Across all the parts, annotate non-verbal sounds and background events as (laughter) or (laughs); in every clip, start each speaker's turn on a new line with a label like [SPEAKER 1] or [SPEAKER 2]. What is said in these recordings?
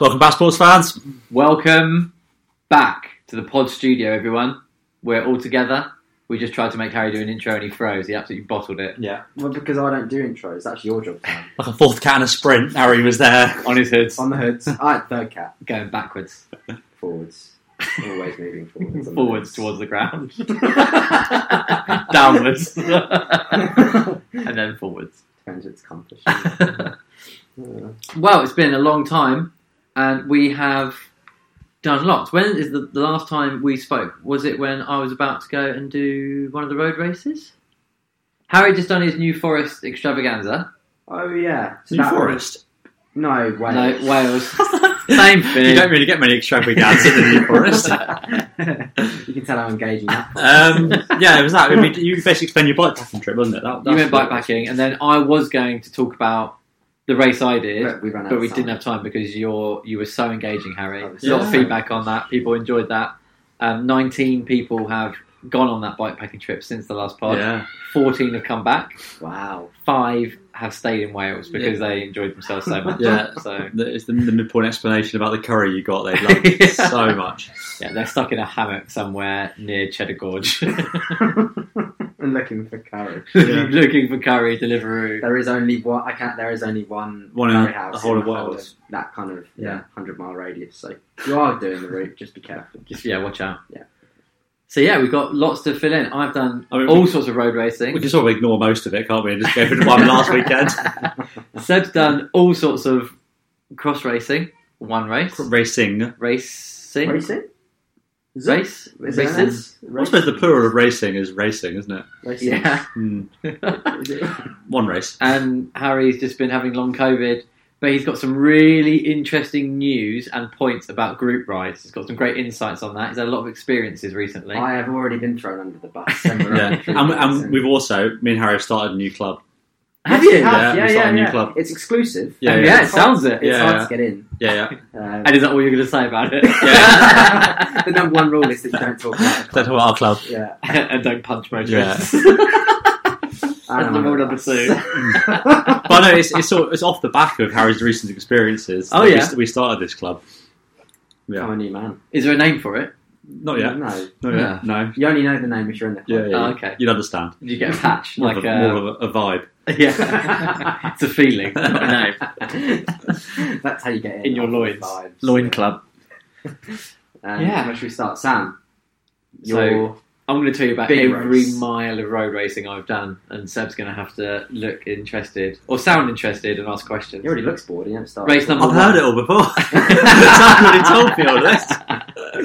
[SPEAKER 1] Welcome back, sports fans.
[SPEAKER 2] Welcome back to the pod studio, everyone. We're all together. We just tried to make Harry do an intro and he froze. He absolutely bottled it
[SPEAKER 3] Yeah. Well, because I don't do intros. That's your job, Sam.
[SPEAKER 1] Like a fourth cat in a sprint, Harry was there.
[SPEAKER 2] on his hoods,
[SPEAKER 3] On the hoods. I third cat.
[SPEAKER 2] going backwards,
[SPEAKER 3] Forwards. Always moving forwards. on the
[SPEAKER 2] forwards
[SPEAKER 3] hoods.
[SPEAKER 2] towards the ground,
[SPEAKER 1] (laughs)
[SPEAKER 2] downwards, and then forwards.
[SPEAKER 3] (laughs)
[SPEAKER 2] (laughs)
[SPEAKER 3] Tangents accomplished. Yeah.
[SPEAKER 2] well, it's been a long time and we have done lots. When is the, the last time we spoke? Was it when I was about to go and do one of the road races? Harry just done his New Forest extravaganza.
[SPEAKER 3] Oh yeah. So
[SPEAKER 1] New
[SPEAKER 3] that
[SPEAKER 1] Forest.
[SPEAKER 3] was- No way.
[SPEAKER 2] No, Wales.
[SPEAKER 1] (laughs)
[SPEAKER 2] Same thing.
[SPEAKER 1] You don't really get many extravaganzas in New Forest.
[SPEAKER 3] (laughs) you can tell how engaging that.
[SPEAKER 1] Um, yeah, it was that. I mean, you basically explained your bikepacking trip, wasn't it? That,
[SPEAKER 2] you went
[SPEAKER 1] that's what-
[SPEAKER 2] bikepacking, and then I was going to talk about the race I did,
[SPEAKER 3] But we ran out.
[SPEAKER 2] but we
[SPEAKER 3] of
[SPEAKER 2] didn't
[SPEAKER 3] time.
[SPEAKER 2] have time because you're you were so engaging, Harry.
[SPEAKER 1] Oh,
[SPEAKER 3] That
[SPEAKER 2] A
[SPEAKER 3] was
[SPEAKER 2] lot of
[SPEAKER 1] so-
[SPEAKER 2] feedback on that. People enjoyed that. Um, Nineteen people have gone on that bikepacking trip since the last pod.
[SPEAKER 1] Yeah.
[SPEAKER 2] Fourteen have come back.
[SPEAKER 3] Wow. (laughs)
[SPEAKER 2] Five have stayed in Wales because they enjoyed
[SPEAKER 1] (laughs)
[SPEAKER 2] themselves so much.
[SPEAKER 1] Yeah.
[SPEAKER 2] So
[SPEAKER 1] The- It's the, the midpoint explanation about the curry you got. (laughs) They loved it
[SPEAKER 2] (laughs) Yeah.
[SPEAKER 1] so much.
[SPEAKER 2] yeah, they're stuck in a hammock somewhere near Cheddar
[SPEAKER 1] (laughs)
[SPEAKER 2] Gorge,
[SPEAKER 3] I'm looking for curry.
[SPEAKER 1] Yeah.
[SPEAKER 2] (laughs) looking for curry delivery.
[SPEAKER 3] There is only one. I can't. There is only one.
[SPEAKER 1] One in the
[SPEAKER 3] curry house
[SPEAKER 1] whole
[SPEAKER 3] in
[SPEAKER 1] of Wales.
[SPEAKER 3] That kind of
[SPEAKER 1] Yeah.
[SPEAKER 3] yeah, hundred mile radius. So if you are doing the route. Just be careful.
[SPEAKER 2] Just yeah, watch out.
[SPEAKER 3] Yeah.
[SPEAKER 2] So yeah, we've got lots to fill in. I've done
[SPEAKER 1] I mean,
[SPEAKER 2] all
[SPEAKER 1] we-
[SPEAKER 2] sorts of road racing.
[SPEAKER 1] We can sort of ignore most of it, can't we? And just go for the one last weekend.
[SPEAKER 2] Seb's done all sorts of cross racing, one race,
[SPEAKER 1] Racing.
[SPEAKER 2] racing, race,
[SPEAKER 3] Racing. Is it-
[SPEAKER 2] race,
[SPEAKER 3] is it an
[SPEAKER 2] races.
[SPEAKER 3] S?
[SPEAKER 1] I suppose the plural of racing is racing, isn't it?
[SPEAKER 3] Racing.
[SPEAKER 2] Yeah,
[SPEAKER 1] Hmm. One race.
[SPEAKER 2] (laughs) and Harry's just been having long COVID, but he's got some really interesting news and points about group rides. He's got some great insights on that. He's had a lot of experiences recently.
[SPEAKER 3] I have already been thrown under
[SPEAKER 2] (laughs)
[SPEAKER 3] the bus.
[SPEAKER 1] Yeah. And, and we've also, me and Harry have started a new club.
[SPEAKER 2] Have
[SPEAKER 3] Yes,
[SPEAKER 2] you?
[SPEAKER 3] it has.
[SPEAKER 1] Yeah,
[SPEAKER 3] Yeah,
[SPEAKER 1] we
[SPEAKER 3] yeah,
[SPEAKER 1] started
[SPEAKER 3] yeah.
[SPEAKER 1] a new club.
[SPEAKER 3] It's exclusive.
[SPEAKER 1] Yeah,
[SPEAKER 3] And
[SPEAKER 1] yeah.
[SPEAKER 3] it's
[SPEAKER 2] it sounds
[SPEAKER 3] hard-
[SPEAKER 2] it.
[SPEAKER 3] It's
[SPEAKER 1] Yeah,
[SPEAKER 3] hard
[SPEAKER 1] yeah.
[SPEAKER 3] to get in.
[SPEAKER 1] Yeah, yeah. (laughs)
[SPEAKER 3] Um,
[SPEAKER 2] And is that all you're going to say about it? (laughs)
[SPEAKER 3] Yeah. (laughs) the number one rule is that you don't talk about it.
[SPEAKER 1] That's what our club.
[SPEAKER 3] Yeah,
[SPEAKER 1] (laughs)
[SPEAKER 2] and don't punch motorists.
[SPEAKER 3] I
[SPEAKER 2] That's
[SPEAKER 3] don't
[SPEAKER 2] the
[SPEAKER 3] know
[SPEAKER 2] rule number
[SPEAKER 3] about
[SPEAKER 2] two.
[SPEAKER 3] that. (laughs)
[SPEAKER 1] (laughs) But no, it's it's, sort it's off the back of Harry's recent experiences.
[SPEAKER 2] Oh,
[SPEAKER 1] that we
[SPEAKER 2] yeah.
[SPEAKER 1] st- we, started this club. Yeah.
[SPEAKER 3] I'm a new man.
[SPEAKER 2] Is there a name for it?
[SPEAKER 1] Not yet.
[SPEAKER 3] No,
[SPEAKER 1] Not
[SPEAKER 2] Yeah.
[SPEAKER 1] yet. No.
[SPEAKER 3] you only know the name if you're in the
[SPEAKER 1] Yeah,
[SPEAKER 3] club.
[SPEAKER 1] yeah.
[SPEAKER 2] Oh,
[SPEAKER 1] yeah.
[SPEAKER 2] okay.
[SPEAKER 1] You'd understand.
[SPEAKER 2] Did you get a patch?
[SPEAKER 1] More,
[SPEAKER 2] like
[SPEAKER 1] of,
[SPEAKER 2] uh,
[SPEAKER 1] a, more of a, a vibe.
[SPEAKER 2] (laughs) Yeah, it's a feeling. No,
[SPEAKER 3] (laughs) That's how you get in.
[SPEAKER 2] In your
[SPEAKER 3] after
[SPEAKER 2] loins.
[SPEAKER 3] vibes.
[SPEAKER 1] Loin club.
[SPEAKER 3] Um,
[SPEAKER 2] Yeah.
[SPEAKER 3] Where should we start, Sam?
[SPEAKER 2] So-
[SPEAKER 3] Your
[SPEAKER 2] I'm going to tell you about
[SPEAKER 3] Big
[SPEAKER 2] every
[SPEAKER 3] race.
[SPEAKER 2] mile of road racing I've done, and Seb's going to have to look interested or sound interested and ask questions.
[SPEAKER 3] he already looks bored. He didn't start.
[SPEAKER 2] Race number
[SPEAKER 1] I've heard it all before. Sam already told me all this.
[SPEAKER 2] (laughs)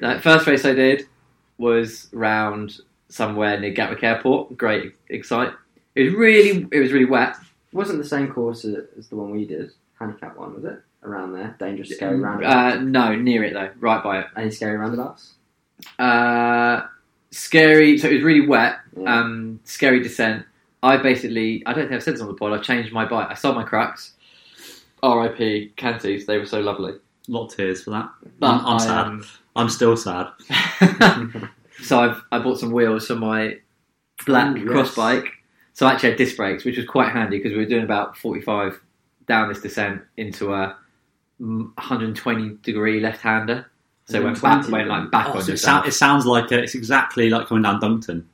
[SPEAKER 2] Like, first race I did was round somewhere near Gatwick Airport. Great, excite. It was really, it was really wet.
[SPEAKER 3] wasn't the same course as as the one we did. Handicap one was it? Around there, dangerous scary roundabouts.
[SPEAKER 2] Uh, no, near it though, right by it.
[SPEAKER 3] Any
[SPEAKER 2] (laughs)
[SPEAKER 3] scary roundabouts?
[SPEAKER 2] Uh, scary. So it was really wet.
[SPEAKER 3] Yeah.
[SPEAKER 2] um, scary descent. I basically, I don't think I've said this on the pod. I changed my bike. I sold my cracks. R.I.P. Canties. They were so lovely.
[SPEAKER 1] A lot of tears for that.
[SPEAKER 2] But
[SPEAKER 1] I'm, I'm
[SPEAKER 2] I,
[SPEAKER 1] sad.
[SPEAKER 2] um,
[SPEAKER 1] I'm still sad.
[SPEAKER 2] (laughs) so I've I bought some wheels for my black
[SPEAKER 3] Ooh, yes.
[SPEAKER 2] cross bike. So I actually had disc brakes, which was quite handy because we were doing about 45 down this descent into a mm, 120 degree left hander. So it went back,
[SPEAKER 3] 120
[SPEAKER 2] went like back
[SPEAKER 1] Oh, so
[SPEAKER 2] on
[SPEAKER 1] it,
[SPEAKER 2] yourself.
[SPEAKER 1] sound, it sounds like a, it's exactly like coming down Dunkton.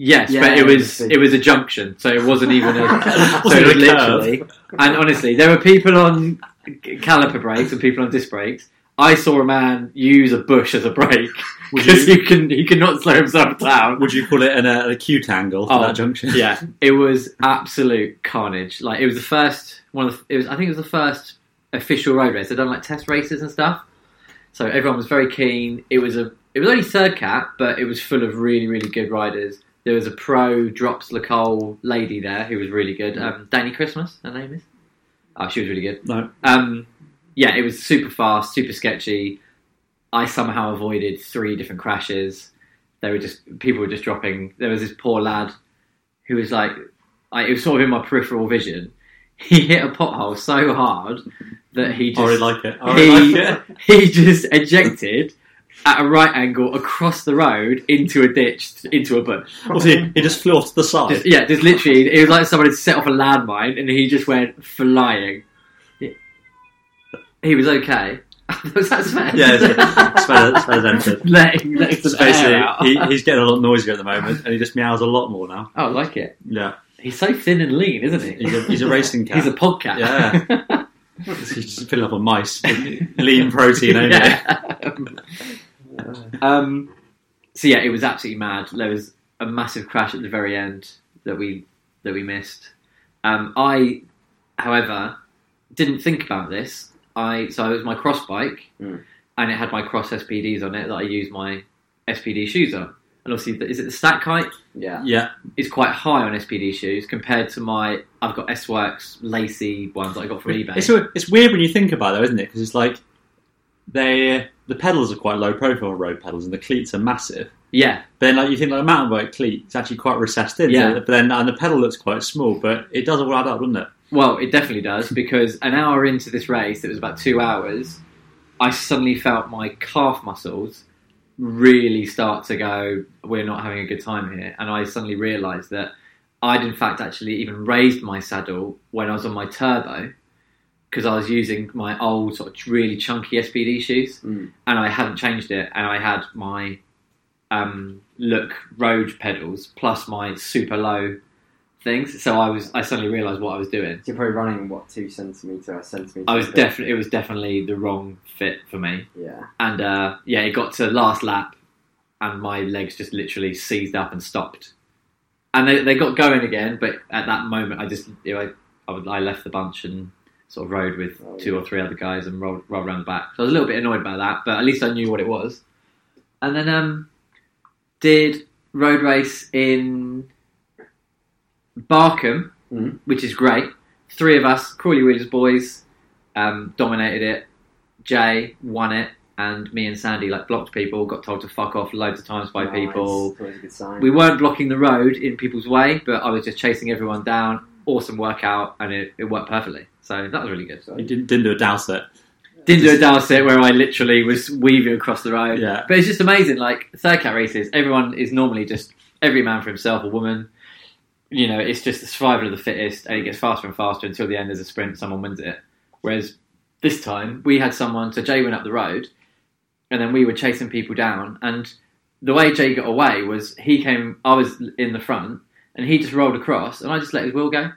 [SPEAKER 2] Yes,
[SPEAKER 3] Yeah,
[SPEAKER 2] but it
[SPEAKER 3] it
[SPEAKER 2] was
[SPEAKER 3] was big.
[SPEAKER 2] it was a junction, (laughs) so it wasn't
[SPEAKER 1] (laughs)
[SPEAKER 2] even a so
[SPEAKER 1] Wasn't
[SPEAKER 2] it was
[SPEAKER 1] even a curve.
[SPEAKER 2] literally. And honestly, there were people on caliper brakes and people on disc brakes. I saw a man use a bush as a brake
[SPEAKER 1] Would
[SPEAKER 2] because
[SPEAKER 1] you-
[SPEAKER 2] he can he could not slow himself down.
[SPEAKER 1] Would you call it an, uh, an acute angle for
[SPEAKER 2] Oh,
[SPEAKER 1] that junction?
[SPEAKER 2] Yeah, it was absolute carnage. Like it was the first one of the, it was I think it was the first official road race. They've done like test races and stuff, so everyone was very keen. It was a it was only third cat, but it was full of really really good riders. There was a pro drops Lacole lady there who was really good. Um, Danny Christmas, her name is. Oh, she was really good.
[SPEAKER 1] No.
[SPEAKER 2] Um, yeah, it was super fast, super sketchy. I somehow avoided three different crashes. They were just people were just dropping. There was this poor lad who was like, I, it was sort of in my peripheral vision. He hit a pothole so hard that he
[SPEAKER 1] (laughs) I already
[SPEAKER 2] just
[SPEAKER 1] like it. I already
[SPEAKER 2] He-
[SPEAKER 1] like it.
[SPEAKER 2] (laughs) he just ejected at a right angle across the road into a ditch, into a bush.
[SPEAKER 1] Well, see, he just flew off to the side.
[SPEAKER 2] Just, yeah, just literally, it was like someone had set off a landmine and he just went flying. he was okay. (laughs) was that Sven?
[SPEAKER 1] Yeah,
[SPEAKER 2] (laughs)
[SPEAKER 1] it's- Sven- Sven's entered.
[SPEAKER 2] letting, letting
[SPEAKER 1] So
[SPEAKER 2] (laughs) some air
[SPEAKER 1] basically,
[SPEAKER 2] out.
[SPEAKER 1] he, he's getting a lot noisier at the moment, and he just meows a lot more now.
[SPEAKER 2] Oh, I like it.
[SPEAKER 1] Yeah,
[SPEAKER 2] He's so thin and lean, isn't he?
[SPEAKER 1] he's a, he's a
[SPEAKER 2] (laughs)
[SPEAKER 1] racing cat.
[SPEAKER 2] He's a podcast. (laughs)
[SPEAKER 1] Yeah. he's just filling up on mice, lean protein only.
[SPEAKER 2] um, so yeah, it was absolutely mad. There was a massive crash at the very end that we that we missed. Um, I, however, didn't think about this. I so it was my cross bike,
[SPEAKER 1] Hmm.
[SPEAKER 3] Mm.
[SPEAKER 2] and it had my cross SPDs on it that I used my SPD shoes on. And obviously, the- is it the stack height?
[SPEAKER 3] (laughs) Yeah.
[SPEAKER 1] Yeah,
[SPEAKER 2] It's quite high on SPD shoes compared to my. I've got S Works lacy ones that I got from eBay.
[SPEAKER 1] it's a- it's weird when you think about it, though, isn't it? Because it's like they the pedals are quite low profile road pedals, and the cleats are massive.
[SPEAKER 2] yeah,
[SPEAKER 1] But then, like you think, like a mountain bike cleat, it's actually quite recessed in.
[SPEAKER 2] Yeah.
[SPEAKER 1] But then, and the pedal looks quite small, but it does all add up, doesn't it?
[SPEAKER 2] Well, it definitely does because an hour into this race, it was about two hours. I suddenly felt my calf muscles really start to go. We're not having a good time here, and I suddenly realised that I'd in fact actually even raised my saddle when I was on my turbo because I was using my old sort of really chunky SPD shoes,
[SPEAKER 3] Mm.
[SPEAKER 2] and I hadn't changed it, and I had my um, look road pedals plus my super low things. So I was I suddenly realised what I was doing.
[SPEAKER 3] You're probably running what two centimeter, a centimeter.
[SPEAKER 2] I was
[SPEAKER 3] bit.
[SPEAKER 2] definitely it was definitely the wrong fit for me,
[SPEAKER 3] Yeah.
[SPEAKER 2] and uh, yeah, it got to last lap, and my legs just literally seized up and stopped, and they, they got going again. But at that moment, I just you know, I, I, would- I left the bunch and sort of rode with
[SPEAKER 3] Oh,
[SPEAKER 2] two or three other guys and rolled rolled around the back. So I was a little bit annoyed by that, but at least I knew what it was. And then um, did road race in Barkham,
[SPEAKER 3] Mhm.
[SPEAKER 2] which is great. Three of us, Crawley Wheelers boys, um, dominated it. Jay won it, and me and Sandy like blocked people, got told to fuck off loads of times by
[SPEAKER 3] Nice.
[SPEAKER 2] people.
[SPEAKER 3] Always a good sign.
[SPEAKER 2] We weren't blocking the road in people's way, but I was just chasing everyone down. Awesome workout, and it, it worked perfectly. So that was really good.
[SPEAKER 1] He didn't, didn't do a douse it.
[SPEAKER 2] Didn't do a douse it where I literally was weaving across the road.
[SPEAKER 1] Yeah.
[SPEAKER 2] But it's just amazing. Like third cat races, everyone is normally just every man for himself, a woman. You know, it's just the survival of the fittest, and it gets faster and faster until the end. There's a sprint, someone wins it. Whereas this time we had someone. So Jay went up the road, and then we were chasing people down. And the way Jay got away was he came. I was in the front, and he just rolled across, and I just let his wheel go.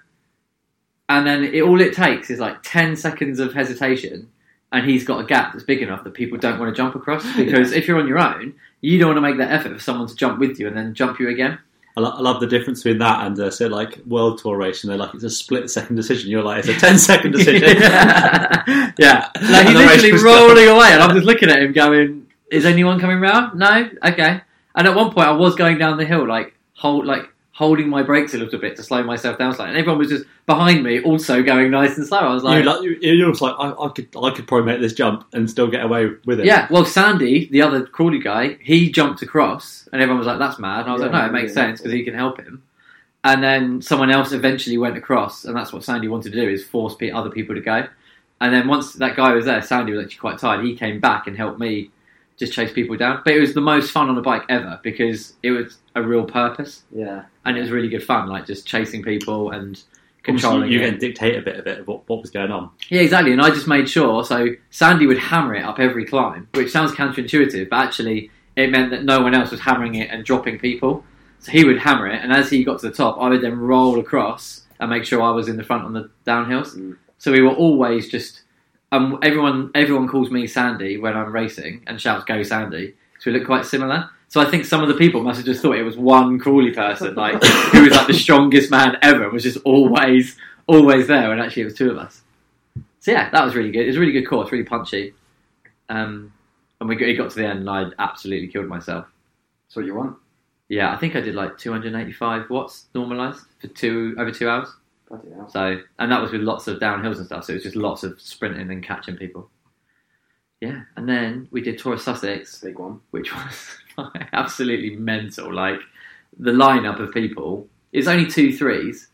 [SPEAKER 2] And then it, all it takes is like ten seconds of hesitation, and he's got a gap that's big enough that people don't want to
[SPEAKER 1] (laughs)
[SPEAKER 2] jump across because if you're on your own, you don't want to make that effort for someone to jump with you and then jump you
[SPEAKER 1] (laughs)
[SPEAKER 2] again.
[SPEAKER 1] I, lo- I love the difference between that and uh, say like world tour racing. They're like it's a split second decision. You're like it's a 10
[SPEAKER 2] (laughs)
[SPEAKER 1] second decision.
[SPEAKER 2] yeah,
[SPEAKER 1] yeah,
[SPEAKER 2] like he's
[SPEAKER 1] And the race
[SPEAKER 2] literally
[SPEAKER 1] was
[SPEAKER 2] rolling away, and I'm just looking at him, going, "Is anyone coming round? No, okay." And at one point, I was going down the hill, like hold, like holding my brakes a little bit to slow myself down slightly, and everyone was just behind me, also going nice and slow. I was
[SPEAKER 1] done.
[SPEAKER 2] like,
[SPEAKER 1] you like, you, you're just like I, I could I could probably make this jump and still get away with it.
[SPEAKER 2] Yeah, well, Sandy, the other Crawley guy, he jumped across, and everyone was like, "That's mad." And I was
[SPEAKER 3] Yeah,
[SPEAKER 2] like, "No, it makes
[SPEAKER 3] yeah.
[SPEAKER 2] sense because he can help him." And then someone else eventually went across, and that's what Sandy wanted to do is force pe- other people to go. And then once that guy was there, Sandy was actually quite tired. He came back and helped me just chase people down. But it was the most fun on a bike ever because it was a real purpose
[SPEAKER 3] Yeah.
[SPEAKER 2] and it was really good fun, like just chasing people and
[SPEAKER 1] Obviously,
[SPEAKER 2] controlling.
[SPEAKER 1] you
[SPEAKER 2] it.
[SPEAKER 1] can dictate a bit of it of what, what was going on.
[SPEAKER 2] Yeah, exactly. And I just made sure. So Sandy would hammer it up every climb, which sounds counterintuitive, but actually it meant that no one else was hammering it and dropping people. So he would hammer it, and as he got to the top, I would then roll across and make sure I was in the front on the downhills.
[SPEAKER 3] Mm.
[SPEAKER 2] So we were always just. Um, everyone, everyone calls me Sandy when I'm racing and shouts "Go Sandy." So we look quite similar. So I think some of the people must have just thought it was one Crawley person, like who was like the strongest man ever, and was just always, always there. And actually, it was two of us. So yeah, that was really good. It was a really good course, really punchy. Um, and we got, it got to the end, and I absolutely killed myself.
[SPEAKER 3] That's what you want.
[SPEAKER 2] Yeah, I think I did like 285 watts normalized for two over two hours.
[SPEAKER 3] Bloody hell.
[SPEAKER 2] So, and that was with lots of downhills and stuff. So it was just lots of sprinting and catching people. Yeah, and then we did Tour of Sussex,
[SPEAKER 3] It's a big one.
[SPEAKER 2] which (laughs) was absolutely mental. Like the lineup of people, it's only two threes,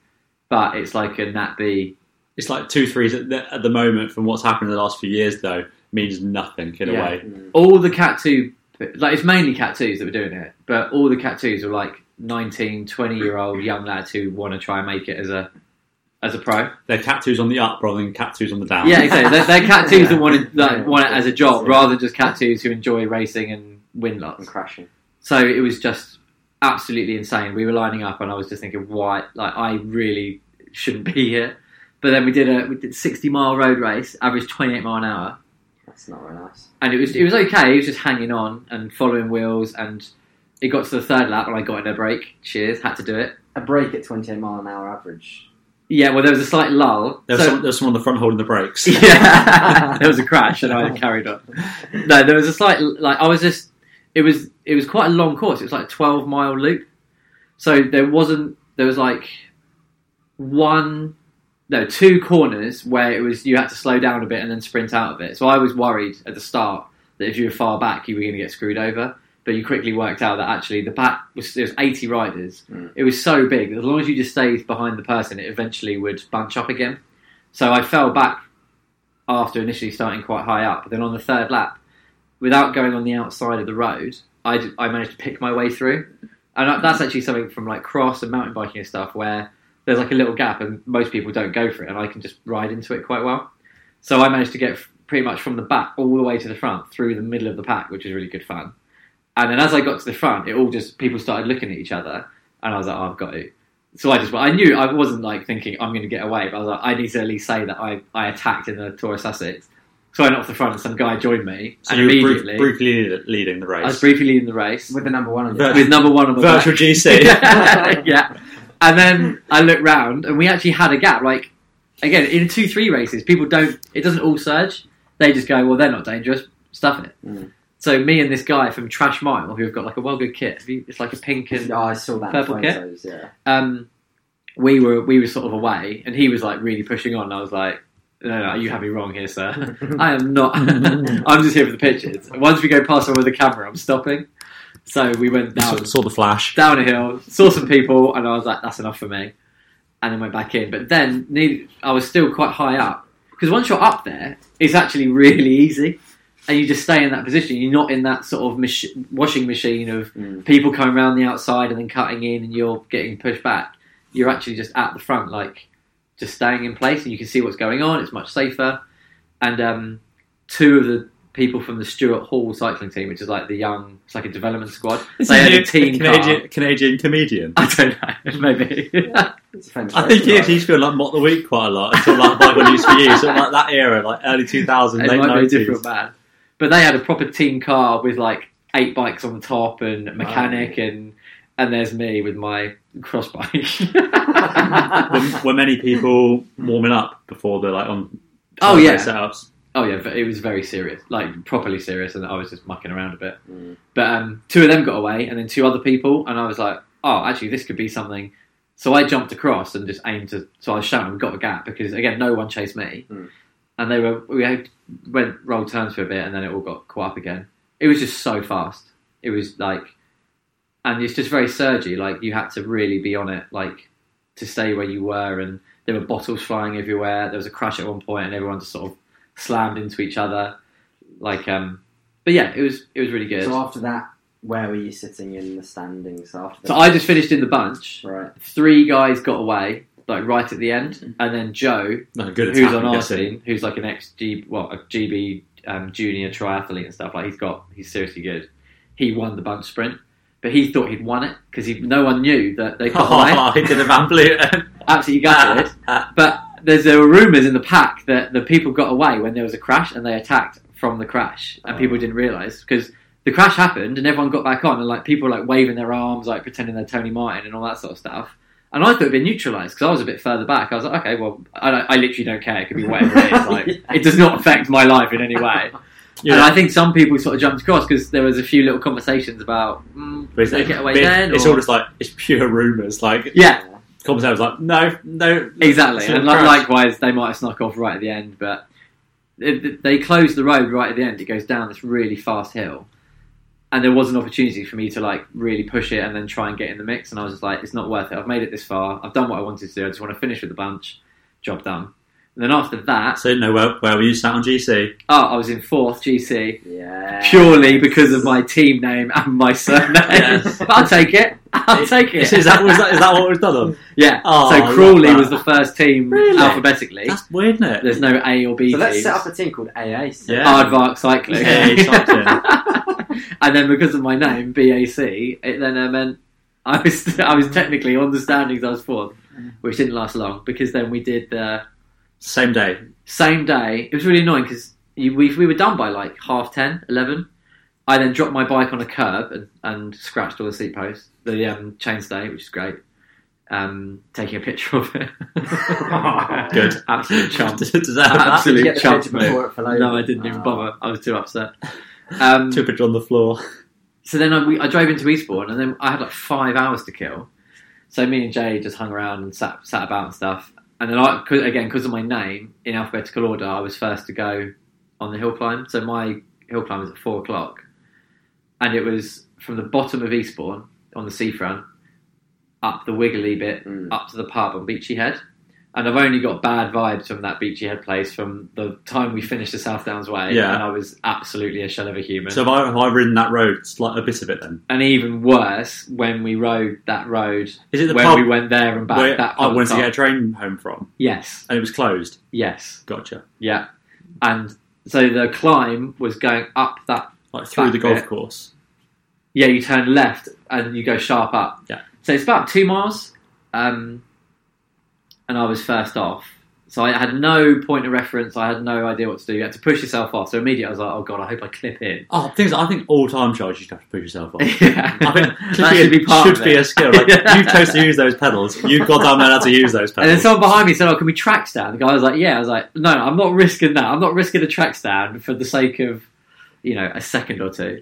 [SPEAKER 2] but it's like a Nat B.
[SPEAKER 1] It's like two threes at the, at the moment from what's happened in the last few years though means nothing in
[SPEAKER 2] Yeah.
[SPEAKER 1] a way.
[SPEAKER 3] Mm.
[SPEAKER 2] all the cat two like it's mainly cat twos that were doing it but all the cat twos were like 19 20 year old young lads who want to try and make it as a as a pro.
[SPEAKER 1] Their cat two's on the up rather than cat two's on the down.
[SPEAKER 2] Yeah, exactly. They're, they're cat twos that want, to,
[SPEAKER 3] Yeah.
[SPEAKER 2] like, want it as a job
[SPEAKER 3] Yeah.
[SPEAKER 2] rather than just cat twos who enjoy racing and win
[SPEAKER 3] I'm
[SPEAKER 2] lots.
[SPEAKER 3] crashing.
[SPEAKER 2] So it was just absolutely insane. We were lining up, and I was just thinking, why? Like, I really shouldn't be here. But then we did a we did sixty mile road race, average twenty eight mile an hour,
[SPEAKER 3] That's not very nice.
[SPEAKER 2] and it was it was okay. It was just hanging on and following wheels, and it got to the third lap, and I got in a break. Cheers, had to do it.
[SPEAKER 3] A break at 28 mile an hour average.
[SPEAKER 2] Yeah, well, there was a slight lull.
[SPEAKER 1] There's,
[SPEAKER 2] So-
[SPEAKER 1] someone, there's someone on the front holding the brakes.
[SPEAKER 2] (laughs) yeah, there was a crash, and I carried on. No, there was a slight like I was just it was it was quite a long course. It was like a twelve mile loop, so there wasn't there was like one no two corners where it was you had to slow down a bit and then sprint out of it. So I was worried at the start that if you were far back, you were going to get screwed over. But you quickly worked out that actually the back was there was eighty riders.
[SPEAKER 3] Mm.
[SPEAKER 2] It was so big that as long as you just stayed behind the person, it eventually would bunch up again. So I fell back after initially starting quite high up. But then on the third lap, without going on the outside of the road, I, d- I managed to pick my way through. And I- that's actually something from like cross and mountain biking and stuff where there's like a little gap and most people don't go for it. And I can just ride into it quite well. So I managed to get f- pretty much from the back all the way to the front through the middle of the pack, which was really good fun. And then as I got to the front, it all just people started looking at each other, and I was like, oh, "I've got it." So I just, I knew I wasn't like thinking I'm going to get away, but I was like, I need to at least say that I, I attacked in the Tour of Sussex. So I went off the front, and some guy joined me,
[SPEAKER 1] So
[SPEAKER 2] and
[SPEAKER 1] you were
[SPEAKER 2] immediately
[SPEAKER 1] bru- brutally lead- leading the
[SPEAKER 2] I was
[SPEAKER 1] race.
[SPEAKER 2] briefly leading the race
[SPEAKER 3] With the number one on
[SPEAKER 1] Virtual-
[SPEAKER 2] with number one on the back (laughs)
[SPEAKER 1] Virtual (laughs) GC.
[SPEAKER 2] yeah. And then I looked round, and we actually had a gap. Like again, in two three races, people don't. It doesn't all surge. They just go, well, they're not dangerous. Stuff it.
[SPEAKER 3] Mm.
[SPEAKER 2] So me and this guy from Trash Mile, who have got like a well good kit. Have you- It's like a pink and
[SPEAKER 3] Oh, (laughs) I saw that. in
[SPEAKER 2] Purple kit? (laughs)
[SPEAKER 3] photos, Yeah.
[SPEAKER 2] um, we were we were sort of away, and he was like really pushing on. And I was like, no, no, you have me wrong here, sir. (laughs) I am not. I'm just here for the pictures. Once we go past someone with a camera, I'm stopping. So we went down
[SPEAKER 1] saw, saw the flash.
[SPEAKER 2] down a hill, saw some people, and I was like, that's enough for me. And then went back in. But then neither, I was still quite high up. Because once you're up there, it's actually really easy. And you just stay in that position. You're not in that sort of mach- washing machine of
[SPEAKER 1] Hmm.
[SPEAKER 3] Mm.
[SPEAKER 2] people coming around the outside and then cutting in and you're getting pushed back. You're actually just at the front, like just staying in place and you can see what's going on. It's much safer. And um, two of the people from the Stuart Hall cycling team, which is like the young, it's like a development squad.
[SPEAKER 1] This
[SPEAKER 2] they
[SPEAKER 1] is
[SPEAKER 2] had
[SPEAKER 1] a
[SPEAKER 2] a team car.
[SPEAKER 1] Canadian, Canadian comedian.
[SPEAKER 2] (laughs) I don't know, maybe.
[SPEAKER 3] It's a famous
[SPEAKER 1] I think
[SPEAKER 3] photo,
[SPEAKER 1] he actually
[SPEAKER 3] right?
[SPEAKER 1] used to be on like Mock the Week quite a lot. It's sort of like
[SPEAKER 2] (laughs)
[SPEAKER 1] Michael used for you, sort of like that era, like early 2000s,
[SPEAKER 2] it
[SPEAKER 1] late
[SPEAKER 2] might be a
[SPEAKER 1] 90s.
[SPEAKER 2] different man. But they had a proper team car with like eight bikes on the top and a mechanic and and there's me with my cross bike. (laughs)
[SPEAKER 1] Were, were many people warming up before the like on
[SPEAKER 2] Oh,
[SPEAKER 1] on
[SPEAKER 2] yeah.
[SPEAKER 1] race setups?
[SPEAKER 2] oh yeah, but it was very serious, like properly serious, and I was just mucking around a bit.
[SPEAKER 3] Mm.
[SPEAKER 2] But um, two of them got away, and then two other people, and I was like, oh, actually, this could be something. So I jumped across and just aimed to. So I was shouting, got a gap because again, no one chased me,
[SPEAKER 3] Mm.
[SPEAKER 2] and they were we had, went rolled turns for a bit, and then it all got caught up again. It was just so fast. It was like, and it's just very surgy. Like you had to really be on it, like to stay where you were. And there were bottles flying everywhere. There was a crash at one point, and everyone just sort of slammed into each other. Like, um, but yeah, it was it was really good.
[SPEAKER 3] So after that, where were you sitting in the standings after
[SPEAKER 2] So
[SPEAKER 3] that?
[SPEAKER 2] I just finished in the bunch.
[SPEAKER 3] right.
[SPEAKER 2] Three guys got away, like right at the end, and then Joe,
[SPEAKER 1] No, Mm-hmm. good
[SPEAKER 2] who's
[SPEAKER 1] attack,
[SPEAKER 2] on
[SPEAKER 1] I'm
[SPEAKER 2] our
[SPEAKER 1] guessing.
[SPEAKER 2] team, who's like an ex GB, well, a GB um, junior triathlete and stuff. Like he's got, he's seriously good. He won the bunch sprint, but he thought he'd won it because no one knew that
[SPEAKER 1] (laughs)
[SPEAKER 2] they got away.
[SPEAKER 1] Oh,
[SPEAKER 2] (laughs)
[SPEAKER 1] he did a Van Vleuten. (laughs)
[SPEAKER 2] Absolutely gutted. But there's, there were rumours in the pack that the people got away when there was a crash and they attacked from the crash, and
[SPEAKER 3] Oh.
[SPEAKER 2] people didn't realise because the crash happened and everyone got back on and like people were, like waving their arms, like pretending they're Tony Martin and all that sort of stuff. And I thought it'd been neutralised because I was a bit further back. I was like, okay, well, I, don't, I literally don't care. It could be (laughs) whatever
[SPEAKER 1] (laughs)
[SPEAKER 2] it is. Like,
[SPEAKER 3] (laughs) Yeah.
[SPEAKER 2] it does not affect my life in any way. And
[SPEAKER 1] Yeah.
[SPEAKER 2] I think some people sort of jumped across because there was a few little conversations about mm,
[SPEAKER 1] But
[SPEAKER 2] did
[SPEAKER 1] it's,
[SPEAKER 2] they get away
[SPEAKER 1] but it's-
[SPEAKER 2] then.
[SPEAKER 1] it's
[SPEAKER 2] or-
[SPEAKER 1] all just like it's pure rumours. Like
[SPEAKER 2] yeah,
[SPEAKER 1] Common Sense was like, no, no,
[SPEAKER 2] Exactly,
[SPEAKER 1] Sort of
[SPEAKER 2] and like,
[SPEAKER 1] crash.
[SPEAKER 2] likewise, they might have snuck off right at the end, but it, they closed the road right at the end. It goes down this really fast hill, and there was an opportunity for me to like really push it and then try and get in the mix. And I was just like, it's not worth it. I've made it this far. I've done what I wanted to do. I just want to finish with the bunch. Job done. And then after that,
[SPEAKER 1] So no, where, where were you sat on GC?
[SPEAKER 2] oh, I was in fourth GC
[SPEAKER 3] Yeah.
[SPEAKER 2] purely because of my team name and my (laughs) surname.
[SPEAKER 1] Yes.
[SPEAKER 2] But (laughs) I'll take it. I'll take it.
[SPEAKER 1] Is that, was that,
[SPEAKER 2] (laughs)
[SPEAKER 1] is that what was done on?
[SPEAKER 2] yeah.
[SPEAKER 1] Oh, I
[SPEAKER 2] so Crawley
[SPEAKER 1] love
[SPEAKER 2] was
[SPEAKER 1] that.
[SPEAKER 2] the first team
[SPEAKER 1] Really?
[SPEAKER 2] alphabetically.
[SPEAKER 1] That's weird, isn't it?
[SPEAKER 2] There's no A or B.
[SPEAKER 3] So let's
[SPEAKER 2] teams.
[SPEAKER 3] set up a team called AA. So
[SPEAKER 1] Yeah.
[SPEAKER 3] (laughs)
[SPEAKER 2] Aardvark Cycling.
[SPEAKER 1] Yeah,
[SPEAKER 2] (laughs) and then because of my name, BAC, it then uh, meant I was (laughs) I was technically on the standings I was fourth, which didn't last long because then we did the
[SPEAKER 1] Same
[SPEAKER 2] (laughs)
[SPEAKER 1] day.
[SPEAKER 2] same day. It was really annoying because we, we were done by like half 10, 11. I then dropped my bike on a curb and, and scratched all the seat posts, the um, chainstay, which is great. Um, taking a picture of it.
[SPEAKER 1] (laughs)
[SPEAKER 3] (laughs)
[SPEAKER 1] Good.
[SPEAKER 2] Absolute
[SPEAKER 1] (laughs)
[SPEAKER 2] chump.
[SPEAKER 1] Does that have that?
[SPEAKER 3] Did you
[SPEAKER 2] Absolute
[SPEAKER 3] get the
[SPEAKER 2] chump,
[SPEAKER 3] picture
[SPEAKER 1] mate.
[SPEAKER 3] before it fell over?
[SPEAKER 2] No, I didn't even
[SPEAKER 3] Oh.
[SPEAKER 2] bother. I was too upset. Um,
[SPEAKER 1] Took it on the floor.
[SPEAKER 2] so then I, we, I drove into Eastbourne, and then I had like five hours to kill. So me and Jay just hung around and sat sat about and stuff. And then I, 'cause- again, because of my name in alphabetical order, I was first to go on the hill climb. So my hill climb was at four o'clock, and it was from the bottom of Eastbourne on the seafront up the wiggly bit
[SPEAKER 3] Mm.
[SPEAKER 2] up to the pub on Beachy Head. And I've only got bad vibes from that Beachy Head place from the time we finished the South Downs Way,
[SPEAKER 1] Yeah.
[SPEAKER 2] and I was absolutely a shell of a human.
[SPEAKER 1] So have I, have I ridden that road? Like a bit of it then.
[SPEAKER 2] And even worse, when we rode that road,
[SPEAKER 1] Is it the
[SPEAKER 2] when
[SPEAKER 1] pub
[SPEAKER 2] we went there and back.
[SPEAKER 1] where
[SPEAKER 2] that
[SPEAKER 1] I
[SPEAKER 2] pub
[SPEAKER 1] wanted to
[SPEAKER 2] top.
[SPEAKER 1] get a train home from,
[SPEAKER 2] Yes,
[SPEAKER 1] and it was closed.
[SPEAKER 2] yes,
[SPEAKER 1] Gotcha.
[SPEAKER 2] yeah. And so the climb was going up that.
[SPEAKER 1] Like through
[SPEAKER 2] Back
[SPEAKER 1] the golf
[SPEAKER 2] bit.
[SPEAKER 1] course.
[SPEAKER 2] Yeah, you turn left and you go sharp up.
[SPEAKER 1] Yeah.
[SPEAKER 2] So it's about two miles, um, and I was first off. So I had no point of reference. I had no idea what to do. You had to push yourself off. So immediately I was like, "Oh god, I hope I clip in." (laughs)
[SPEAKER 1] Oh, things I think all time trials you just have to push yourself on.
[SPEAKER 2] yeah,
[SPEAKER 1] I think
[SPEAKER 2] that
[SPEAKER 1] should
[SPEAKER 2] should be part
[SPEAKER 1] should
[SPEAKER 2] of
[SPEAKER 1] be
[SPEAKER 2] it.
[SPEAKER 1] a skill.
[SPEAKER 2] (laughs)
[SPEAKER 1] Like
[SPEAKER 2] Yeah.
[SPEAKER 1] you chose to use those pedals. You've got damn well how to use those
[SPEAKER 2] And then
[SPEAKER 1] pedals.
[SPEAKER 2] someone behind me said, "Oh, can we track stand?" The guy was like, "Yeah." I was like, "No, no, I'm not risking that. I'm not risking a track stand for the sake of, you know, a second or two.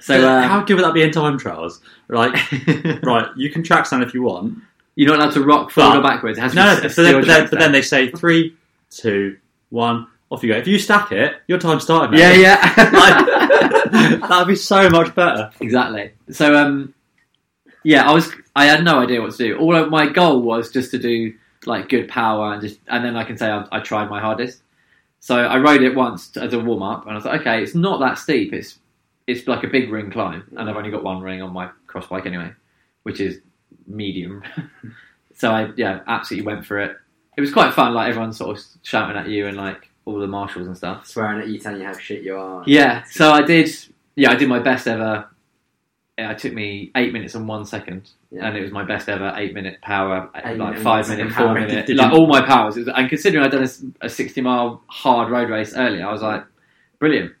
[SPEAKER 2] So
[SPEAKER 1] how
[SPEAKER 2] uh,
[SPEAKER 1] good would that be in time trials? Like,
[SPEAKER 2] (laughs)
[SPEAKER 1] right, you can track stand if you want.
[SPEAKER 2] you're not allowed to rock forward
[SPEAKER 1] But-
[SPEAKER 2] or backwards. It has to
[SPEAKER 1] No,
[SPEAKER 2] be
[SPEAKER 1] no,
[SPEAKER 2] a
[SPEAKER 1] but then,
[SPEAKER 2] steel
[SPEAKER 1] but, then,
[SPEAKER 2] track
[SPEAKER 1] but then they say three, two, one, off you go. If you stack it, your time started.
[SPEAKER 2] stand. yeah,
[SPEAKER 1] (laughs) mate.
[SPEAKER 2] yeah,
[SPEAKER 1] Like, that'd be so much better.
[SPEAKER 2] exactly. So um, yeah, I was, I had no idea what to do. All of, my goal was just to do like good power and just, and then I can say I, I tried my hardest. So I rode it once as a warm up, and I was like, okay, it's not that steep. It's it's like a big ring climb, and I've only got one ring on my cross bike anyway, which is medium. (laughs) so I yeah, absolutely went for it. It was quite fun, like everyone sort of shouting at you and like all the marshals and stuff.
[SPEAKER 3] Oh, Swearing at you, telling you how shit you are.
[SPEAKER 2] Yeah, so I did. Yeah, I did my best ever. Yeah, It took me eight minutes and one second,
[SPEAKER 3] Yeah.
[SPEAKER 2] and it was my best ever eight minute power, like
[SPEAKER 3] Eight minute,
[SPEAKER 2] five
[SPEAKER 3] one
[SPEAKER 2] minute,
[SPEAKER 3] second
[SPEAKER 2] four
[SPEAKER 3] power.
[SPEAKER 2] minute,
[SPEAKER 1] Did
[SPEAKER 2] like
[SPEAKER 1] you-
[SPEAKER 2] all my powers. It was, and considering I'd done a s- a, sixty mile hard road race earlier, I was like, brilliant.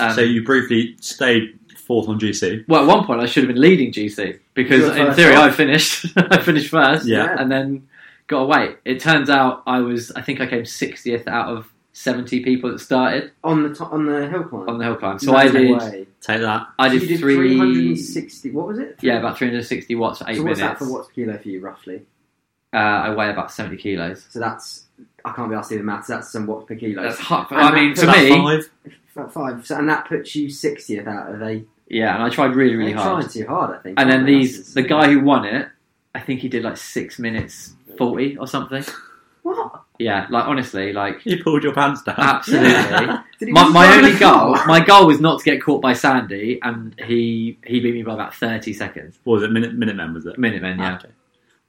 [SPEAKER 2] Um,
[SPEAKER 1] so you briefly stayed fourth on GC.
[SPEAKER 2] well, at one point I should have been leading GC
[SPEAKER 3] You
[SPEAKER 2] because
[SPEAKER 3] were
[SPEAKER 2] in
[SPEAKER 3] first
[SPEAKER 2] theory I
[SPEAKER 3] off.
[SPEAKER 2] finished. (laughs) I finished first,
[SPEAKER 1] Yeah.
[SPEAKER 2] and then got away. It turns out I was. I think I came sixtieth out of seventy people that started
[SPEAKER 3] On the top, on the hill climb.
[SPEAKER 2] on the hill climb. Oh, So
[SPEAKER 3] No
[SPEAKER 2] I did.
[SPEAKER 3] way.
[SPEAKER 1] Take that.
[SPEAKER 2] I
[SPEAKER 3] So
[SPEAKER 2] did,
[SPEAKER 3] you did
[SPEAKER 2] three.
[SPEAKER 3] 360. What was it?
[SPEAKER 2] Yeah, about 360 watts for eight
[SPEAKER 3] so what's
[SPEAKER 2] minutes.
[SPEAKER 3] that for what's kilo for you roughly?
[SPEAKER 2] Uh, I weigh about 70 kilos.
[SPEAKER 3] So that's I can't be asked to do the maths. That's some watts per kilo.
[SPEAKER 2] That's hot.
[SPEAKER 3] And
[SPEAKER 2] I mean,
[SPEAKER 3] that-
[SPEAKER 2] to
[SPEAKER 1] About
[SPEAKER 2] me,
[SPEAKER 1] five.
[SPEAKER 3] About five. So, and that puts you 60th out of eight.
[SPEAKER 2] yeah, and I tried really, really
[SPEAKER 3] They're
[SPEAKER 2] hard.
[SPEAKER 3] Trying too hard, I think.
[SPEAKER 2] And then
[SPEAKER 3] aren't they?
[SPEAKER 2] these,
[SPEAKER 3] That's-
[SPEAKER 2] the guy who won it, I think he did like six minutes 40 or something.
[SPEAKER 3] What?
[SPEAKER 2] Yeah, like honestly, like
[SPEAKER 1] You pulled your pants down.
[SPEAKER 2] absolutely.
[SPEAKER 3] Yeah. Did he
[SPEAKER 2] My,
[SPEAKER 3] just
[SPEAKER 2] my
[SPEAKER 3] drive in
[SPEAKER 2] only
[SPEAKER 3] a car?
[SPEAKER 2] goal, (laughs)
[SPEAKER 3] (laughs)
[SPEAKER 2] my goal was not to get caught by Sandy, and he he beat me by about 30 seconds.
[SPEAKER 1] (laughs) What was it? Minute Minutemen was it? Ah,
[SPEAKER 2] Minute man, yeah.
[SPEAKER 1] Okay.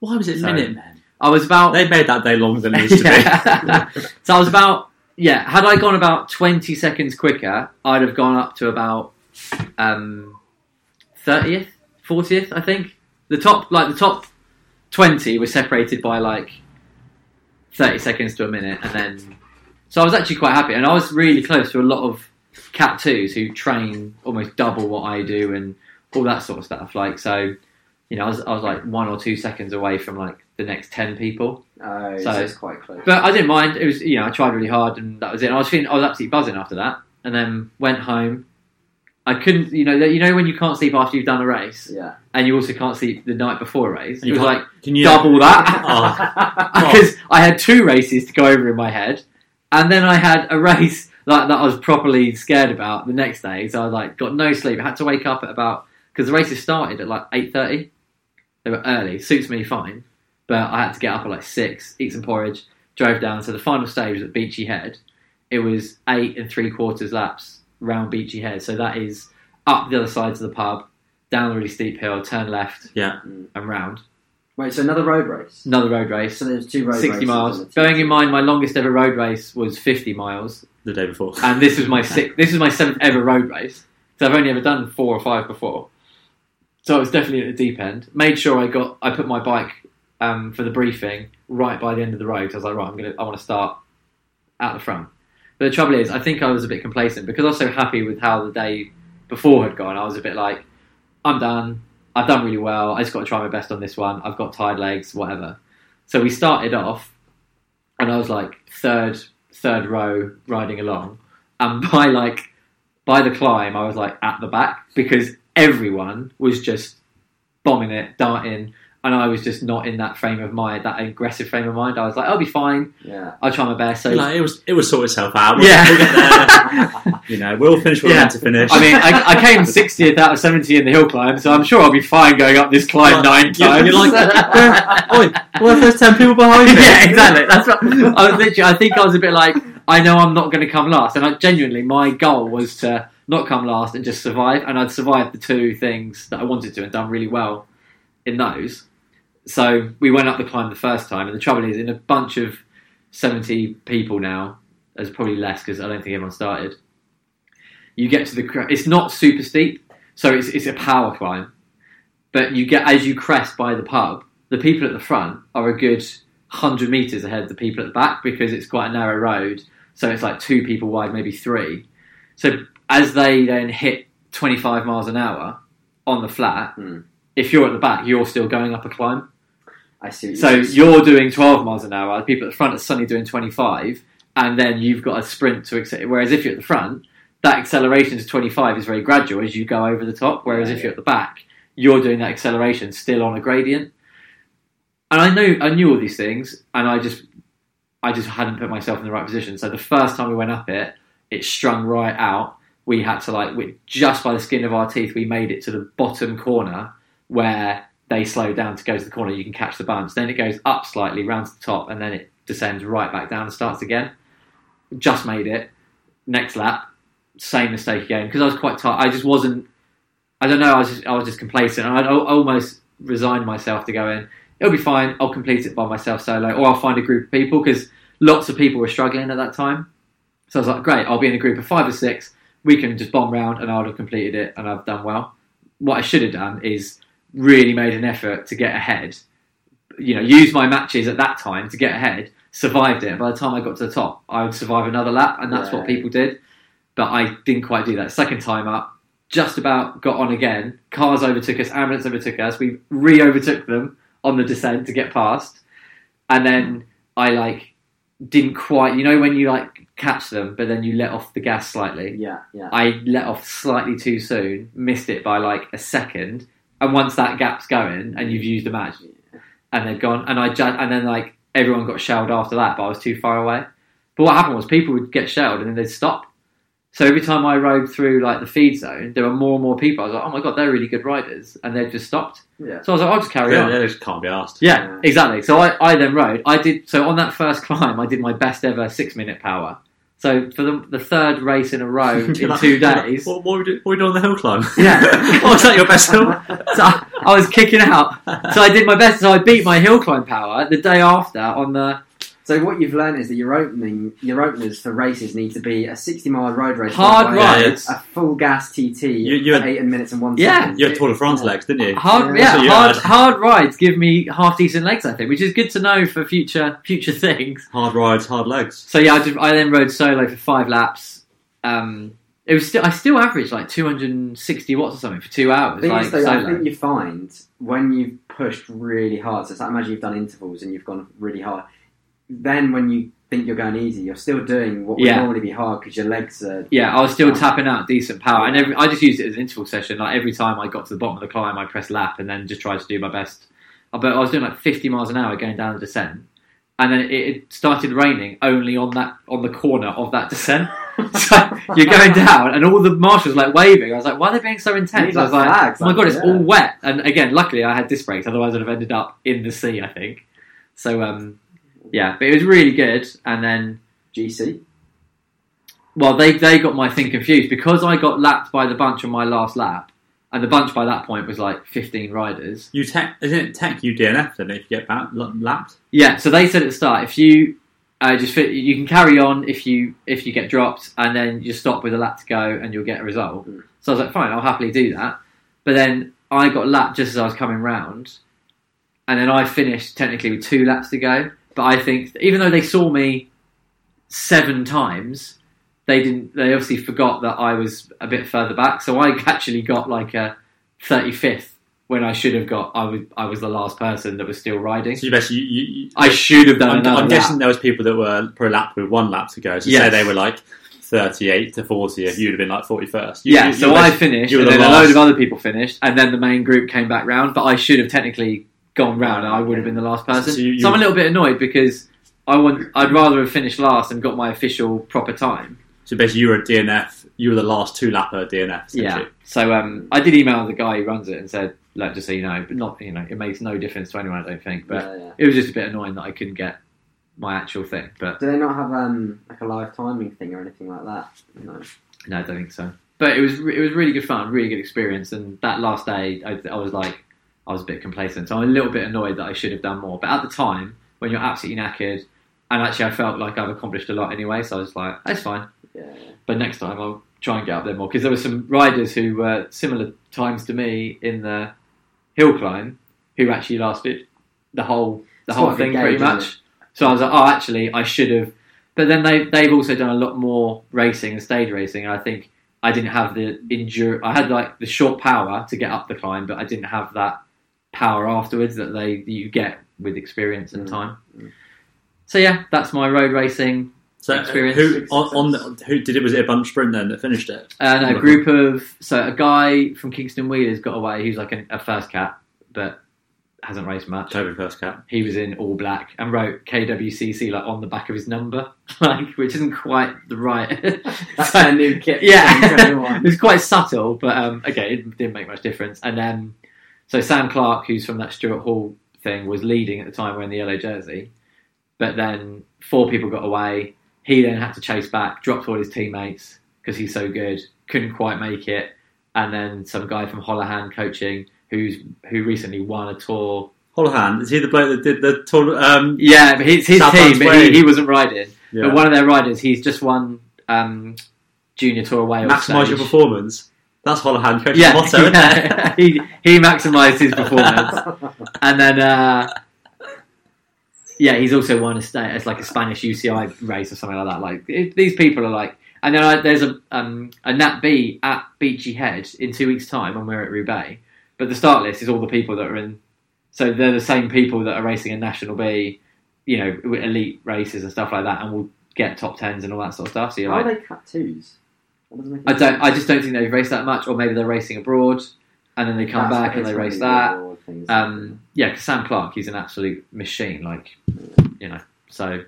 [SPEAKER 1] Why was it
[SPEAKER 2] So-
[SPEAKER 1] Minutemen?
[SPEAKER 3] Ah.
[SPEAKER 2] I was about
[SPEAKER 1] They made that day longer than it used to
[SPEAKER 2] (laughs) Yeah. so I was about yeah. Had I gone about twenty seconds quicker, I'd have gone up to about um thirtieth, fortieth, I think. The top like the top twenty was separated by like thirty seconds to a minute, and then so I was actually quite happy, and I was really close to a lot of cat twos who train almost double what I do and all that sort of stuff. Like so. You know, I was, I was like one or two seconds away from like the next ten people,
[SPEAKER 3] Oh, so,
[SPEAKER 2] So-
[SPEAKER 3] it's quite close.
[SPEAKER 2] but I didn't mind. It was you know I tried really hard and that was it. And I was feeling I was absolutely buzzing after that, and then went home. I couldn't, you know, you know when you can't sleep after you've done a race, (laughs)
[SPEAKER 3] yeah.
[SPEAKER 2] and you also can't sleep the night before a race.
[SPEAKER 1] be.
[SPEAKER 2] It was like
[SPEAKER 1] Can you
[SPEAKER 2] double
[SPEAKER 3] (laughs)
[SPEAKER 2] that Ah.
[SPEAKER 1] Oh.
[SPEAKER 2] because I had two races to go over in my head, and then I had a (laughs) race like that I was properly scared about the next day. So I like got no sleep. I had to wake up at about because the races started at like eight thirty. They were early, suits me fine, but I had to get up at like six, eat some porridge, drove down. So the final stage was at Beachy Head. It was eight and three quarters laps round Beachy Head. So that is up the other side to the pub, down the really steep hill, turn left,
[SPEAKER 1] Yeah.
[SPEAKER 3] Mm.
[SPEAKER 2] and round.
[SPEAKER 3] Wait, so another road race.
[SPEAKER 2] Another road race,
[SPEAKER 3] So there's two road races.
[SPEAKER 2] sixty miles.
[SPEAKER 3] on the
[SPEAKER 2] Bearing
[SPEAKER 3] team.
[SPEAKER 2] in mind, my longest ever road race was fifty miles,
[SPEAKER 1] the day before.
[SPEAKER 2] and this was my sixth. This was my seventh ever road race. So I've only ever done four or five before. So I was definitely at the deep end. Made sure I got. I put my bike um, for the briefing right by the end of the road. 'cause I was like, right, I'm gonna. I want to start at the front. But the trouble is, I think I was a bit complacent because I was so happy with how the day before had gone. I was a bit like, I'm done. I've done really well. I just got to try my best on this one. I've got tired legs, whatever. So we started off, and I was like third, third row riding along, and (laughs) by like by the climb, I was like at the back because everyone was just bombing it, darting, and I was just not in that frame of mind, that aggressive frame of mind. I was like, I'll be fine.
[SPEAKER 3] Yeah.
[SPEAKER 2] I'll try my best. So
[SPEAKER 1] Like, it was it was sort itself out. We'll,
[SPEAKER 2] Yeah.
[SPEAKER 1] we'll get there. You know, we'll finish what
[SPEAKER 2] Yeah.
[SPEAKER 1] we meant to finish.
[SPEAKER 2] I mean, I, I came 60th out of 70 in the hill climb, so I'm sure I'll be fine going up this climb
[SPEAKER 1] Like,
[SPEAKER 2] nine
[SPEAKER 1] (laughs) you-
[SPEAKER 2] times.
[SPEAKER 1] you're like,
[SPEAKER 2] (laughs)
[SPEAKER 1] Oi, well, there's ten people (laughs) behind me.
[SPEAKER 2] yeah, exactly. That's right. (laughs) I was literally. I think I was a bit like, I know I'm not going to come last, and I, genuinely, my goal was to not come last and just survive. And I'd survived the two things that I wanted to, and done really well in those. So we went up the climb the first time, and the trouble is, in a bunch of seventy people now, there's probably less because I don't think everyone started. You get to the. cre- It's not super steep, so it's it's a power climb. But you get as you crest by the pub, the people at the front are a good hundred meters ahead of the people at the back because it's quite a narrow road. So it's like two people wide, maybe three. So as they then hit twenty five miles an hour on the flat,
[SPEAKER 3] Hmm.
[SPEAKER 2] if you're at the back, you're still going up a climb.
[SPEAKER 3] (laughs) I see. What
[SPEAKER 2] So
[SPEAKER 3] you mean.
[SPEAKER 2] you're doing 12 miles an hour, the people at the front are suddenly doing 25, and then you've got a sprint to accelerate. Whereas if you're at the front, that acceleration to 25 is very gradual as you go over the top. Whereas
[SPEAKER 3] Yeah,
[SPEAKER 2] if
[SPEAKER 3] yeah.
[SPEAKER 2] you're at the back, you're doing that acceleration still on a gradient. And I knew I knew all these things, and I just I just hadn't put myself in the right position. So the first time we went up it, it strung right out. We had to like, we, just by the skin of our teeth, we made it to the bottom corner where they slow down to go to the corner. You can catch the bounce. Then it goes up slightly, round to the top, and then it descends right back down and starts again. Just made it. Next lap, same mistake again because I was quite tired. I just wasn't. I don't know. I was just, I was just complacent. and I'd al- almost resigned myself to go in. It'll be fine. I'll complete it by myself solo, or I'll find a group of people because lots of people were struggling at that time. So I was like, great, I'll be in a group of five or six. We can just bomb round, and I'd have completed it, and I've done well. What I should have done is really made an effort to get ahead. You know, use my matches at that time to get ahead. Survived it. By the time I got to the top, I would survive another lap, and that's what
[SPEAKER 3] Right.
[SPEAKER 2] people did. But I didn't quite do that. Second time up, just about got on again. Cars overtook us. Ambulance overtook us. We re-overtook them on the descent to get past, and then I like didn't quite. You know when you like catch them, but then you let off the gas slightly.
[SPEAKER 3] Yeah. Yeah.
[SPEAKER 2] I let off slightly too soon, missed it by like a second, and once that gap's going and you've used a match, and they've gone, and I ju- and then like everyone got shelled after that, but I was too far away. But what happened was people would get shelled and then they'd stop. So every time I rode through like the feed zone, there were more and more people. I was like, oh my god, they're really good riders, and they'd just stopped.
[SPEAKER 3] Yeah.
[SPEAKER 2] So I was like, I'll just carry
[SPEAKER 1] Yeah,
[SPEAKER 2] on.
[SPEAKER 1] they just can't be asked.
[SPEAKER 2] Yeah,
[SPEAKER 3] Yeah.
[SPEAKER 2] exactly. So I, I then rode. I did so on that first (laughs) climb. I did my best ever six minute power. So for the, the third race in a
[SPEAKER 1] (laughs)
[SPEAKER 2] row in
[SPEAKER 1] You're like-
[SPEAKER 2] two
[SPEAKER 1] you're like,
[SPEAKER 2] days,
[SPEAKER 1] what, what, are we do, what are we doing on the hill climb?
[SPEAKER 2] (laughs)
[SPEAKER 1] (laughs)
[SPEAKER 2] Yeah.
[SPEAKER 1] oh, is that your best
[SPEAKER 2] (laughs)
[SPEAKER 1] hill?
[SPEAKER 2] so I, I was kicking out. So I did my best. So I beat my hill climb power the day after on the
[SPEAKER 3] (laughs) So what you've learned is that your opening, your openers for races need to be a 60 mile road race,
[SPEAKER 2] hard
[SPEAKER 3] followed by
[SPEAKER 1] yeah.
[SPEAKER 2] ride.
[SPEAKER 3] a full gas TT,
[SPEAKER 1] You- you had-
[SPEAKER 3] at eight and minutes and one
[SPEAKER 2] Yeah.
[SPEAKER 3] second.
[SPEAKER 1] You had Tour de France legs, didn't you?
[SPEAKER 2] Hard,
[SPEAKER 3] Yeah.
[SPEAKER 2] yeah,
[SPEAKER 1] So you
[SPEAKER 2] hard,
[SPEAKER 1] had-
[SPEAKER 2] hard rides give me half decent legs, I think, which is good to know for future future (laughs) things.
[SPEAKER 1] Hard rides, hard legs.
[SPEAKER 2] So yeah, I, did, I then rode solo for five laps. Um, it was still I still averaged like 260 watts or something for two hours.
[SPEAKER 3] The thing
[SPEAKER 2] Like,
[SPEAKER 3] is, though, I
[SPEAKER 2] solo.
[SPEAKER 3] think you find when you've pushed really hard, so it's like, imagine you've done intervals and you've gone really hard. Then when you think you're going easy, you're still doing what would
[SPEAKER 2] Yeah.
[SPEAKER 3] normally be hard because your
[SPEAKER 2] (laughs)
[SPEAKER 3] legs are.
[SPEAKER 2] Yeah, I was still
[SPEAKER 3] Yeah.
[SPEAKER 2] tapping out decent power, and every, I just used it as an interval session. Like every time I got to the bottom of the climb, I pressed lap and then just tried to do my best. Uh, But I was doing like 50 miles an hour going down the descent, and then it, it started raining only on that on the corner of that descent. (laughs) so you're
[SPEAKER 3] (laughs)
[SPEAKER 2] going down, and all the marshals like waving. I was like, "Why are they being so intense?"
[SPEAKER 3] Need,
[SPEAKER 2] I was
[SPEAKER 3] like,
[SPEAKER 2] like,
[SPEAKER 3] flags,
[SPEAKER 2] "Oh my
[SPEAKER 3] like,
[SPEAKER 2] god, it's
[SPEAKER 3] yeah."
[SPEAKER 2] all wet!" And again, luckily I had disc brakes, otherwise I'd have ended up in the sea, I think. So um, yeah, but it was really good. And then,
[SPEAKER 3] GC.
[SPEAKER 2] well, they they got my thing confused because I got lapped by the bunch on my last lap, and the bunch by that point was like fifteen riders.
[SPEAKER 1] You tech, isn't it tech you DNF then if you get back, l- lapped?
[SPEAKER 2] Yeah, so they said at the start, if you uh, just fit, you can carry on if you if you get dropped, and then you stop with a lap to go, and you'll get a result.
[SPEAKER 3] Mm.
[SPEAKER 2] So I was like, fine, I'll happily do that. But then I got lapped just as I was coming round, and then I finished technically with two laps to go. But I think even though they saw me seven times, they didn't. They obviously forgot that I was a bit further back, so I (laughs) actually got like a thirty fifth when I should have got. I was I was the last person that was still riding.
[SPEAKER 1] So you basically, you, you,
[SPEAKER 2] I should have done
[SPEAKER 1] I'm,
[SPEAKER 2] another
[SPEAKER 1] I'm
[SPEAKER 2] lap.
[SPEAKER 1] guessing there was people that were per lap with one lap to go. So say
[SPEAKER 2] Yes.
[SPEAKER 1] they were like 38 to 40th, you'd have been like 41st. You-
[SPEAKER 2] yeah,
[SPEAKER 1] you-
[SPEAKER 2] so
[SPEAKER 1] you
[SPEAKER 2] I
[SPEAKER 1] basically-
[SPEAKER 2] finished,
[SPEAKER 1] you were
[SPEAKER 2] and
[SPEAKER 1] the
[SPEAKER 2] then a
[SPEAKER 1] last.
[SPEAKER 2] load of other people finished, and then the main group came back round. But I should have technically gone round, and I would have been the last person.
[SPEAKER 1] So
[SPEAKER 2] So,
[SPEAKER 1] you-
[SPEAKER 2] I'm a
[SPEAKER 1] you-
[SPEAKER 2] little bit annoyed because I want. I'd rather have finished last and got my official proper time.
[SPEAKER 1] So basically, you were a DNF. You were the last two lapper DNF.
[SPEAKER 2] Yeah.
[SPEAKER 1] essentially.
[SPEAKER 2] So um, I did email the guy who runs it and said, "Look, just so you know, but not you know, it makes no difference to anyone, I don't think." But
[SPEAKER 3] Yeah, yeah.
[SPEAKER 2] it was just a bit annoying that I couldn't get my actual thing. But
[SPEAKER 3] Do they not have um, like a live timing thing or anything like that? No.
[SPEAKER 2] No, I don't think so. But it was re- it was really good fun, really good experience. And that last day, I, I was like, I was a bit complacent. So I'm a little bit annoyed that I should have done more. But at the time, when you're absolutely knackered, and actually I felt like I've accomplished a lot anyway, so I was like, that's fine.
[SPEAKER 3] Yeah, yeah.
[SPEAKER 2] But next time I'll try and get up there more because there were some riders who were similar times to me in the hill climb who actually lasted the whole the
[SPEAKER 3] It's
[SPEAKER 2] whole
[SPEAKER 3] quite a good
[SPEAKER 2] thing
[SPEAKER 3] gauge,
[SPEAKER 2] pretty
[SPEAKER 3] isn't
[SPEAKER 2] much. So I was like, oh, actually, I should have. But then they they've also done a lot more racing and stage racing, and I think I didn't have the endure. I had like the short power to get up the climb, but I didn't have that power afterwards that they that you get with experience and
[SPEAKER 3] Mm,
[SPEAKER 2] time.
[SPEAKER 3] mm.
[SPEAKER 2] So yeah, that's my road racing
[SPEAKER 1] So
[SPEAKER 2] Experience.
[SPEAKER 1] Uh, who on, on the, who did it? Was it a bunch sprint then that finished it?
[SPEAKER 2] And a
[SPEAKER 1] Lovely.
[SPEAKER 2] group of so a guy from Kingston Wheelers got away. He's like a, a first cat, but hasn't raced much.
[SPEAKER 1] Toby first cap.
[SPEAKER 2] He was in all black and wrote KWCC like on the back of his number, (laughs) like which isn't quite the right.
[SPEAKER 3] That's
[SPEAKER 2] So- (laughs)
[SPEAKER 3] their new kit. for
[SPEAKER 2] yeah, (laughs)
[SPEAKER 3] (laughs) 2021.
[SPEAKER 2] it was quite subtle, but um, okay, it didn't make much difference. And um, so Sam Clark, who's from that Stuart Hall thing, was leading at the time wearing the yellow jersey, but then four people got away. He then had to chase back, dropped all his teammates because he's so good, couldn't quite make it. And then some guy from Holohan coaching, who's who recently won a tour.
[SPEAKER 1] Holohan is he the bloke that did the tour? Um,
[SPEAKER 2] Yeah, but it's his
[SPEAKER 1] South
[SPEAKER 2] team, but he,
[SPEAKER 1] Wales.
[SPEAKER 2] he wasn't riding.
[SPEAKER 1] yeah.
[SPEAKER 2] But one of their riders, he's just won um, junior tour away.
[SPEAKER 1] Maximise your performot's. That's Holohan coaching
[SPEAKER 2] yeah,
[SPEAKER 1] motto. isn't it?
[SPEAKER 2] (laughs) yeah. he he maximised his performance, and then uh, yeah, he's also won a state. It's like a Spanish UCI race or something like that. Like it, these people are like, and then I, there's a um, a Nat B at Beachy Head in two weeks' time when we're at Roubaix. But the start list is all the people that are in. So they're the same people that are racing in National B, you know, with elite races and stuff like that, and will get top tens and all that sort of stuff. So you're
[SPEAKER 3] How
[SPEAKER 2] like,
[SPEAKER 3] are they cut twos? That doesn't make
[SPEAKER 2] I
[SPEAKER 3] any
[SPEAKER 2] don't.
[SPEAKER 3] sense.
[SPEAKER 2] I just don't think they've raced that much, or maybe they're racing abroad, and then they come
[SPEAKER 3] That's-
[SPEAKER 2] back and
[SPEAKER 3] it's
[SPEAKER 2] they
[SPEAKER 3] one of
[SPEAKER 2] race
[SPEAKER 3] these
[SPEAKER 2] that.
[SPEAKER 3] award things.
[SPEAKER 2] Um, yeah, 'cause Sam Clark, he's an absolute machine. Like, you know. So,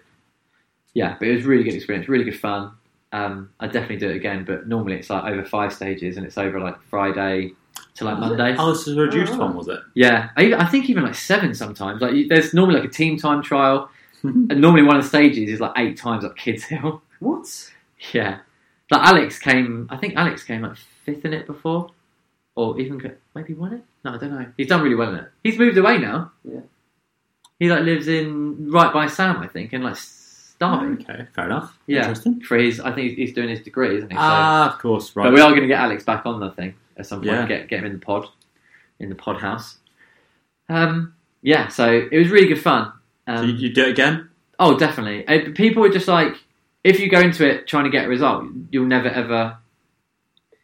[SPEAKER 2] yeah, but it was a really good experience, really good fun. Um, I definitely do it again, but normally it's like over five stages, and it's over like Friday to like
[SPEAKER 3] Is it?
[SPEAKER 2] Monday.
[SPEAKER 1] Oh, this is a reduced
[SPEAKER 3] Oh.
[SPEAKER 1] one, was it?
[SPEAKER 2] Yeah, I, even- I think even like seven sometimes. Like, you, there's normally like a team time
[SPEAKER 3] (laughs)
[SPEAKER 2] trial, and normally one of the stages is like eight times up Kids Hill.
[SPEAKER 3] what?
[SPEAKER 2] Yeah. But Alex came, I think Alex came like fifth in it before, or even co- maybe won it. No, I don't know. He's done really well in it. He's moved away now.
[SPEAKER 3] Yeah.
[SPEAKER 2] He like lives in right by Sam, I think, in like Starving
[SPEAKER 1] Oh, Okay, fair enough.
[SPEAKER 2] Yeah.
[SPEAKER 1] Interesting.
[SPEAKER 2] for his. I think he's doing his degree, isn't he? So,
[SPEAKER 1] Ah, of course, right.
[SPEAKER 2] But we are going to get Alex back on the thing at some point.
[SPEAKER 1] Yeah.
[SPEAKER 2] Get get him in the pod, in the pod house. Um. Yeah. So it was really good fun. Um,
[SPEAKER 1] so you, you do it again?
[SPEAKER 2] Oh, definitely. Uh, People are just like, if you go into it trying to get a result, you'll never ever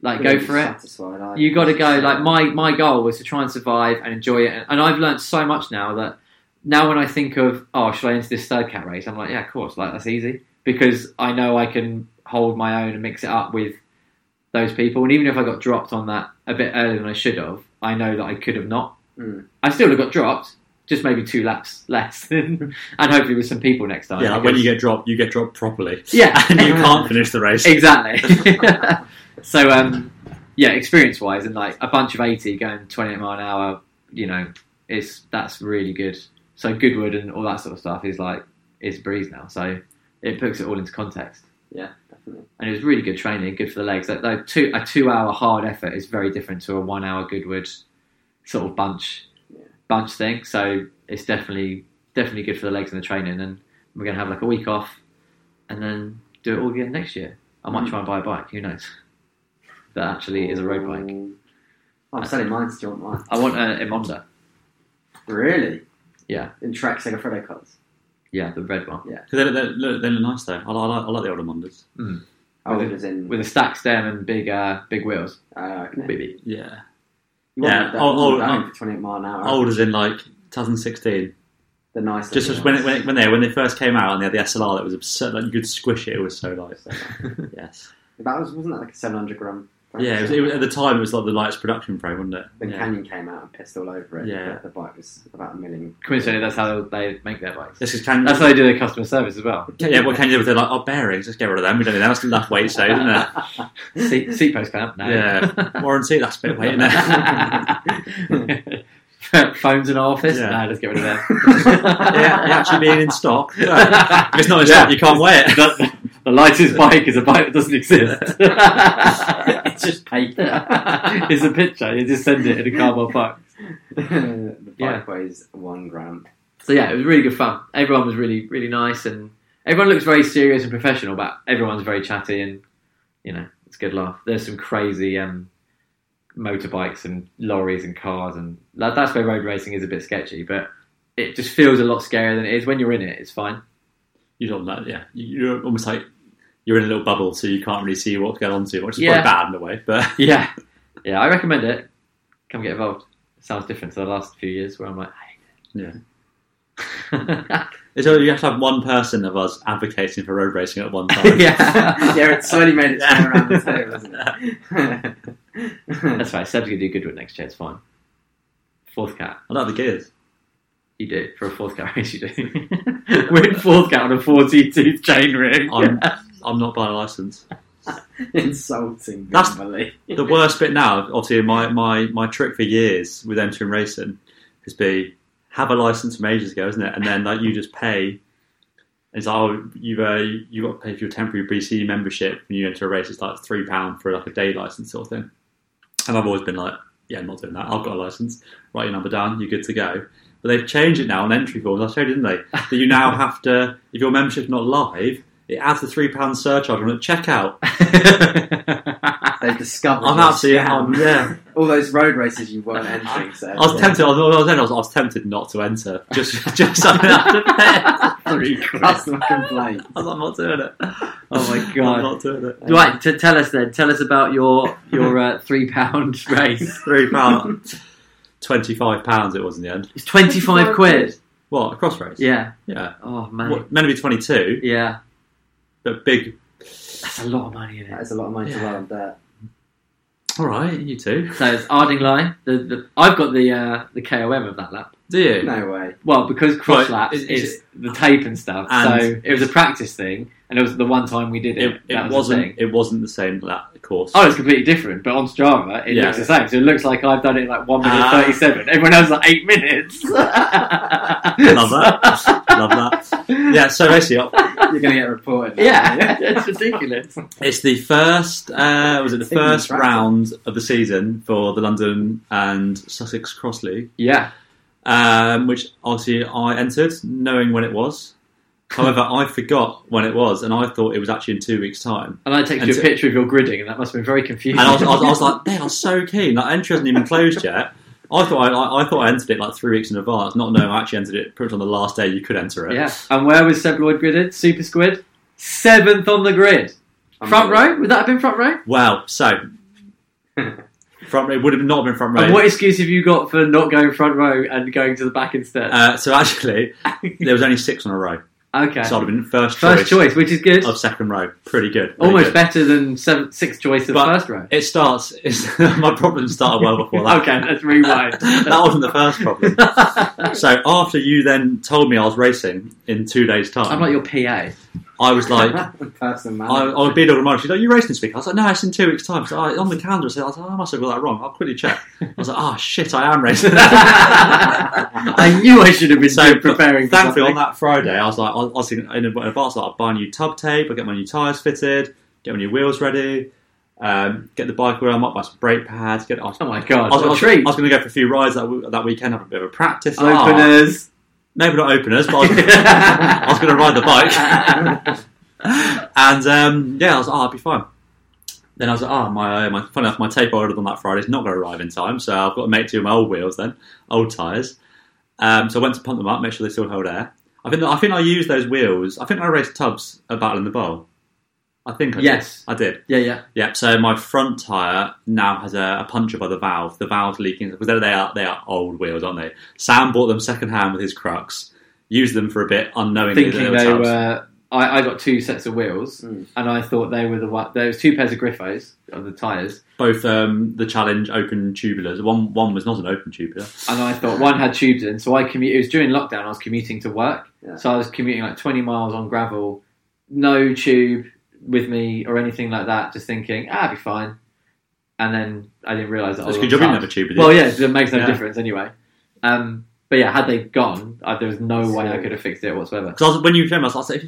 [SPEAKER 2] like go
[SPEAKER 3] Really
[SPEAKER 2] for it.
[SPEAKER 3] satisfied, I-
[SPEAKER 2] You got to go. Like my my goal was to try and survive and enjoy it, and I've learned so much now that now when I think of oh, should I enter this third cat race? I'm like, yeah, of course. Like that's easy because I know I can hold my own and mix it up with those people. And even if I got dropped on that a bit earlier than I should have, I know that I could have not.
[SPEAKER 3] Mm.
[SPEAKER 2] I still would have got dropped, just maybe two laps less, (laughs) and hopefully with some people next time.
[SPEAKER 1] Yeah, like when you
[SPEAKER 2] because-
[SPEAKER 1] get dropped, you get dropped properly.
[SPEAKER 2] (laughs) yeah,
[SPEAKER 1] (laughs) and you can't finish the race.
[SPEAKER 2] exactly. so, um, yeah, experience-wise, and like a bunch of eighty going twenty-eight mile an hour, you know, it's that's really good. So Goodwood and all that sort of stuff is like is a breeze now. So it puts it all into context.
[SPEAKER 3] Yeah, definitely.
[SPEAKER 2] And it was really good training, good for the legs. That, that two, a two hour hard effort is very different to a one hour Goodwood sort of bunch
[SPEAKER 3] Yeah.
[SPEAKER 2] bunch thing. So it's definitely definitely good for the legs and the training. And we're gonna have like a week off, and then do it all again next year. I might
[SPEAKER 3] Mm.
[SPEAKER 2] try and buy a bike. Who knows? (laughs) That actually is a road
[SPEAKER 3] Oh.
[SPEAKER 2] bike.
[SPEAKER 3] I'm selling mine to John Mine.
[SPEAKER 2] I want a Monza.
[SPEAKER 3] Really?
[SPEAKER 2] Yeah.
[SPEAKER 3] In track Segafredo cars.
[SPEAKER 2] Yeah, the red one
[SPEAKER 1] They, look- they, look- they look nice though. I, li- I, like, I like the older Mondas.
[SPEAKER 3] Oh,
[SPEAKER 2] With
[SPEAKER 3] it was in.
[SPEAKER 2] with a stack stem and big uh, big wheels.
[SPEAKER 3] oh, okay.
[SPEAKER 2] Baby.
[SPEAKER 1] Yeah,
[SPEAKER 3] You want
[SPEAKER 1] Yeah,
[SPEAKER 3] that- you
[SPEAKER 1] old-
[SPEAKER 3] want that
[SPEAKER 1] old-
[SPEAKER 3] one for 28 mile an hour.
[SPEAKER 1] old as in like 2016.
[SPEAKER 3] the nice.
[SPEAKER 1] Just
[SPEAKER 3] looking
[SPEAKER 1] when it,
[SPEAKER 3] ones.
[SPEAKER 1] when it, when they when they first came out and they had the SLR, that was absurd. Like you could squish it. It was so light. Yes.
[SPEAKER 3] that was wasn't that like a 700 gram?
[SPEAKER 1] (laughs) Yeah. It was, it was, at the time, it was like the lightest production frame, wasn't it?
[SPEAKER 3] Then
[SPEAKER 1] Yeah.
[SPEAKER 3] Canyon came out and pissed all over it.
[SPEAKER 1] Yeah.
[SPEAKER 3] but the bike was about a million.
[SPEAKER 2] (laughs) Coincidentally, that's how they make their bikes.
[SPEAKER 1] This is Canyon.
[SPEAKER 2] That's how they do their customer service as well.
[SPEAKER 1] yeah, what Canyon did was they're like, oh, bearings, let's get rid of them. We don't need them. That's enough weight saved, isn't
[SPEAKER 2] (laughs)
[SPEAKER 1] it?
[SPEAKER 3] (laughs)
[SPEAKER 2] Seat, seat post clamp. No. (laughs)
[SPEAKER 1] Yeah. Warranty, that's a bit of weight, isn't it? (laughs)
[SPEAKER 2] Phones in our office?
[SPEAKER 1] Yeah.
[SPEAKER 2] No, let's get rid of them.
[SPEAKER 1] (laughs) yeah,
[SPEAKER 2] (laughs)
[SPEAKER 1] it actually being in stock. Yeah. If it's not in
[SPEAKER 2] Yeah.
[SPEAKER 1] stock, you can't wear it. (laughs)
[SPEAKER 2] That's- (laughs) the lightest bike is a bike that doesn't exist. (laughs)
[SPEAKER 3] it's just paper.
[SPEAKER 2] it's a picture. You just send it in a cardboard box.
[SPEAKER 3] (laughs) the bike
[SPEAKER 2] Yeah.
[SPEAKER 3] weighs one gram.
[SPEAKER 2] So yeah, it was really good fun. Everyone was really, really nice, and everyone looks very serious and professional, but everyone's very chatty, and you know, it's a good laugh. There's some crazy um, motorbikes and lorries and cars, and that, that's where road racing is a bit sketchy, but it just feels a lot scarier than it is when you're in it. It's fine.
[SPEAKER 1] You don't know, yeah. You- You're almost like you're in a little bubble, so you can't really see what's going on to, which is
[SPEAKER 2] Yeah.
[SPEAKER 1] quite bad in a way. But
[SPEAKER 2] (laughs) (laughs) Yeah, yeah, I recommend it. Come get involved. It sounds different to the last few years where I'm like, I hate it. Yeah.
[SPEAKER 1] it's only, you have to have one person of us advocating for road racing at one time.
[SPEAKER 2] (laughs) yeah.
[SPEAKER 3] yeah, it slowly made its way
[SPEAKER 1] Yeah.
[SPEAKER 3] around the table, hasn't
[SPEAKER 1] (laughs)
[SPEAKER 3] it?
[SPEAKER 2] (laughs) That's right. Seb's gonna do good with next year. It's fine. Fourth cat,
[SPEAKER 1] I like the gears.
[SPEAKER 2] you do for a fourth (laughs) cat race. You do. Win fourth cat on a forty-tooth chain ring. (laughs)
[SPEAKER 1] I'm, I'm not buying a license.
[SPEAKER 3] Insulting.
[SPEAKER 1] That's-
[SPEAKER 3] Gimli.
[SPEAKER 1] The worst bit now, obviously, my, my, my trick for years with entering racing has been have a license from ages ago, isn't it? And then like you just pay. It's like, oh, you've uh, you got to pay for your temporary BC membership when you enter a race. It's like three pound for like a day license sort of thing. And I've always been like, yeah, I'm not doing that. I've got a license. Write your number down. You're good to go. But they've changed it now on entry forms. I showed you, didn't they? That you now have to, if your membership's not live, it adds the three pound surcharge on at checkout.
[SPEAKER 3] They've discovered.
[SPEAKER 1] I'm
[SPEAKER 3] your
[SPEAKER 1] absolutely
[SPEAKER 3] scam.
[SPEAKER 1] on. Yeah.
[SPEAKER 3] All those road races you weren't entering. So
[SPEAKER 1] I was tempted. I was, when I was in, I was, I was tempted not to enter. Just, (laughs) just something after (laughs) that.
[SPEAKER 2] Three
[SPEAKER 3] (laughs) That's my complaint.
[SPEAKER 1] I was like, I'm not doing it.
[SPEAKER 2] Oh my
[SPEAKER 1] I'm
[SPEAKER 2] god!
[SPEAKER 1] not doing it.
[SPEAKER 2] Right, to tell us then. Tell us about your your uh, three pound (laughs) race.
[SPEAKER 1] (laughs) Three pound, twenty-five pounds. It was in the end.
[SPEAKER 2] It's twenty-five quid.
[SPEAKER 1] What a cross race?
[SPEAKER 2] Yeah.
[SPEAKER 1] yeah.
[SPEAKER 2] Oh man.
[SPEAKER 1] What, meant to be twenty-two,
[SPEAKER 2] Yeah.
[SPEAKER 1] but big.
[SPEAKER 2] That's a lot of money in it.
[SPEAKER 3] That is a lot of money to
[SPEAKER 1] Yeah.
[SPEAKER 3] run on dirt.
[SPEAKER 1] All right, you two.
[SPEAKER 2] So it's Arding Line. The, the I've got the uh, the KOM of that lap.
[SPEAKER 1] Do you?
[SPEAKER 3] No way.
[SPEAKER 2] Well, because cross
[SPEAKER 1] Well,
[SPEAKER 2] laps
[SPEAKER 1] it's-
[SPEAKER 2] is, the tape and stuff,
[SPEAKER 1] And-
[SPEAKER 2] so it was a practice thing, and it was the one time we did it.
[SPEAKER 1] It, it
[SPEAKER 2] that was The
[SPEAKER 1] wasn't.
[SPEAKER 2] thing.
[SPEAKER 1] It wasn't the same that course.
[SPEAKER 2] Oh, it's completely different, but on Strava, it
[SPEAKER 1] Yeah.
[SPEAKER 2] looks the same. So it looks like I've done it in like one minute
[SPEAKER 1] Ah.
[SPEAKER 2] thirty-seven. Everyone else is like
[SPEAKER 1] (laughs)
[SPEAKER 2] eight minutes. Love
[SPEAKER 1] that. Love (laughs) that. Yeah. So basically,
[SPEAKER 3] You're going to get reported. now,
[SPEAKER 2] Yeah,
[SPEAKER 1] (laughs)
[SPEAKER 3] aren't you?
[SPEAKER 2] it's ridiculous.
[SPEAKER 1] It's the first. Uh, was it the
[SPEAKER 3] It's even
[SPEAKER 1] first
[SPEAKER 3] attractive.
[SPEAKER 1] round of the season for the London and Sussex Cross League,
[SPEAKER 2] Yeah,
[SPEAKER 1] um, which obviously I entered, knowing when it was. However, I forgot when it was, and I thought it was actually in two weeks' time.
[SPEAKER 2] and I texted
[SPEAKER 1] And
[SPEAKER 2] you a
[SPEAKER 1] so-
[SPEAKER 2] picture of your gridding, and that must have been very confusing.
[SPEAKER 1] And I was, I was, I was like, "They are so keen! Like entry hasn't even closed yet." I thought I, I, I thought I entered it like three weeks in advance, not knowing I actually entered it pretty much on the last day you could enter it.
[SPEAKER 2] (laughs) yeah. And where was Seb Lloyd gridded? Super Squid, seventh on the grid, front row. Would that have been front row?
[SPEAKER 1] Well,
[SPEAKER 2] (laughs)
[SPEAKER 1] so front it would have not been front row.
[SPEAKER 2] And what excuse have you got for not going front row and going to the back instead?
[SPEAKER 1] uh, so actually, there was only six on a row.
[SPEAKER 2] (laughs) okay.
[SPEAKER 1] So I'd have been first
[SPEAKER 2] First
[SPEAKER 1] choice,
[SPEAKER 2] choice, which is good.
[SPEAKER 1] of second row. Pretty good. really
[SPEAKER 2] Almost
[SPEAKER 1] good.
[SPEAKER 2] better than seventh, sixth choice of
[SPEAKER 1] But-
[SPEAKER 2] first row.
[SPEAKER 1] It starts. It's, (laughs) my problem started well before that.
[SPEAKER 2] okay, let's
[SPEAKER 1] (laughs)
[SPEAKER 2] rewind.
[SPEAKER 1] that wasn't the first
[SPEAKER 2] (laughs)
[SPEAKER 1] problem. So after you then told me I was racing in two days' time,
[SPEAKER 2] I'm like your PA.
[SPEAKER 1] I was
[SPEAKER 2] (laughs)
[SPEAKER 1] like,
[SPEAKER 3] (laughs) person, man.
[SPEAKER 1] I, I would be (laughs) a little She's like, "You racing this week?" I was like, "No, it's in two weeks' time." So I, on the calendar, I said, "I, was like, I must have got that wrong." I'll quickly check. I was like, "Oh shit, I am
[SPEAKER 2] (laughs)
[SPEAKER 1] racing."
[SPEAKER 2] I knew I should have been
[SPEAKER 1] So,
[SPEAKER 2] so preparing. for
[SPEAKER 1] Thankfully, on
[SPEAKER 2] something.
[SPEAKER 1] that Friday, I was like, I I was thinking in advance, like, I'll buy a new tub tape, I'll get my new tyres fitted, get my new wheels ready, um, get the bike where I'm up, buy some brake pads, get. I was,
[SPEAKER 2] Oh my god!
[SPEAKER 1] I was,
[SPEAKER 2] what a
[SPEAKER 1] I
[SPEAKER 2] treat.
[SPEAKER 1] was going to go for a few rides that, w- that weekend, have a bit of a practice.
[SPEAKER 2] Oh.
[SPEAKER 1] Ah,
[SPEAKER 2] Openers.
[SPEAKER 1] maybe not openers,
[SPEAKER 2] (laughs)
[SPEAKER 1] but I was, I was going to ride the bike. and um, yeah, I was like, oh, I'll be fine. Then I was like, oh, my, my, funny enough, my tape I ordered on that Friday is not going to arrive in time, so I've got to make two of my old wheels then, old tyres. Um, so I went to pump them up, make sure they still hold air. I think I think I used those wheels. I think I raced tubs at Battle in the Bowl. I think I
[SPEAKER 2] Yes.
[SPEAKER 1] did. I did.
[SPEAKER 2] (laughs) yeah, yeah.
[SPEAKER 1] Yep. So my front tire now has a, a puncture by the valve. The valve's leaking because they are they are old wheels, aren't they? Sam bought them second hand with his crux, used them for a bit unknowingly. that
[SPEAKER 2] Thinking they
[SPEAKER 1] tubs.
[SPEAKER 2] were. I, I got two sets of wheels,
[SPEAKER 1] Hmm.
[SPEAKER 3] Mm.
[SPEAKER 2] and I thought they were the one. There was two pairs of Griffos of the tires,
[SPEAKER 1] both um, the challenge open tubulars. One one was not an open tubular.
[SPEAKER 2] and I thought one had tubes in. So I commute. It was during lockdown. I was commuting to work,
[SPEAKER 3] Yeah.
[SPEAKER 2] so I was commuting like twenty miles on gravel, no tube with me or anything like that. Just thinking, ah, I'll be fine. And then I didn't realise that. I
[SPEAKER 1] That's
[SPEAKER 2] was
[SPEAKER 1] a good
[SPEAKER 2] on
[SPEAKER 1] job you
[SPEAKER 2] tubs.
[SPEAKER 1] never tubular.
[SPEAKER 2] Well, yeah, it makes no
[SPEAKER 1] Yeah.
[SPEAKER 2] difference anyway. Um, but yeah, had they gone, I, there was no way I
[SPEAKER 3] So-
[SPEAKER 2] could have fixed it whatsoever.
[SPEAKER 1] Because when you came, I was like,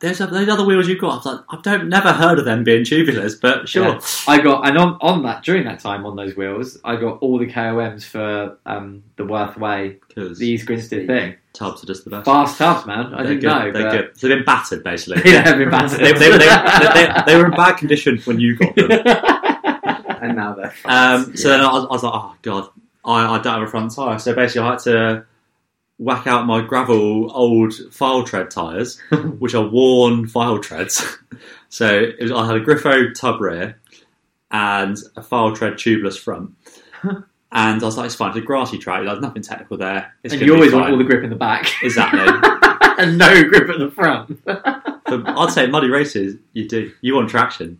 [SPEAKER 1] "There's a, those other wheels you've got." I was like, "I don't never heard of them being tubulars, but sure."
[SPEAKER 2] Yeah. I got and on, on that during that time on those wheels, I got all the KOMs for um, the Worth Way,
[SPEAKER 1] Because
[SPEAKER 2] the East Grinstead thing.
[SPEAKER 1] tubs are just the best.
[SPEAKER 2] Fast tubs, man. I
[SPEAKER 1] They're
[SPEAKER 2] didn't
[SPEAKER 1] good.
[SPEAKER 2] know.
[SPEAKER 1] They're
[SPEAKER 2] but
[SPEAKER 1] good. So they've been battered basically.
[SPEAKER 2] (laughs) Yeah, they've been battered.
[SPEAKER 1] they, they, they, they, they were in bad condition when you got them.
[SPEAKER 3] (laughs) and now they're
[SPEAKER 1] Um, so then I was, I was like, oh god, I, I don't have a front tire. So basically, I had to whack out my gravel old file tread
[SPEAKER 2] (laughs)
[SPEAKER 1] tires, which are worn file treads. (laughs) so it was, I had a Griffo tub rear and a file tread tubeless
[SPEAKER 2] (laughs)
[SPEAKER 1] front. And I was like, it's fine, it's a grassy track, there's nothing technical there. It's
[SPEAKER 2] and
[SPEAKER 1] gonna
[SPEAKER 2] you
[SPEAKER 1] be
[SPEAKER 2] always
[SPEAKER 1] fine.
[SPEAKER 2] want all the grip in the back (laughs)
[SPEAKER 1] Exactly. (laughs)
[SPEAKER 2] and no grip at the front.
[SPEAKER 1] But I'd say muddy races, you do. You want traction.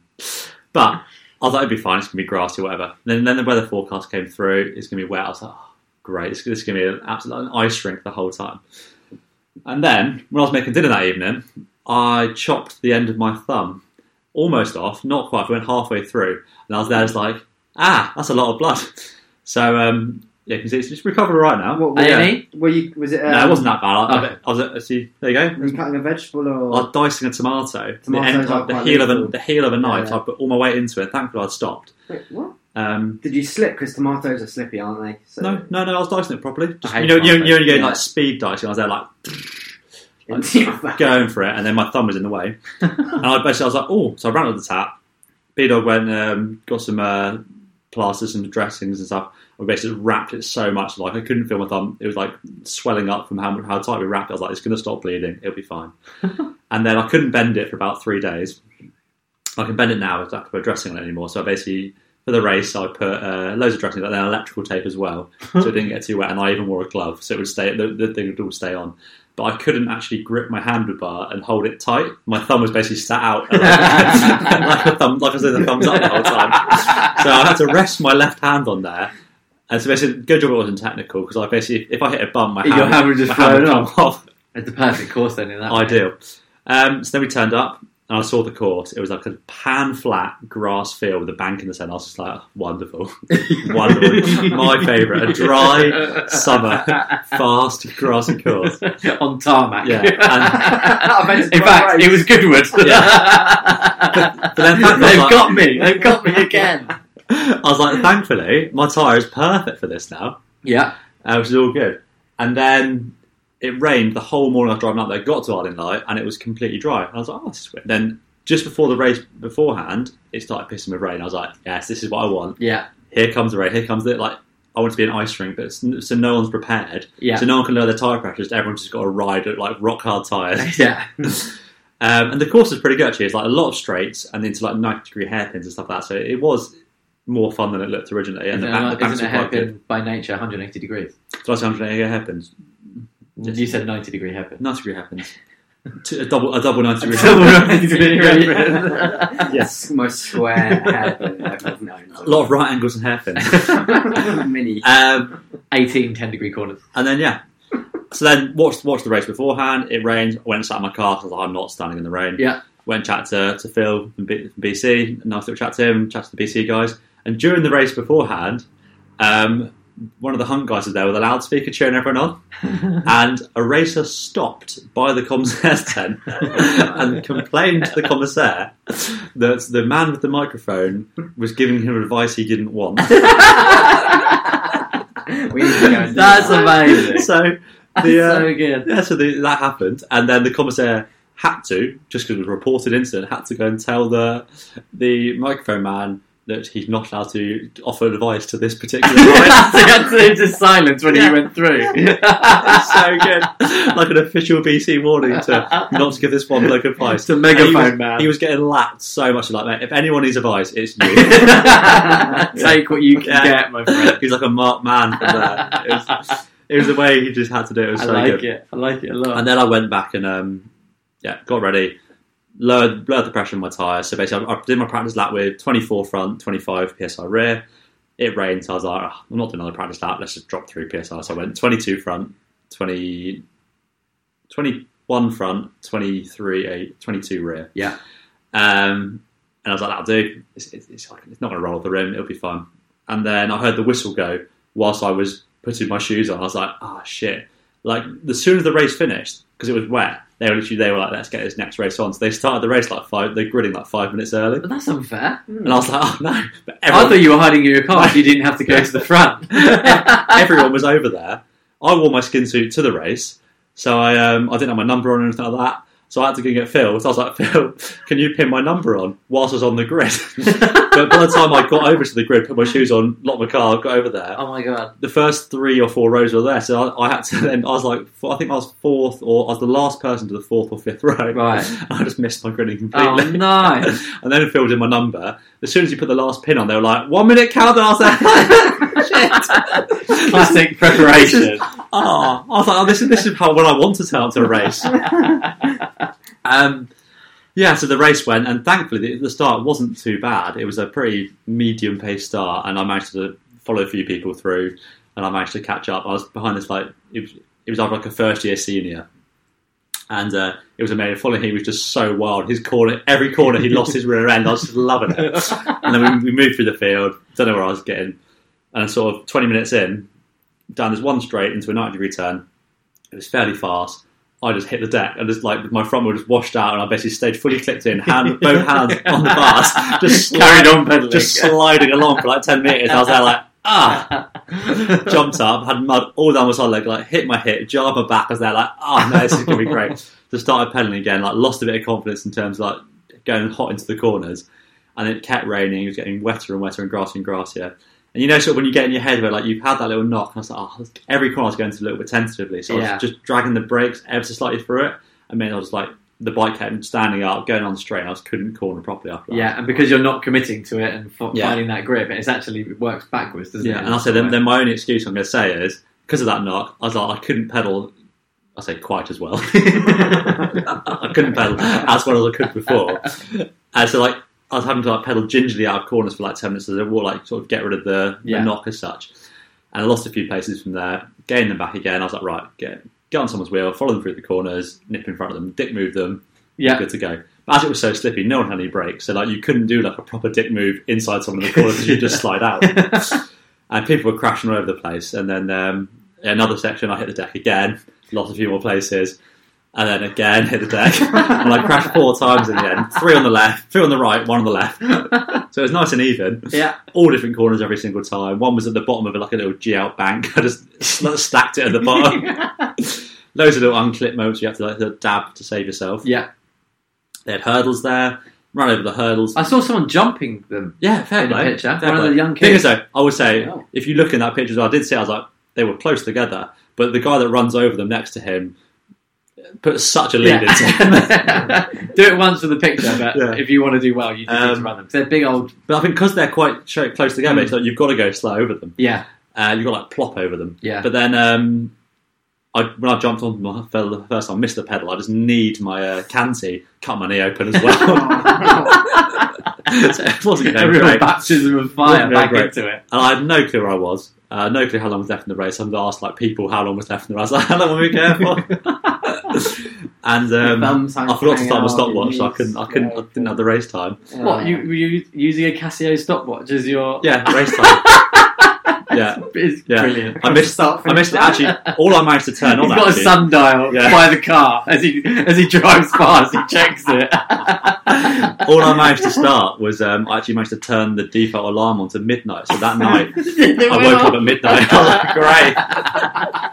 [SPEAKER 1] But I thought it'd be fine. It's going to be grassy, whatever. And then, then the weather forecast came through. It's going to be wet. I was like, oh, great. This, this is going to be an absolute an ice rink the whole time. And then when I was making dinner that evening, I chopped the end of my thumb almost off, not quite. I went halfway through. And I was there, it's like, ah, that's a lot of blood. So, um, yeah, you can see it's, it's recovered right now.
[SPEAKER 3] What,
[SPEAKER 2] A
[SPEAKER 3] yeah.
[SPEAKER 2] and E.
[SPEAKER 3] Were you? Was it? Um,
[SPEAKER 1] no, it wasn't that bad. I,
[SPEAKER 2] Okay.
[SPEAKER 1] I was, I was, see, there you go.
[SPEAKER 3] Were you cutting a vegetable
[SPEAKER 1] I
[SPEAKER 3] or?
[SPEAKER 1] was dicing a tomato, the,
[SPEAKER 3] Tomatoes
[SPEAKER 1] end,
[SPEAKER 3] are
[SPEAKER 1] the
[SPEAKER 3] quite
[SPEAKER 1] heel of a
[SPEAKER 3] lethal.
[SPEAKER 1] the heel of a knife.
[SPEAKER 3] Yeah.
[SPEAKER 1] so I put all my weight into it. Thankfully, I'd stopped.
[SPEAKER 3] Wait, what?
[SPEAKER 1] Um,
[SPEAKER 3] Did you slip? Because tomatoes are slippy, aren't they? So (laughs)
[SPEAKER 1] no, no, no, I was dicing it properly. Just,
[SPEAKER 2] I
[SPEAKER 1] you
[SPEAKER 2] hate
[SPEAKER 1] know, you,
[SPEAKER 2] tomatoes.
[SPEAKER 1] you only go
[SPEAKER 3] Yeah.
[SPEAKER 1] like speed dicing. I was there like
[SPEAKER 3] Into your mouth.
[SPEAKER 1] going for it, and then my thumb was in the
[SPEAKER 3] (laughs)
[SPEAKER 1] way, and I basically I was like, oh, so I ran up the tap. B dog went um, got some uh, plasters and dressings and stuff. I basically wrapped it so much like I couldn't feel my thumb. It was like swelling up from how how tight we wrapped it. I was like, it's going to stop bleeding. It'll be fine. and then I couldn't bend it for about three days. I can bend it now. I don't have to put dressing on it anymore. So I basically. For the race, I put uh, loads of dressing, but then electrical tape as well, so it didn't get too wet. And I even wore a glove, so it would stay. The, the thing would all stay on but I couldn't actually grip my handlebar and hold it tight. My thumb was basically sat
[SPEAKER 2] (laughs)
[SPEAKER 1] out (laughs) like, like a thumb, like I was doing the thumbs up the whole time. So I had to rest my left hand on there. And so basically, good job it wasn't technical because I basically, if I hit a bump, my
[SPEAKER 2] Your
[SPEAKER 1] hand,
[SPEAKER 2] hand would just
[SPEAKER 1] my hand
[SPEAKER 2] float
[SPEAKER 1] come off.
[SPEAKER 2] (laughs) It's the perfect course then in that. way.
[SPEAKER 1] Ideal. Um, so then we turned up and I saw the course. It was like a pan flat grass field with a bank in the centre. I was just like, "Oh, wonderful, (laughs) wonderful. my favourite, a dry summer, fast grassy course.
[SPEAKER 2] (laughs) on tarmac. (laughs)
[SPEAKER 1] Yeah, and-
[SPEAKER 3] I bet it's
[SPEAKER 2] in
[SPEAKER 3] quite
[SPEAKER 2] fact,
[SPEAKER 3] right.
[SPEAKER 2] it was Goodwood. (laughs)
[SPEAKER 1] But then thank God,
[SPEAKER 2] They've
[SPEAKER 1] like-
[SPEAKER 2] got me. They've got
[SPEAKER 1] (laughs)
[SPEAKER 2] me again.
[SPEAKER 1] I was like, thankfully, my tyre is perfect for this now,
[SPEAKER 2] Yeah.
[SPEAKER 1] uh, which is all good. And then it rained the whole morning I was driving up there, got to Arden Light, and it was completely dry. And I was like, oh, this is weird. Then just before the race beforehand, it started pissing with rain. I was like, yes, this is what I want.
[SPEAKER 2] Yeah.
[SPEAKER 1] Here comes the rain. Here comes the, like, I want to be an ice rink, but it's, so no one's prepared.
[SPEAKER 2] Yeah.
[SPEAKER 1] So no one can lower their tyre pressures. Everyone's just got to ride at, like, rock hard tyres.
[SPEAKER 2] (laughs) Yeah.
[SPEAKER 1] Um, and the course was pretty good actually. It's like a lot of straights and into like ninety degree hairpins and stuff like that. So it was more fun than it looked originally. And
[SPEAKER 2] Isn't,
[SPEAKER 1] the, back, the
[SPEAKER 2] it,
[SPEAKER 1] banks
[SPEAKER 2] isn't
[SPEAKER 1] were
[SPEAKER 2] a
[SPEAKER 1] quite good.
[SPEAKER 2] hairpin by nature 180 degrees?
[SPEAKER 1] So I was 180 degree hairpins, Yes.
[SPEAKER 2] You said 90 degree hairpin.
[SPEAKER 1] ninety degree hairpins, T- a double (laughs) a double ninety degree. hairpin.
[SPEAKER 2] (laughs) yeah.
[SPEAKER 1] (laughs) Yes.
[SPEAKER 3] (laughs) most square hairpin I've ever known.
[SPEAKER 1] A lot of
[SPEAKER 3] (laughs)
[SPEAKER 1] right angles (laughs) and hairpins.
[SPEAKER 3] Mini.
[SPEAKER 1] um, (laughs)
[SPEAKER 2] 18 10 degree corners.
[SPEAKER 1] and then yeah, So then watched watched the race beforehand. It rained. I went and sat in my car. 'cause I was like, I'm not standing in the rain.
[SPEAKER 2] Yeah.
[SPEAKER 1] Went and chat to, to Phil from, B, from BC. Nice little chat to him. Chat to the BC guys. And during the race beforehand, um, one of the hunt guys was there with a loudspeaker cheering everyone on. and a racer stopped by the commissaire's (laughs) tent and complained to the commissaire that the man with the microphone was giving him advice he didn't want.
[SPEAKER 3] We need to go and do
[SPEAKER 2] (laughs) That's
[SPEAKER 3] that. (laughs)
[SPEAKER 2] amazing.
[SPEAKER 1] so
[SPEAKER 2] That's
[SPEAKER 1] the, uh,
[SPEAKER 2] so good.
[SPEAKER 1] yeah, so the, that happened, and then the commissaire had to, just because it was a reported incident, had to go and tell the the microphone man that he's not allowed to offer advice to this particular guy.
[SPEAKER 2] (laughs) they had to just silence when
[SPEAKER 1] (laughs) Yeah.
[SPEAKER 2] he went through.
[SPEAKER 1] It's so good, like an official BC warning to not to give this one bloke advice.
[SPEAKER 2] It's a
[SPEAKER 1] And he
[SPEAKER 2] megaphone
[SPEAKER 1] was, (laughs)
[SPEAKER 2] man.
[SPEAKER 1] He was getting lapped so much. Like, mate, if anyone needs advice, it's you. (laughs)
[SPEAKER 2] (laughs) Take what you can
[SPEAKER 1] Yeah.
[SPEAKER 2] get, my friend.
[SPEAKER 1] he's like a marked man from there. It was, it was the way he just had to do it. It was
[SPEAKER 2] I
[SPEAKER 1] so
[SPEAKER 2] like
[SPEAKER 1] good.
[SPEAKER 2] it. I like it a lot.
[SPEAKER 1] And then I went back and um, yeah, got ready, lowered, lowered the pressure in my tyre. So basically, I, I did my practice lap with 24 front, 25 psi rear. It rained, so I was like, "Ah, I'm not doing another practice lap. Let's just drop three psi. So I went 22 front, 20, 21 front, 23 eight, 22 rear.
[SPEAKER 2] Yeah.
[SPEAKER 1] Um, and I was like, that'll do. It's, it's, it's, like, it's not going to roll off the rim. It'll be fine. And then I heard the whistle go whilst I was putting my shoes on. I was like, ah, shit. Like, as soon as the race finished, because it was wet, they were literally, they were like, let's get this next race on. So they started the race like five, they're gridding like five minutes early.
[SPEAKER 2] but that's unfair.
[SPEAKER 1] And I was like, oh no. But
[SPEAKER 2] Mm. I
[SPEAKER 1] everyone,
[SPEAKER 2] thought you were hiding in your car so you didn't have to go to
[SPEAKER 1] (laughs)
[SPEAKER 2] the front. (laughs)
[SPEAKER 1] everyone was over there. I wore my skin suit to the race. So I, um, I didn't have my number on or anything like that. So I had to go and get Phil. So I was like, (laughs) Phil, can you pin my number on whilst I was on the grid? (laughs) but by the time I got over to the grid, put my shoes on, locked my car, got over there,
[SPEAKER 2] oh my god.
[SPEAKER 1] the first three or four rows were there. So I, I had to then, I was like, four- I think I was fourth or I was the last person to the fourth or fifth (laughs) row.
[SPEAKER 2] Right.
[SPEAKER 1] I just missed my gridding (laughs)
[SPEAKER 2] Oh
[SPEAKER 1] completely.
[SPEAKER 2] no.
[SPEAKER 1] and then filled in my number. As soon as you put the last pin on, they were like, one minute countdown. I was (laughs) like, shit.
[SPEAKER 2] Classic
[SPEAKER 1] This
[SPEAKER 2] (laughs) preparation.
[SPEAKER 1] Oh, I was like, oh, this is this is how when I want to turn up to a race. um, yeah, so the race went, and thankfully the, the start wasn't too bad. It was a pretty medium paced start, and I managed to follow a few people through, and I managed to catch up. I was behind this like it was it was like a first year senior. And uh, it was amazing. Following him, he was just so wild. His corner, every corner, he lost his rear end. I was just loving it. And then we, we moved through the field. Don't know where I was getting. And sort of twenty minutes in, down this one straight into a 90 degree turn. It was fairly fast. I just hit the deck and just like my front wheel just washed out and I basically stayed fully clipped in,
[SPEAKER 2] (laughs)
[SPEAKER 1] hand, both hands on the bars, just
[SPEAKER 2] Carried
[SPEAKER 1] sliding-
[SPEAKER 2] on pedaling.
[SPEAKER 1] just sliding along for like 10 minutes. I was there like, ah, jumped up, had mud all down my side leg, like hit my hip, jarred my back. I was there like, oh no, this is gonna be great. so started pedaling again, like lost a bit of confidence in terms of like going hot into the corners, and it kept raining. It was getting wetter and wetter and grassier and grassier. And you know, sort of when you get in your head where like you've had that little knock, and I was like, oh, every corner I was going to a little bit tentatively, so I
[SPEAKER 2] Yeah.
[SPEAKER 1] was just dragging the brakes ever so slightly through it, and then I was like. The bike kept standing up, going on straight, and I just couldn't corner properly after that.
[SPEAKER 2] Yeah, and because you're not committing to it and f-
[SPEAKER 1] Yeah.
[SPEAKER 2] finding that grip, it's actually it works backwards, doesn't
[SPEAKER 1] Yeah,
[SPEAKER 2] it?
[SPEAKER 1] and I'll say then, then my only excuse I'm going to say is because of that knock, I was like, I couldn't pedal. I say quite as well. (laughs) I couldn't pedal as well as I could before. And so like I was having to like pedal gingerly out of corners for like ten minutes as I walk, like sort of get rid of the, the
[SPEAKER 2] Yeah.
[SPEAKER 1] knock as such. And I lost a few paces from there, gained them back again. I was like, right, get get on someone's wheel, follow them through the corners, nip in front of them, dick move them,
[SPEAKER 2] yeah,
[SPEAKER 1] good to go. But as it was so slippy, no one had any brakes, so like you couldn't do like a proper dick move inside someone in the corner because you just slide out and people were crashing all over the place. And then um, another section, I hit the deck again, lost a few more places, and then again hit the deck. (laughs) and I crashed four times in the end: three on the left, three on the right, one on the left. So it was nice and even.
[SPEAKER 2] yeah.
[SPEAKER 1] All different corners every single time. One was at the bottom of like a little G out bank. (laughs) I just sl- stacked it at the bottom. Loads of little unclip moments you have to like to dab to save yourself.
[SPEAKER 2] yeah.
[SPEAKER 1] They had hurdles there. Ran over the hurdles.
[SPEAKER 2] I saw someone jumping them.
[SPEAKER 1] Yeah, fair
[SPEAKER 2] In the
[SPEAKER 1] play.
[SPEAKER 2] picture,
[SPEAKER 1] fair
[SPEAKER 2] one of
[SPEAKER 1] play.
[SPEAKER 2] the young
[SPEAKER 1] Thing
[SPEAKER 2] kids.
[SPEAKER 1] is, though, I would say
[SPEAKER 3] Oh.
[SPEAKER 1] if you look in that picture, as well, I did see. I was like, they were close together, but the guy that runs over them next to him put such a lead
[SPEAKER 2] (laughs)
[SPEAKER 1] into him.
[SPEAKER 2] Yeah. (laughs) do it once for the picture, but
[SPEAKER 1] Yeah.
[SPEAKER 2] if you want to do well, you just need to
[SPEAKER 1] Um,
[SPEAKER 2] run them. 'Cause They're big old.
[SPEAKER 1] but I think because they're quite sh- close together,
[SPEAKER 2] Mm.
[SPEAKER 1] it's like you've got to go slow over them.
[SPEAKER 2] Yeah, (laughs)
[SPEAKER 1] Uh, you've got to like plop over them.
[SPEAKER 2] yeah.
[SPEAKER 1] But then um, I, when I jumped on my fell the first time, missed the pedal. I just need my uh, canty cut my knee open as well. (laughs) Um, so it wasn't going
[SPEAKER 2] Everyone
[SPEAKER 1] great.
[SPEAKER 2] baptism of fire
[SPEAKER 1] Wasn't going
[SPEAKER 2] back
[SPEAKER 1] great.
[SPEAKER 2] into it.
[SPEAKER 1] And I had no clue where I was. Uh, no clue how long was left in the race. I had to ask like people how long was left in the race. (laughs) I was like, how long were we going for? (laughs) and um, I forgot to start my stopwatch. So I couldn't. I couldn't. I didn't have the race time.
[SPEAKER 4] What you were you using a Casio stopwatch as your?
[SPEAKER 1] Yeah,
[SPEAKER 2] (laughs)
[SPEAKER 1] race time. (laughs) yeah,
[SPEAKER 2] It's
[SPEAKER 1] Yeah.
[SPEAKER 2] brilliant.
[SPEAKER 1] I missed.
[SPEAKER 3] Start
[SPEAKER 1] I missed it. Actually, all I managed to
[SPEAKER 2] (laughs)
[SPEAKER 1] turn on
[SPEAKER 2] He's got a
[SPEAKER 1] actually.
[SPEAKER 2] sundial
[SPEAKER 1] Yeah.
[SPEAKER 2] by the car as he as he drives past. He checks it. (laughs)
[SPEAKER 1] all I managed to start was um, I actually managed to turn the default alarm on to midnight. So
[SPEAKER 2] (laughs)
[SPEAKER 1] that night,
[SPEAKER 3] (laughs)
[SPEAKER 1] I woke up at midnight.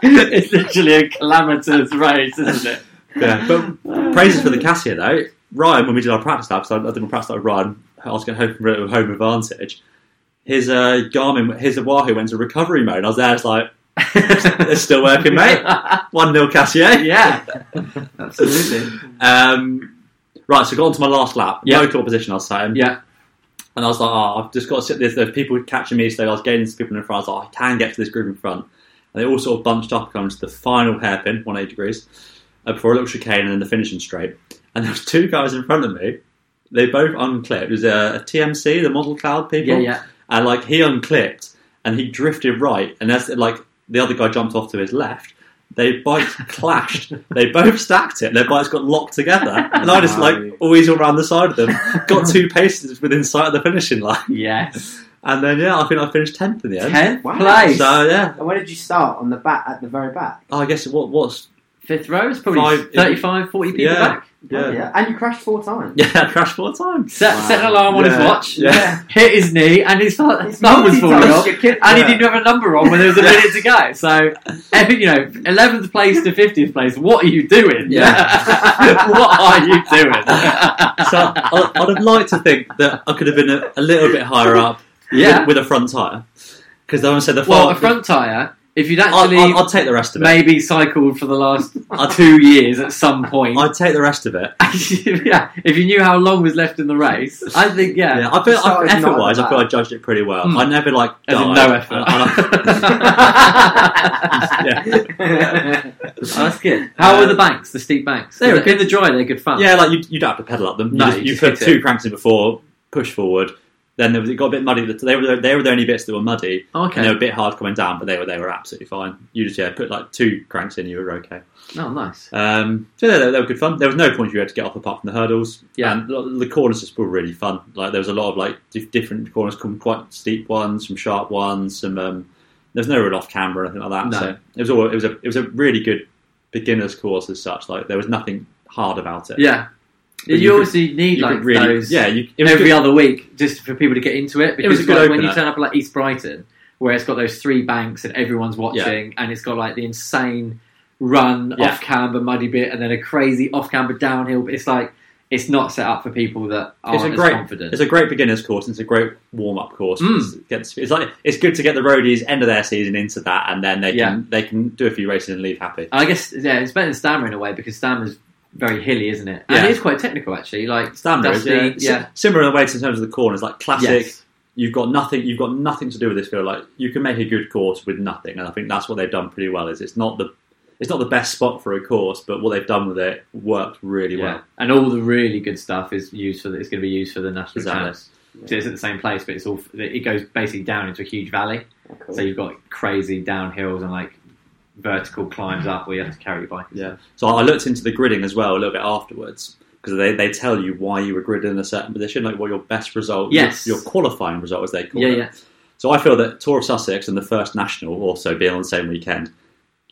[SPEAKER 1] (laughs) Great.
[SPEAKER 2] it's literally a calamitous race, isn't it?
[SPEAKER 1] Yeah, but praises for the Cassia though. Ryan, when we did our practice lab, so I did my practice lab with Ryan, I was going home for home advantage. His uh, Garmin, his Wahoo went to recovery mode. and I was there, it's like it's still (laughs) working,
[SPEAKER 2] (laughs)
[SPEAKER 1] mate. One 0 Cassia.
[SPEAKER 2] yeah, absolutely.
[SPEAKER 1] Um, right, so I got onto my last lap.
[SPEAKER 2] Yeah.
[SPEAKER 1] No Local position, I was saying.
[SPEAKER 2] Yeah.
[SPEAKER 1] And I was like, oh, I've just got to sit There's, there's people catching me, so I was getting to people in front. I was like, I can get to this group in front. And they all sort of bunched up, coming to the final hairpin, 180 degrees, uh, before a little chicane and then the finishing straight. And there was two guys in front of me. They both unclipped. It was a, a TMC, the model cloud people.
[SPEAKER 2] Yeah, yeah.
[SPEAKER 1] And like he unclipped and he drifted right. And as like the other guy jumped off to his left, they
[SPEAKER 2] (laughs)
[SPEAKER 1] bikes clashed. They both stacked it. Their bikes got locked together. And I just like
[SPEAKER 3] Nice.
[SPEAKER 1] always all around the side (laughs) of them. Got two paces within sight of the finishing line.
[SPEAKER 2] Yes,
[SPEAKER 1] And then yeah, I think I finished tenth in the end.
[SPEAKER 2] tenth
[SPEAKER 3] Wow.
[SPEAKER 2] place,
[SPEAKER 1] So yeah,
[SPEAKER 3] And where did you start? On the back, at the very back.
[SPEAKER 1] I guess what what's
[SPEAKER 2] fifth row is probably
[SPEAKER 1] Five-
[SPEAKER 2] 35, 40 people
[SPEAKER 1] Yeah.
[SPEAKER 2] back.
[SPEAKER 3] Oh,
[SPEAKER 1] yeah
[SPEAKER 3] And you crashed four times.
[SPEAKER 1] (laughs) yeah I crashed four times.
[SPEAKER 2] Set,
[SPEAKER 3] Wow.
[SPEAKER 2] set an alarm on his
[SPEAKER 1] Yeah.
[SPEAKER 2] watch,
[SPEAKER 1] Yeah.
[SPEAKER 2] (laughs) hit his knee, and his thumb
[SPEAKER 1] (laughs)
[SPEAKER 3] It's
[SPEAKER 2] thumb was
[SPEAKER 3] easy
[SPEAKER 2] falling
[SPEAKER 3] times,
[SPEAKER 2] off.
[SPEAKER 3] your kid-
[SPEAKER 2] And
[SPEAKER 1] Yeah.
[SPEAKER 2] he didn't have a number on when there was a
[SPEAKER 1] (laughs) Yeah.
[SPEAKER 2] minute to go. So, eh, you know, 11th place to 50th place, what are you doing?
[SPEAKER 1] Yeah.
[SPEAKER 2] (laughs) what are you
[SPEAKER 1] (laughs)
[SPEAKER 2] doing?
[SPEAKER 1] (laughs) So I, I'd have liked to think that I could have been a, a little bit higher up
[SPEAKER 2] yeah.
[SPEAKER 1] with, with a front tire because I said the
[SPEAKER 2] Well,
[SPEAKER 1] far-
[SPEAKER 2] a front tyre, if you'd
[SPEAKER 1] I'll,
[SPEAKER 2] actually
[SPEAKER 1] I'll, I'll take the rest of it.
[SPEAKER 2] maybe cycled for the last
[SPEAKER 1] I'll-
[SPEAKER 2] two years at
[SPEAKER 1] (laughs)
[SPEAKER 2] some point,
[SPEAKER 1] I'd take the rest of it.
[SPEAKER 2] (laughs) yeah, if you knew how long was left in the race, I think, yeah.
[SPEAKER 1] Yeah, I feel
[SPEAKER 3] So
[SPEAKER 1] I,
[SPEAKER 3] it's not
[SPEAKER 1] effort wise, I
[SPEAKER 3] that
[SPEAKER 1] feel I judged it pretty well.
[SPEAKER 2] Hmm.
[SPEAKER 1] I never like
[SPEAKER 2] As
[SPEAKER 1] died.
[SPEAKER 2] in no effort.
[SPEAKER 1] And I- (laughs)
[SPEAKER 2] (laughs)
[SPEAKER 1] yeah.
[SPEAKER 2] Oh, that's good. How were
[SPEAKER 1] Uh,
[SPEAKER 2] the banks? The steep banks?
[SPEAKER 1] they were
[SPEAKER 2] in the dry. They're good fun.
[SPEAKER 1] yeah, like you, you don't have to pedal up them. You
[SPEAKER 2] Ah. No,
[SPEAKER 1] just-
[SPEAKER 2] you
[SPEAKER 1] you,
[SPEAKER 2] just
[SPEAKER 1] put
[SPEAKER 2] hit
[SPEAKER 1] two cranks in before, push forward. Then there was, it got a bit muddy. They were they were the only bits that were muddy, and they
[SPEAKER 2] Oh, Okay.
[SPEAKER 1] were a bit hard coming down, but they were they were absolutely fine. You just yeah put like two cranks in, you were okay.
[SPEAKER 2] Oh, nice.
[SPEAKER 1] Um, so yeah, they, they were good fun. There was no point you had to get off apart from the hurdles.
[SPEAKER 2] Yeah.
[SPEAKER 1] and the, the corners just were really fun. Like there was a lot of like dif- different corners, come quite steep ones, some sharp ones, some. Um, there's no real off camera or anything like that.
[SPEAKER 2] No.
[SPEAKER 1] So it was all it was a it was a really good beginners course as such. Like there was nothing hard about it.
[SPEAKER 2] Yeah.
[SPEAKER 1] But
[SPEAKER 2] You,
[SPEAKER 1] you could-
[SPEAKER 2] obviously need
[SPEAKER 1] you
[SPEAKER 2] like
[SPEAKER 1] could really
[SPEAKER 2] those
[SPEAKER 1] yeah. You, it was
[SPEAKER 2] every
[SPEAKER 1] good-
[SPEAKER 2] other week just for people to get into it
[SPEAKER 1] It was
[SPEAKER 2] because
[SPEAKER 1] a good
[SPEAKER 2] like, when
[SPEAKER 1] opener.
[SPEAKER 2] you turn up at like East Brighton where it's got those three banks and everyone's watching and it's got like the insane run
[SPEAKER 1] Yeah.
[SPEAKER 2] off camber muddy bit and then a crazy off camber downhill but it's like it's not set up for people that aren't
[SPEAKER 1] It's a
[SPEAKER 2] as
[SPEAKER 1] great-
[SPEAKER 2] confident.
[SPEAKER 1] It's a great beginners course. and It's a great warm up course.
[SPEAKER 2] Mm.
[SPEAKER 1] It's- Gets, it's like it's good to get the roadies end of their season into that, and then they
[SPEAKER 2] Yeah.
[SPEAKER 1] can they can do a few races and leave happy.
[SPEAKER 2] I guess yeah, it's better than Stammer in a way because Stammer's very hilly, isn't it? And
[SPEAKER 1] Yeah.
[SPEAKER 2] it is quite technical actually. Like
[SPEAKER 1] Standard,
[SPEAKER 2] Dusty,
[SPEAKER 1] yeah. Si-
[SPEAKER 2] yeah.
[SPEAKER 1] similar in a way to in terms of the corners, like classic.
[SPEAKER 2] Yes.
[SPEAKER 1] You've got nothing. You've got nothing to do with this field. Like you can make a good course with nothing, and I think that's what they've done pretty well. Is it's not the it's not the best spot for a course, but what they've done with it worked really
[SPEAKER 2] Yeah.
[SPEAKER 1] well.
[SPEAKER 2] And all the really good stuff is used for the, it's going to be used for the national
[SPEAKER 1] Exactly.
[SPEAKER 2] channels. So it's at the same place, but it's all it goes basically down into a huge valley. So you've got crazy downhills and like vertical climbs up where you have to carry your bike. and
[SPEAKER 1] Yeah.
[SPEAKER 2] stuff.
[SPEAKER 1] So I looked into the gridding as well a little bit afterwards because they, they tell you why you were gridded in a certain position, like what your best result, your-
[SPEAKER 2] Yes.
[SPEAKER 1] your, qualifying result, as they call
[SPEAKER 2] yeah,
[SPEAKER 1] it.
[SPEAKER 2] yeah.
[SPEAKER 1] So I feel that Tour of Sussex and the First National also being on the same weekend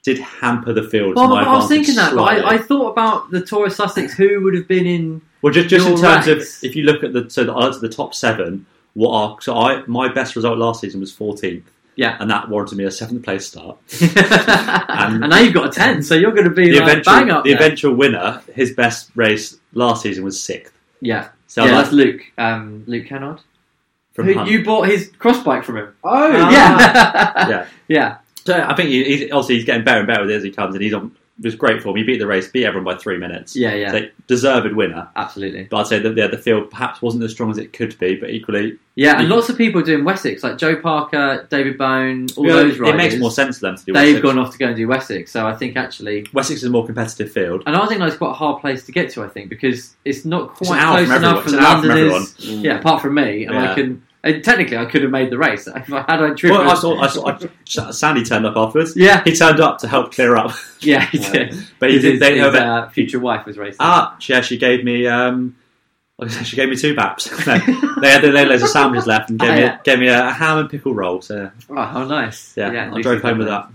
[SPEAKER 1] did hamper the field. to
[SPEAKER 2] Well,
[SPEAKER 1] my
[SPEAKER 2] I was
[SPEAKER 1] advantage
[SPEAKER 2] thinking that, but
[SPEAKER 1] slightly.
[SPEAKER 2] I, I thought about the Tour of Sussex. Who would have been in?
[SPEAKER 1] Well, just just in
[SPEAKER 2] You're
[SPEAKER 1] terms
[SPEAKER 2] right.
[SPEAKER 1] of if you look at the so the, uh, the top seven, what are so I my best result last season was 14th.
[SPEAKER 2] Yeah.
[SPEAKER 1] and that warranted me a seventh place start.
[SPEAKER 2] (laughs) and, now you've got a ten, so (laughs) you're going to be
[SPEAKER 1] The
[SPEAKER 2] like
[SPEAKER 1] eventual
[SPEAKER 2] bang up.
[SPEAKER 1] the
[SPEAKER 2] there.
[SPEAKER 1] eventual winner, his best race last season was sixth.
[SPEAKER 2] yeah,
[SPEAKER 1] So I
[SPEAKER 2] yeah.
[SPEAKER 1] was
[SPEAKER 2] That's Luke, um, Luke Kennard.
[SPEAKER 1] from
[SPEAKER 2] Who-
[SPEAKER 1] Hunt.
[SPEAKER 2] you bought his cross bike from him.
[SPEAKER 3] (laughs)
[SPEAKER 2] Ah.
[SPEAKER 3] Oh,
[SPEAKER 1] Ah.
[SPEAKER 2] yeah,
[SPEAKER 1] yeah.
[SPEAKER 2] yeah.
[SPEAKER 1] So I think he, he's obviously he's getting better and better with it as he comes, and he's on was great form. He beat the race, beat everyone by three minutes.
[SPEAKER 2] (laughs) Yeah, yeah,
[SPEAKER 1] So, deserved winner.
[SPEAKER 2] absolutely.
[SPEAKER 1] But I'd say that yeah, the field perhaps wasn't as strong as it could be, but equally,
[SPEAKER 2] Yeah, and lots of people doing Wessex, like Joe Parker, David Bone, all
[SPEAKER 1] Yeah,
[SPEAKER 2] those
[SPEAKER 1] it
[SPEAKER 2] riders.
[SPEAKER 1] makes more sense for them to do.
[SPEAKER 2] They've
[SPEAKER 1] Wessex.
[SPEAKER 2] gone off to go and do Wessex, so I think actually,
[SPEAKER 1] Wessex is a more competitive field.
[SPEAKER 2] and I think that's quite a hard place to get to. I think because it's not
[SPEAKER 1] It's an
[SPEAKER 2] quite
[SPEAKER 1] hour
[SPEAKER 2] close
[SPEAKER 1] from everyone.
[SPEAKER 2] enough
[SPEAKER 1] It's
[SPEAKER 2] for
[SPEAKER 1] an hour from everyone. Mm.
[SPEAKER 2] Londoners. Yeah, apart from me, and
[SPEAKER 1] Yeah.
[SPEAKER 2] I can. And technically, I could have made the race (laughs) if I had. I driven.
[SPEAKER 1] Well, I saw, I saw I, Sandy turned up afterwards.
[SPEAKER 2] yeah,
[SPEAKER 1] He turned up to help clear up,
[SPEAKER 2] yeah, (laughs) he did.
[SPEAKER 1] but he
[SPEAKER 2] His-
[SPEAKER 1] did. They
[SPEAKER 2] his,
[SPEAKER 1] know that.
[SPEAKER 2] uh, future wife was racing.
[SPEAKER 1] Ah, she actually gave me. Um, like I said, she gave me two baps. (laughs) No, they had they had loads of sandwiches left and gave
[SPEAKER 2] Oh,
[SPEAKER 1] me
[SPEAKER 2] yeah.
[SPEAKER 1] gave me a ham and pickle roll. So
[SPEAKER 2] oh, how nice!
[SPEAKER 1] yeah,
[SPEAKER 2] at
[SPEAKER 1] I
[SPEAKER 2] least
[SPEAKER 1] drove
[SPEAKER 2] he's got
[SPEAKER 1] home with that.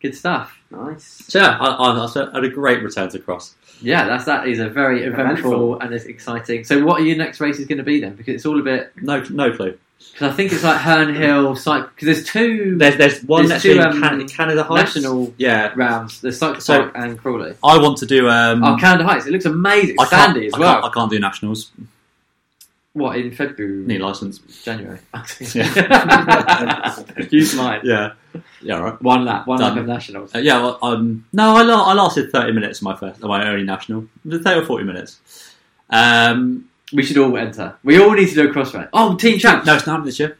[SPEAKER 2] Good stuff.
[SPEAKER 3] (laughs) Nice.
[SPEAKER 1] So yeah, I, I, I had a great return to cross.
[SPEAKER 2] Yeah, that's that is a very eventful,
[SPEAKER 3] Eventful.
[SPEAKER 2] and it's exciting. So, what are your next races going to be then? Because it's all a bit.
[SPEAKER 1] No, no clue.
[SPEAKER 2] Because I think it's like Herne Hill cycle. Because there's two
[SPEAKER 1] There's there's one
[SPEAKER 2] There's
[SPEAKER 1] that's in
[SPEAKER 2] two, um,
[SPEAKER 1] Can- Canada Heights.
[SPEAKER 2] national
[SPEAKER 1] Yeah,
[SPEAKER 2] rounds. There's cycle
[SPEAKER 1] So-
[SPEAKER 2] Park and Crawley.
[SPEAKER 1] I want to do. Um,
[SPEAKER 2] Oh, Canada Heights. It looks amazing.
[SPEAKER 1] I
[SPEAKER 2] It's
[SPEAKER 1] can't-
[SPEAKER 2] sandy as
[SPEAKER 1] I
[SPEAKER 2] well.
[SPEAKER 1] Can't, I can't do nationals.
[SPEAKER 2] What in February?
[SPEAKER 1] Need a license.
[SPEAKER 2] January. (laughs)
[SPEAKER 1] Yeah.
[SPEAKER 2] Use mine.
[SPEAKER 1] Yeah, yeah, all right.
[SPEAKER 2] One lap. One
[SPEAKER 1] Done.
[SPEAKER 2] lap of nationals.
[SPEAKER 1] Uh, yeah, well, um, no, I, la- I lasted thirty minutes. My first, my only national, thirty or forty minutes. Um,
[SPEAKER 2] We should all enter. We all need to do a cross race. Oh, team champs.
[SPEAKER 1] no, it's not happening this year.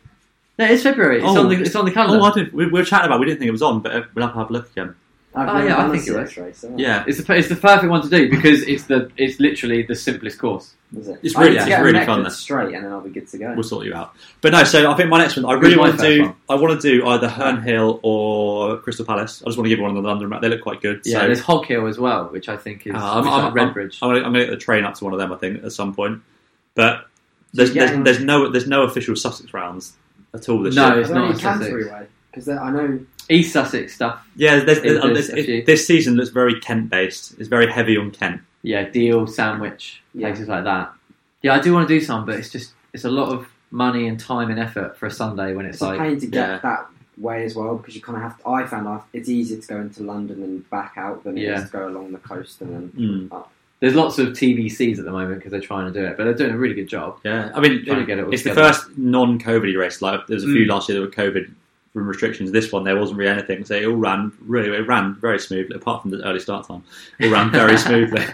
[SPEAKER 2] No, it's February. It's
[SPEAKER 1] Oh.
[SPEAKER 2] on the it's on the calendar.
[SPEAKER 1] Oh, I didn't, we, we were chatting about. it. We didn't think it was on, but uh, we'll have to have a look again.
[SPEAKER 3] I've
[SPEAKER 2] Oh,
[SPEAKER 3] never
[SPEAKER 2] yeah, I
[SPEAKER 3] done a
[SPEAKER 2] think it
[SPEAKER 3] CX race, have I?
[SPEAKER 1] Yeah,
[SPEAKER 2] It's the it's the perfect one to do because it's the it's literally the simplest course.
[SPEAKER 3] Is it?
[SPEAKER 1] It's
[SPEAKER 3] I
[SPEAKER 1] really-
[SPEAKER 3] need to
[SPEAKER 2] it's
[SPEAKER 3] get a
[SPEAKER 1] really
[SPEAKER 3] neck
[SPEAKER 1] fun,
[SPEAKER 3] that's
[SPEAKER 1] though.
[SPEAKER 3] straight, and then I'll be good to go.
[SPEAKER 1] we'll sort you out. But no, so I think my next one, I really
[SPEAKER 2] my
[SPEAKER 1] want to
[SPEAKER 2] first
[SPEAKER 1] do.
[SPEAKER 2] one?
[SPEAKER 1] I want to do either Herne Hill or Crystal Palace. I just want to give one on the London map. They look quite good.
[SPEAKER 2] Yeah,
[SPEAKER 1] so
[SPEAKER 2] there's Hog Hill as well, which I think is
[SPEAKER 1] Uh, I'm-
[SPEAKER 2] which is
[SPEAKER 1] I'm-
[SPEAKER 2] like Redbridge.
[SPEAKER 1] I'm gonna, I'm gonna get the train up to one of them, I think, at some point. But there's,
[SPEAKER 3] you're
[SPEAKER 1] there's,
[SPEAKER 3] getting-
[SPEAKER 1] there's no there's no official Sussex rounds at all this
[SPEAKER 2] No.
[SPEAKER 1] year.
[SPEAKER 2] it's
[SPEAKER 3] Are there
[SPEAKER 2] not
[SPEAKER 3] any
[SPEAKER 2] a Sussex.
[SPEAKER 3] Canterbury way? Because I know.
[SPEAKER 2] East Sussex stuff.
[SPEAKER 1] Yeah, there's, there's,
[SPEAKER 2] It- there's
[SPEAKER 1] there's-
[SPEAKER 2] a few.
[SPEAKER 1] it- this season looks very Kent based. It's very heavy on Kent.
[SPEAKER 2] Yeah, Deal, Sandwich,
[SPEAKER 3] Yeah.
[SPEAKER 2] places like that. Yeah, I do want to do some, but it's just it's a lot of money and time and effort for a Sunday when it's,
[SPEAKER 3] It's a
[SPEAKER 2] like
[SPEAKER 3] pain to get
[SPEAKER 1] yeah.
[SPEAKER 3] that way as well because you kind of have to. I found life, it's easier to go into London and back out than it
[SPEAKER 2] Yeah. Hmm.
[SPEAKER 3] is to go along the coast and then.
[SPEAKER 1] Mm,
[SPEAKER 2] there's lots of TVCs at the moment because they're trying to do it, but they're doing a really good job.
[SPEAKER 1] yeah, I mean,
[SPEAKER 2] Trying to get it all
[SPEAKER 1] it's the
[SPEAKER 2] together.
[SPEAKER 1] first non-COVID race. Like there was a few
[SPEAKER 3] Mm.
[SPEAKER 1] last year that were COVID from restrictions. This one there wasn't really anything, so it all ran really. It ran very smoothly, apart from the early start time. It ran very
[SPEAKER 3] (laughs)
[SPEAKER 1] smoothly.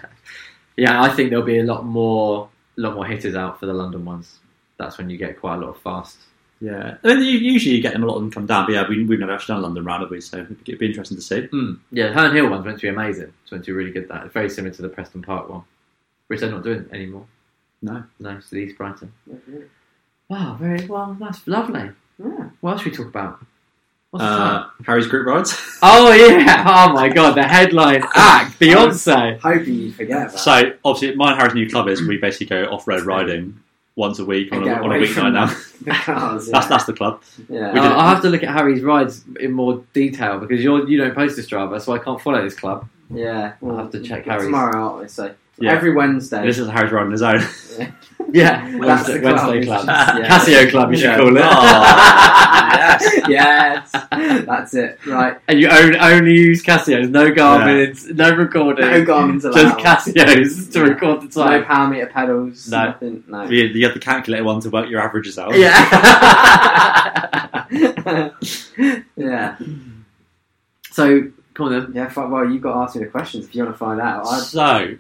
[SPEAKER 2] Yeah, I think there'll be a lot more lot more hitters out for the London ones. That's when you get quite a lot of fast.
[SPEAKER 1] Yeah, I mean, you, usually you get them a lot of them come down, but yeah, we, we've never actually done a London round, have we? So it'd be interesting to see.
[SPEAKER 2] Mm. Yeah, Herne Hill one's meant to be amazing. It's meant to be really good. That it's very similar to the Preston Park one, which they're not doing anymore.
[SPEAKER 1] No.
[SPEAKER 2] no, it's the East Brighton.
[SPEAKER 3] Yeah.
[SPEAKER 2] Wow, very well. That's lovely. What else should we talk about? What's that?
[SPEAKER 1] Uh, Harry's group rides.
[SPEAKER 2] Oh yeah! Oh my god, the headline act, Beyonce.
[SPEAKER 3] Hoping you forget that. (laughs)
[SPEAKER 1] So obviously, mine and Harry's new club is we basically go off road riding once a week on a,
[SPEAKER 3] And get
[SPEAKER 1] on a
[SPEAKER 3] away
[SPEAKER 1] weeknight
[SPEAKER 3] from
[SPEAKER 1] now.
[SPEAKER 3] the cars,
[SPEAKER 1] (laughs)
[SPEAKER 3] yeah.
[SPEAKER 1] That's that's the club.
[SPEAKER 3] yeah. Oh,
[SPEAKER 1] We did
[SPEAKER 2] I'll,
[SPEAKER 1] it.
[SPEAKER 2] I'll have to look at Harry's rides in more detail because you're you don't post to Strava, so I can't follow this club.
[SPEAKER 3] Yeah,
[SPEAKER 2] I'll have to check Harry's.
[SPEAKER 3] tomorrow. Aren't we? So
[SPEAKER 1] Yeah.
[SPEAKER 3] every Wednesday.
[SPEAKER 1] This is Harry's riding his own.
[SPEAKER 2] Yeah,
[SPEAKER 3] That's
[SPEAKER 2] Wednesday,
[SPEAKER 3] the club.
[SPEAKER 2] Wednesday club, (laughs)
[SPEAKER 1] (laughs) Yeah.
[SPEAKER 2] Casio club, you should
[SPEAKER 1] Yeah.
[SPEAKER 2] call it.
[SPEAKER 1] Oh,
[SPEAKER 3] (laughs) (laughs) yes, that's it. Right,
[SPEAKER 2] (laughs) And you own, only use Casios, no Garmin's, no recording,
[SPEAKER 3] No Garmin's
[SPEAKER 2] just
[SPEAKER 3] allowed.
[SPEAKER 2] Casios to
[SPEAKER 3] Yeah.
[SPEAKER 2] record the
[SPEAKER 3] no
[SPEAKER 2] time.
[SPEAKER 3] power meter pedals.
[SPEAKER 2] No.
[SPEAKER 3] nothing. No.
[SPEAKER 1] You, you have the calculator one to work your averages out.
[SPEAKER 2] Yeah. (laughs)
[SPEAKER 3] (laughs) yeah,
[SPEAKER 2] so come on then.
[SPEAKER 3] yeah. fi- Well, you got to ask me the questions if you want to find out. I,
[SPEAKER 1] So,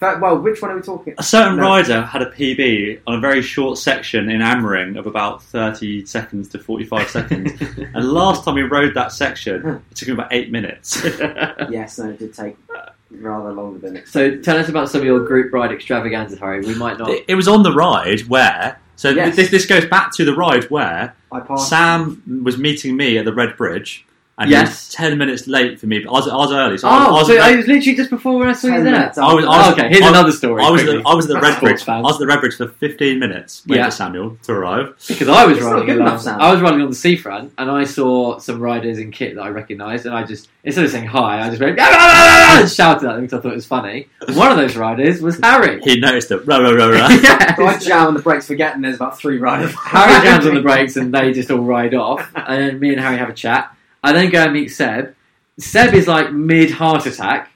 [SPEAKER 3] fact, well, which one are we talking?
[SPEAKER 1] a certain
[SPEAKER 3] No.
[SPEAKER 1] rider had a PB on a very short section in Amring of about 30 seconds to (laughs) 45 seconds. and last time we rode that section, it took him about eight minutes.
[SPEAKER 3] Yes, no, it did take rather longer than it.
[SPEAKER 2] so tell us about some of your group ride extravaganza, Harry. We might not.
[SPEAKER 1] (laughs) It, it was on the ride where. So th-
[SPEAKER 3] Yes.
[SPEAKER 1] this this goes back to the ride where
[SPEAKER 3] I passed.
[SPEAKER 1] Sam was meeting me at the Red Bridge, and he was
[SPEAKER 2] Yes.
[SPEAKER 1] ten minutes late for me. But I was, I was early, so I
[SPEAKER 2] oh,
[SPEAKER 1] was, I
[SPEAKER 2] so
[SPEAKER 1] was,
[SPEAKER 2] I was literally just before when I saw you
[SPEAKER 3] ten
[SPEAKER 2] there.
[SPEAKER 3] minutes
[SPEAKER 1] I was-
[SPEAKER 3] after.
[SPEAKER 1] I was-
[SPEAKER 2] Oh, okay, here's
[SPEAKER 1] I was-
[SPEAKER 2] another story.
[SPEAKER 1] I was at
[SPEAKER 2] quickly.
[SPEAKER 1] the, I was at the
[SPEAKER 3] That's
[SPEAKER 1] Red Bridge.
[SPEAKER 2] sports fans.
[SPEAKER 1] I was at the Red Bridge for fifteen minutes waiting
[SPEAKER 2] Yeah.
[SPEAKER 1] for Samuel to arrive.
[SPEAKER 2] because I was
[SPEAKER 3] It's not
[SPEAKER 2] riding
[SPEAKER 3] good
[SPEAKER 2] along,
[SPEAKER 3] enough, Sam.
[SPEAKER 2] I was riding on the seafront and I saw some riders in kit that I recognised and I just instead of saying hi, I just went "Ah, ah, ah, ah," and shouted at them because I thought it was funny. And one of those riders was Harry.
[SPEAKER 1] He noticed it. Rah, rah, rah, rah.
[SPEAKER 2] (laughs) Yes.
[SPEAKER 3] So I jam on the brakes, forgetting there's about three riders.
[SPEAKER 2] (laughs) Harry jams on the brakes and they just all ride off. And then me and Harry have a chat. I then go and meet Seb. Seb is like mid heart attack.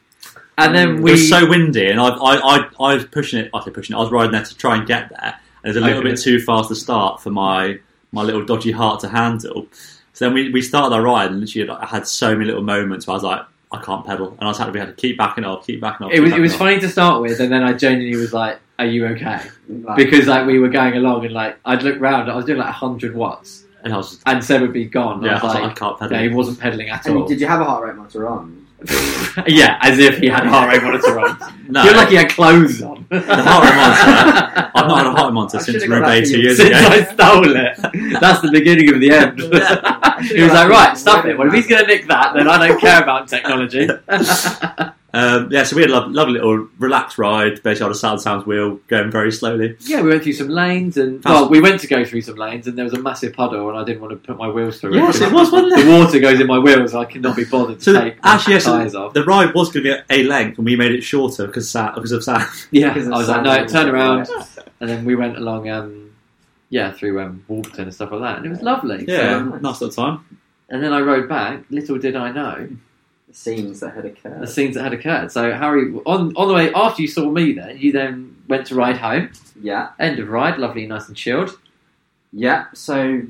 [SPEAKER 2] And then
[SPEAKER 3] Mm.
[SPEAKER 1] it
[SPEAKER 2] we
[SPEAKER 1] was so windy, and I, I, I, I was pushing it. I say pushing it. I was riding there to try and get there, and it was a little
[SPEAKER 2] Okay.
[SPEAKER 1] bit too fast to start for my my little dodgy heart to handle. So then we, we started our ride, and literally I had so many little moments where I was like, I can't pedal, and I just had to be able to keep backing off, keep backing off. keep
[SPEAKER 2] It was it
[SPEAKER 1] backing
[SPEAKER 2] was
[SPEAKER 1] off.
[SPEAKER 2] funny to start with, and then I genuinely was like, "Are you okay?"
[SPEAKER 3] (laughs) Like,
[SPEAKER 2] Because like we were going along, and like I'd look round, I was doing like hundred watts,
[SPEAKER 1] and I was just,
[SPEAKER 2] and Seb would be gone.
[SPEAKER 1] yeah, I,
[SPEAKER 2] I was
[SPEAKER 1] like,
[SPEAKER 2] like,
[SPEAKER 1] I can't pedal.
[SPEAKER 2] "Yeah, he wasn't pedaling at
[SPEAKER 3] and
[SPEAKER 2] all." (laughs)
[SPEAKER 3] did you have a heart rate monitor on?
[SPEAKER 2] yeah, as if (laughs) he had a heart rate monitor on.
[SPEAKER 3] (laughs)
[SPEAKER 1] no,
[SPEAKER 2] (laughs) You're lucky he had clothes on.
[SPEAKER 1] heart rate uh, monitor. I've not had a heart monitor
[SPEAKER 3] I
[SPEAKER 1] since
[SPEAKER 3] should've got
[SPEAKER 1] Robe
[SPEAKER 3] that for
[SPEAKER 1] two
[SPEAKER 3] you.
[SPEAKER 1] years
[SPEAKER 2] Since
[SPEAKER 1] ago.
[SPEAKER 2] I stole it, (laughs) that's the beginning of the end. he was like, right, stop it. Well, if he's
[SPEAKER 3] (laughs)
[SPEAKER 2] going to nick that, then I don't care about technology.
[SPEAKER 1] (laughs) (laughs) Um, yeah, so we had a lo- lovely little relaxed ride, basically on a sound sounds wheel, going very slowly.
[SPEAKER 2] yeah, we went through some lanes, and well, we went to go through some lanes, and there was a massive puddle, and I didn't want to put my wheels through
[SPEAKER 1] Yes,
[SPEAKER 2] it.
[SPEAKER 1] it was, wasn't it?
[SPEAKER 2] The water goes in my wheels. I cannot be bothered to
[SPEAKER 1] So the-
[SPEAKER 2] take
[SPEAKER 1] actually, yes,
[SPEAKER 2] my tires off.
[SPEAKER 1] The ride was going to be at a length, and we made it shorter because Sa- because of Sam.
[SPEAKER 2] Yeah,
[SPEAKER 3] Because of
[SPEAKER 2] I was like,
[SPEAKER 3] sound
[SPEAKER 2] no,
[SPEAKER 3] levels,
[SPEAKER 2] turn
[SPEAKER 3] yeah.
[SPEAKER 2] around, and then we went along, um, yeah, through um, Warburton and stuff like that, and it was lovely. um,
[SPEAKER 1] Yeah,
[SPEAKER 3] nice.
[SPEAKER 1] nice little um, time.
[SPEAKER 2] And then I rode back. Little did I know
[SPEAKER 3] The scenes that had
[SPEAKER 2] the
[SPEAKER 3] occurred.
[SPEAKER 2] scenes that had occurred. So Harry, on on the way after you saw me, then you then went to ride home.
[SPEAKER 3] Yeah,
[SPEAKER 2] End of ride, lovely, nice and chilled.
[SPEAKER 3] yeah. So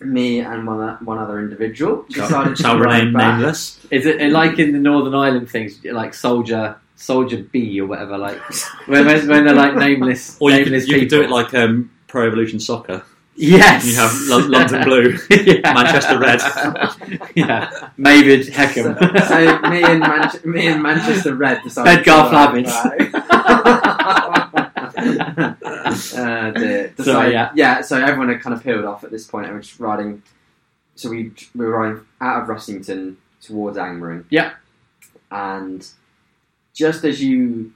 [SPEAKER 3] me and one, o- one other individual decided
[SPEAKER 1] Shall
[SPEAKER 3] to ride
[SPEAKER 1] remain
[SPEAKER 3] back.
[SPEAKER 1] nameless.
[SPEAKER 2] Is it like in the Northern Ireland things, like soldier, soldier B or whatever,
[SPEAKER 3] (laughs)
[SPEAKER 2] like when when when they're like nameless,
[SPEAKER 1] (laughs) Or you could,
[SPEAKER 2] nameless
[SPEAKER 1] you could do it
[SPEAKER 2] people?
[SPEAKER 1] like um, Pro Evolution Soccer.
[SPEAKER 2] yes,
[SPEAKER 1] You have Lon- London Blue,
[SPEAKER 2] (laughs) Yeah.
[SPEAKER 1] Manchester Red.
[SPEAKER 2] (laughs) yeah, maybe
[SPEAKER 3] So,
[SPEAKER 2] Heckham.
[SPEAKER 3] so me
[SPEAKER 2] (laughs)
[SPEAKER 3] and Manche- me and Manchester Red decided.
[SPEAKER 2] Bedgar
[SPEAKER 3] to
[SPEAKER 2] (laughs)
[SPEAKER 3] ride
[SPEAKER 2] Flabbage.
[SPEAKER 3] back. Uh, dear.
[SPEAKER 2] So,
[SPEAKER 3] Decided-
[SPEAKER 2] yeah.
[SPEAKER 3] So everyone had kind of peeled off at this point, and we're just riding. So we we were riding out of Russington towards Angmering.
[SPEAKER 2] Yeah.
[SPEAKER 3] And just as you,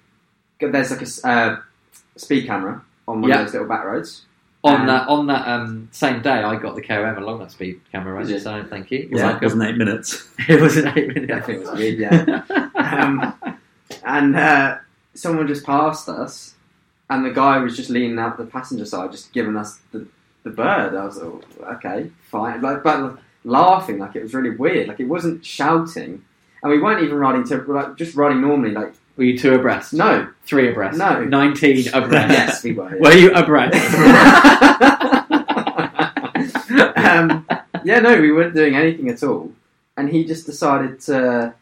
[SPEAKER 3] there's like a s- uh, speed camera on one
[SPEAKER 2] Yeah.
[SPEAKER 3] of those little back roads.
[SPEAKER 2] on
[SPEAKER 3] Um,
[SPEAKER 2] that on that um, same day, I got the KOM along that speed camera, right?
[SPEAKER 3] Did you?
[SPEAKER 2] So thank you.
[SPEAKER 1] It was
[SPEAKER 3] Yeah.
[SPEAKER 1] like, it wasn't eight minutes.
[SPEAKER 2] (laughs) It was an eight minute. (laughs)
[SPEAKER 3] I think it was weird, yeah. Um, and uh, someone just passed us, and the guy was just leaning out the passenger side, just giving us the, the bird. I was like, "Oh, okay, fine, like, but laughing like it was really weird. Like it wasn't shouting, and we weren't even riding to like just riding normally. Like
[SPEAKER 2] Were you two abreast?
[SPEAKER 3] no,
[SPEAKER 2] Three abreast.
[SPEAKER 3] No.
[SPEAKER 2] Nineteen abreast.
[SPEAKER 3] (laughs) yes, we were. yeah.
[SPEAKER 2] Were you
[SPEAKER 3] (laughs)
[SPEAKER 2] abreast?
[SPEAKER 3] um, yeah, no, we weren't doing anything at all. And he just decided to.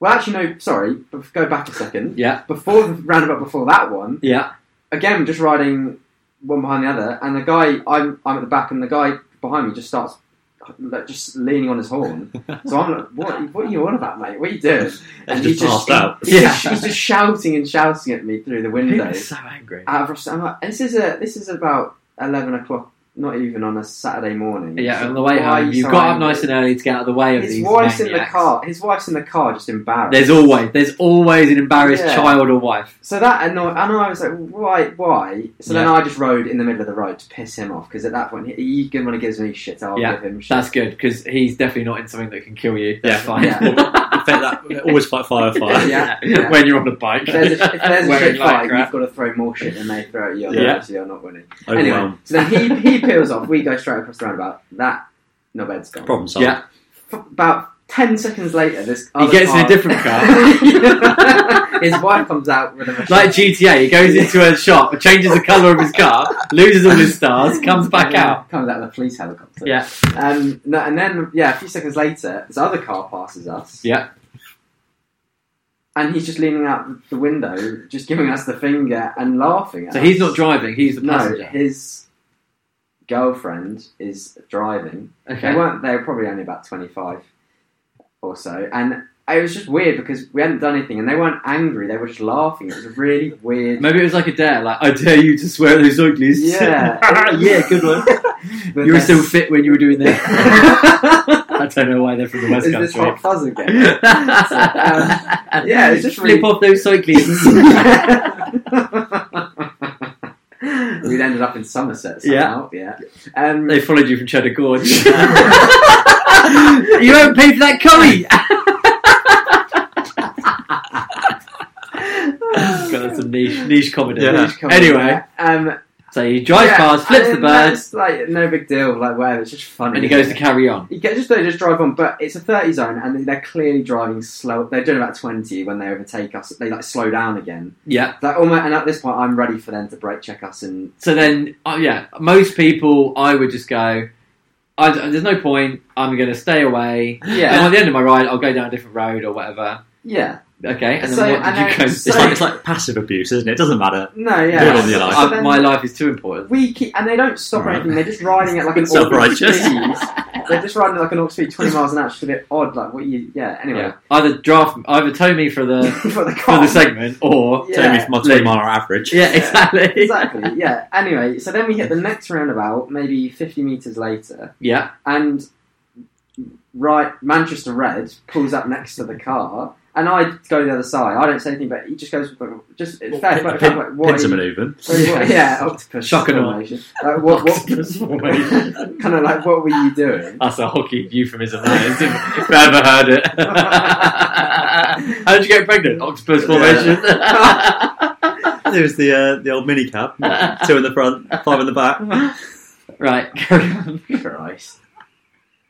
[SPEAKER 3] Well, actually, no, sorry, but go back a second.
[SPEAKER 2] Yeah.
[SPEAKER 3] Before the roundabout before that one,
[SPEAKER 2] yeah.
[SPEAKER 3] again, just riding one behind the other, and the guy, I'm, I'm at the back, and the guy behind me just starts like, just leaning on
[SPEAKER 2] (laughs)
[SPEAKER 3] his horn. So I'm like, what, what are you on about, mate? What are you doing?
[SPEAKER 1] And
[SPEAKER 3] he's
[SPEAKER 1] just passed out.
[SPEAKER 3] He's, (laughs)
[SPEAKER 2] Yeah.
[SPEAKER 3] just, he's just shouting and shouting at me through the window.
[SPEAKER 2] People are so angry.
[SPEAKER 3] Out of Ross- I'm like, this is a this is about eleven o'clock, not even on a Saturday morning.
[SPEAKER 2] Yeah, on the way
[SPEAKER 3] Why are
[SPEAKER 2] home,
[SPEAKER 3] you
[SPEAKER 2] you
[SPEAKER 3] so
[SPEAKER 2] got up
[SPEAKER 3] angry?
[SPEAKER 2] nice and early to get out of the way of
[SPEAKER 3] His
[SPEAKER 2] these
[SPEAKER 3] wife's in the
[SPEAKER 2] maniacs.
[SPEAKER 3] car. His wife's in the car, just embarrassed.
[SPEAKER 2] There's always there's always an embarrassed
[SPEAKER 3] Yeah.
[SPEAKER 2] child or wife.
[SPEAKER 3] so that annoyed, and I was like, why, why? So then
[SPEAKER 2] Yeah.
[SPEAKER 3] I just rode in the middle of the road to piss him off because at that point he, he gonna gives me shit, I'll
[SPEAKER 2] Yeah,
[SPEAKER 3] give
[SPEAKER 2] (laughs)
[SPEAKER 3] him shit.
[SPEAKER 2] That's good because he's definitely not in something that can kill you. That's
[SPEAKER 1] Yeah.
[SPEAKER 2] fine.
[SPEAKER 3] Yeah.
[SPEAKER 1] In fact, that- always fight fire, fire.
[SPEAKER 3] (laughs) Yeah.
[SPEAKER 2] (laughs)
[SPEAKER 3] Yeah.
[SPEAKER 2] When you're on a bike,
[SPEAKER 3] if there's a, if there's a
[SPEAKER 2] Wearing
[SPEAKER 3] shit fight,
[SPEAKER 2] lycra.
[SPEAKER 3] you've got to throw more shit than they throw at you.
[SPEAKER 1] Yeah.
[SPEAKER 3] Otherwise, you're not winning.
[SPEAKER 1] Overwhelmed.
[SPEAKER 3] Anyway, so then he, he peels off. We go straight across the roundabout. That no bed's gone.
[SPEAKER 1] Problem solved.
[SPEAKER 2] Yeah.
[SPEAKER 3] F- about 10 seconds later, this
[SPEAKER 2] He
[SPEAKER 3] other
[SPEAKER 2] gets in a
[SPEAKER 3] car-
[SPEAKER 2] different car.
[SPEAKER 3] (laughs) His wife comes out with a machine.
[SPEAKER 2] Like GTA, he goes into a shop, changes the colour of his car, loses all his
[SPEAKER 3] (laughs)
[SPEAKER 2] stars, comes back out.
[SPEAKER 3] Comes out of the police helicopter.
[SPEAKER 2] Yeah.
[SPEAKER 3] Um, no, and then, yeah, a few seconds later, this other car passes us.
[SPEAKER 2] Yeah.
[SPEAKER 3] And he's just leaning out the window, just giving us the finger and laughing. At
[SPEAKER 2] So
[SPEAKER 3] us.
[SPEAKER 2] he's not driving, he's the
[SPEAKER 3] No,
[SPEAKER 2] passenger.
[SPEAKER 3] his girlfriend is driving. They
[SPEAKER 2] Okay.
[SPEAKER 3] weren't. They were probably only about twenty-five or so, and it was just weird because we hadn't done anything, and they weren't angry. They were just laughing. It was really weird.
[SPEAKER 2] Maybe it was like a dare, like, I dare you to swear at those uglies. (laughs)
[SPEAKER 3] Yeah. (laughs)
[SPEAKER 2] yeah, good one.
[SPEAKER 3] But
[SPEAKER 2] You were
[SPEAKER 3] that's-
[SPEAKER 2] still fit when you were doing that.
[SPEAKER 3] (laughs) Is
[SPEAKER 2] I don't know why they're from the West
[SPEAKER 3] this
[SPEAKER 2] Country.
[SPEAKER 3] hot (laughs)
[SPEAKER 2] (laughs)
[SPEAKER 3] fuzz again? um, yeah, it's just
[SPEAKER 2] flip
[SPEAKER 3] really-
[SPEAKER 2] off those
[SPEAKER 3] (laughs)
[SPEAKER 2] cyclists.
[SPEAKER 3] We'd ended up in Somerset somehow. Yeah. Um, (laughs)
[SPEAKER 2] they followed you from Cheddar Gorge. you
[SPEAKER 3] yeah.
[SPEAKER 2] haven't paid for that
[SPEAKER 3] (laughs)
[SPEAKER 2] curry. (laughs) God, that's some niche niche comedy.
[SPEAKER 1] Yeah.
[SPEAKER 3] Come on.
[SPEAKER 2] Anyway,
[SPEAKER 3] Um,
[SPEAKER 2] so he drives
[SPEAKER 3] yeah,
[SPEAKER 2] past, flips the
[SPEAKER 3] and
[SPEAKER 2] bird,
[SPEAKER 3] that's, like no big deal. Like whatever, it's just funny.
[SPEAKER 2] and he goes to carry on.
[SPEAKER 3] You get just they just drive on, but it's a thirty zone, and they're clearly driving slow. They're doing about twenty when they overtake us. They like slow down again.
[SPEAKER 2] Yeah.
[SPEAKER 3] Like almost, and at this point, I'm
[SPEAKER 2] uh,
[SPEAKER 3] ready for them to brake check us and
[SPEAKER 2] So then, oh yeah, most people I would just go, I, there's no point. I'm going to stay away.
[SPEAKER 3] Yeah.
[SPEAKER 2] And at the end of my ride, I'll go down a different road or whatever.
[SPEAKER 3] Yeah.
[SPEAKER 2] Okay. And then
[SPEAKER 3] So,
[SPEAKER 2] what did
[SPEAKER 3] and
[SPEAKER 2] you
[SPEAKER 3] then-
[SPEAKER 2] go?
[SPEAKER 3] so-
[SPEAKER 1] It's like it's like passive abuse, isn't it? It doesn't matter.
[SPEAKER 3] No, yeah.
[SPEAKER 1] Good on you, like.
[SPEAKER 3] So
[SPEAKER 2] I-
[SPEAKER 3] then
[SPEAKER 2] Uh, my life is too important.
[SPEAKER 3] we keep, and they don't stop or
[SPEAKER 1] Right.
[SPEAKER 3] anything. They're just riding it like an
[SPEAKER 1] Self-righteous.
[SPEAKER 3] Orc They're just riding it like an Orc Speed, twenty miles an hour. It's just a bit odd. Like what you? Yeah. Anyway.
[SPEAKER 2] Yeah. Either draft, either tow me
[SPEAKER 3] (laughs)
[SPEAKER 2] for the
[SPEAKER 3] for the
[SPEAKER 2] for
[SPEAKER 3] car.
[SPEAKER 2] the segment, or
[SPEAKER 1] Take me
[SPEAKER 3] Yeah.
[SPEAKER 1] for my twenty mile average.
[SPEAKER 2] yeah, exactly,
[SPEAKER 3] exactly. Yeah. Anyway, so then we hit the next roundabout, maybe fifty meters later,
[SPEAKER 2] Yeah.
[SPEAKER 3] and right Manchester Red pulls up next to the car, and I go the other side. I don't say anything, but he just goes just it's fair.
[SPEAKER 1] Pin-
[SPEAKER 3] But I'm like, what?
[SPEAKER 1] Pincer
[SPEAKER 3] are you-
[SPEAKER 1] manoeuvre.
[SPEAKER 3] what-
[SPEAKER 1] (laughs)
[SPEAKER 3] what- (laughs) yeah, octopus
[SPEAKER 2] Shock and awe.
[SPEAKER 3] formation. Like, what,
[SPEAKER 2] Octopus
[SPEAKER 3] what,
[SPEAKER 2] formation.
[SPEAKER 3] kind of like, what were you doing?
[SPEAKER 2] (laughs) That's a hockey euphemism. that is, if if I ever heard (laughs) it. How did you get pregnant? Octopus formation.
[SPEAKER 1] There was the uh, the old mini cab.
[SPEAKER 2] (laughs)
[SPEAKER 1] Two in the front, five in the back.
[SPEAKER 2] right, carry on.
[SPEAKER 3] Christ.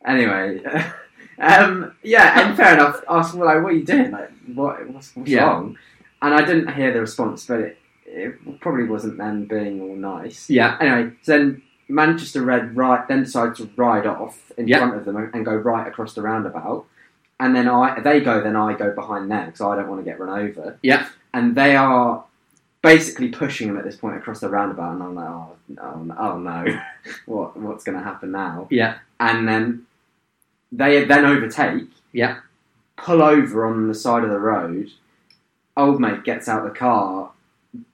[SPEAKER 3] Anyway, (laughs) um, yeah, and fair enough. Asked well, like, what are you doing? Like, what, what's, what's
[SPEAKER 2] Yeah.
[SPEAKER 3] wrong? And I didn't hear the response, but it, it probably wasn't them being all nice.
[SPEAKER 2] Yeah,
[SPEAKER 3] Anyway, so then Manchester Red right then decided to ride off in
[SPEAKER 2] Yeah.
[SPEAKER 3] front of them and go right across the roundabout. And then I they go, then I go behind them because I don't want to get run over.
[SPEAKER 2] Yeah.
[SPEAKER 3] And they are basically pushing them at this point across the roundabout, and I'm like, oh, no, oh no, (laughs) what what's going to happen now?
[SPEAKER 2] Yeah.
[SPEAKER 3] And then they then overtake.
[SPEAKER 2] Yeah.
[SPEAKER 3] Pull over on the side of the road. Old mate gets out the car,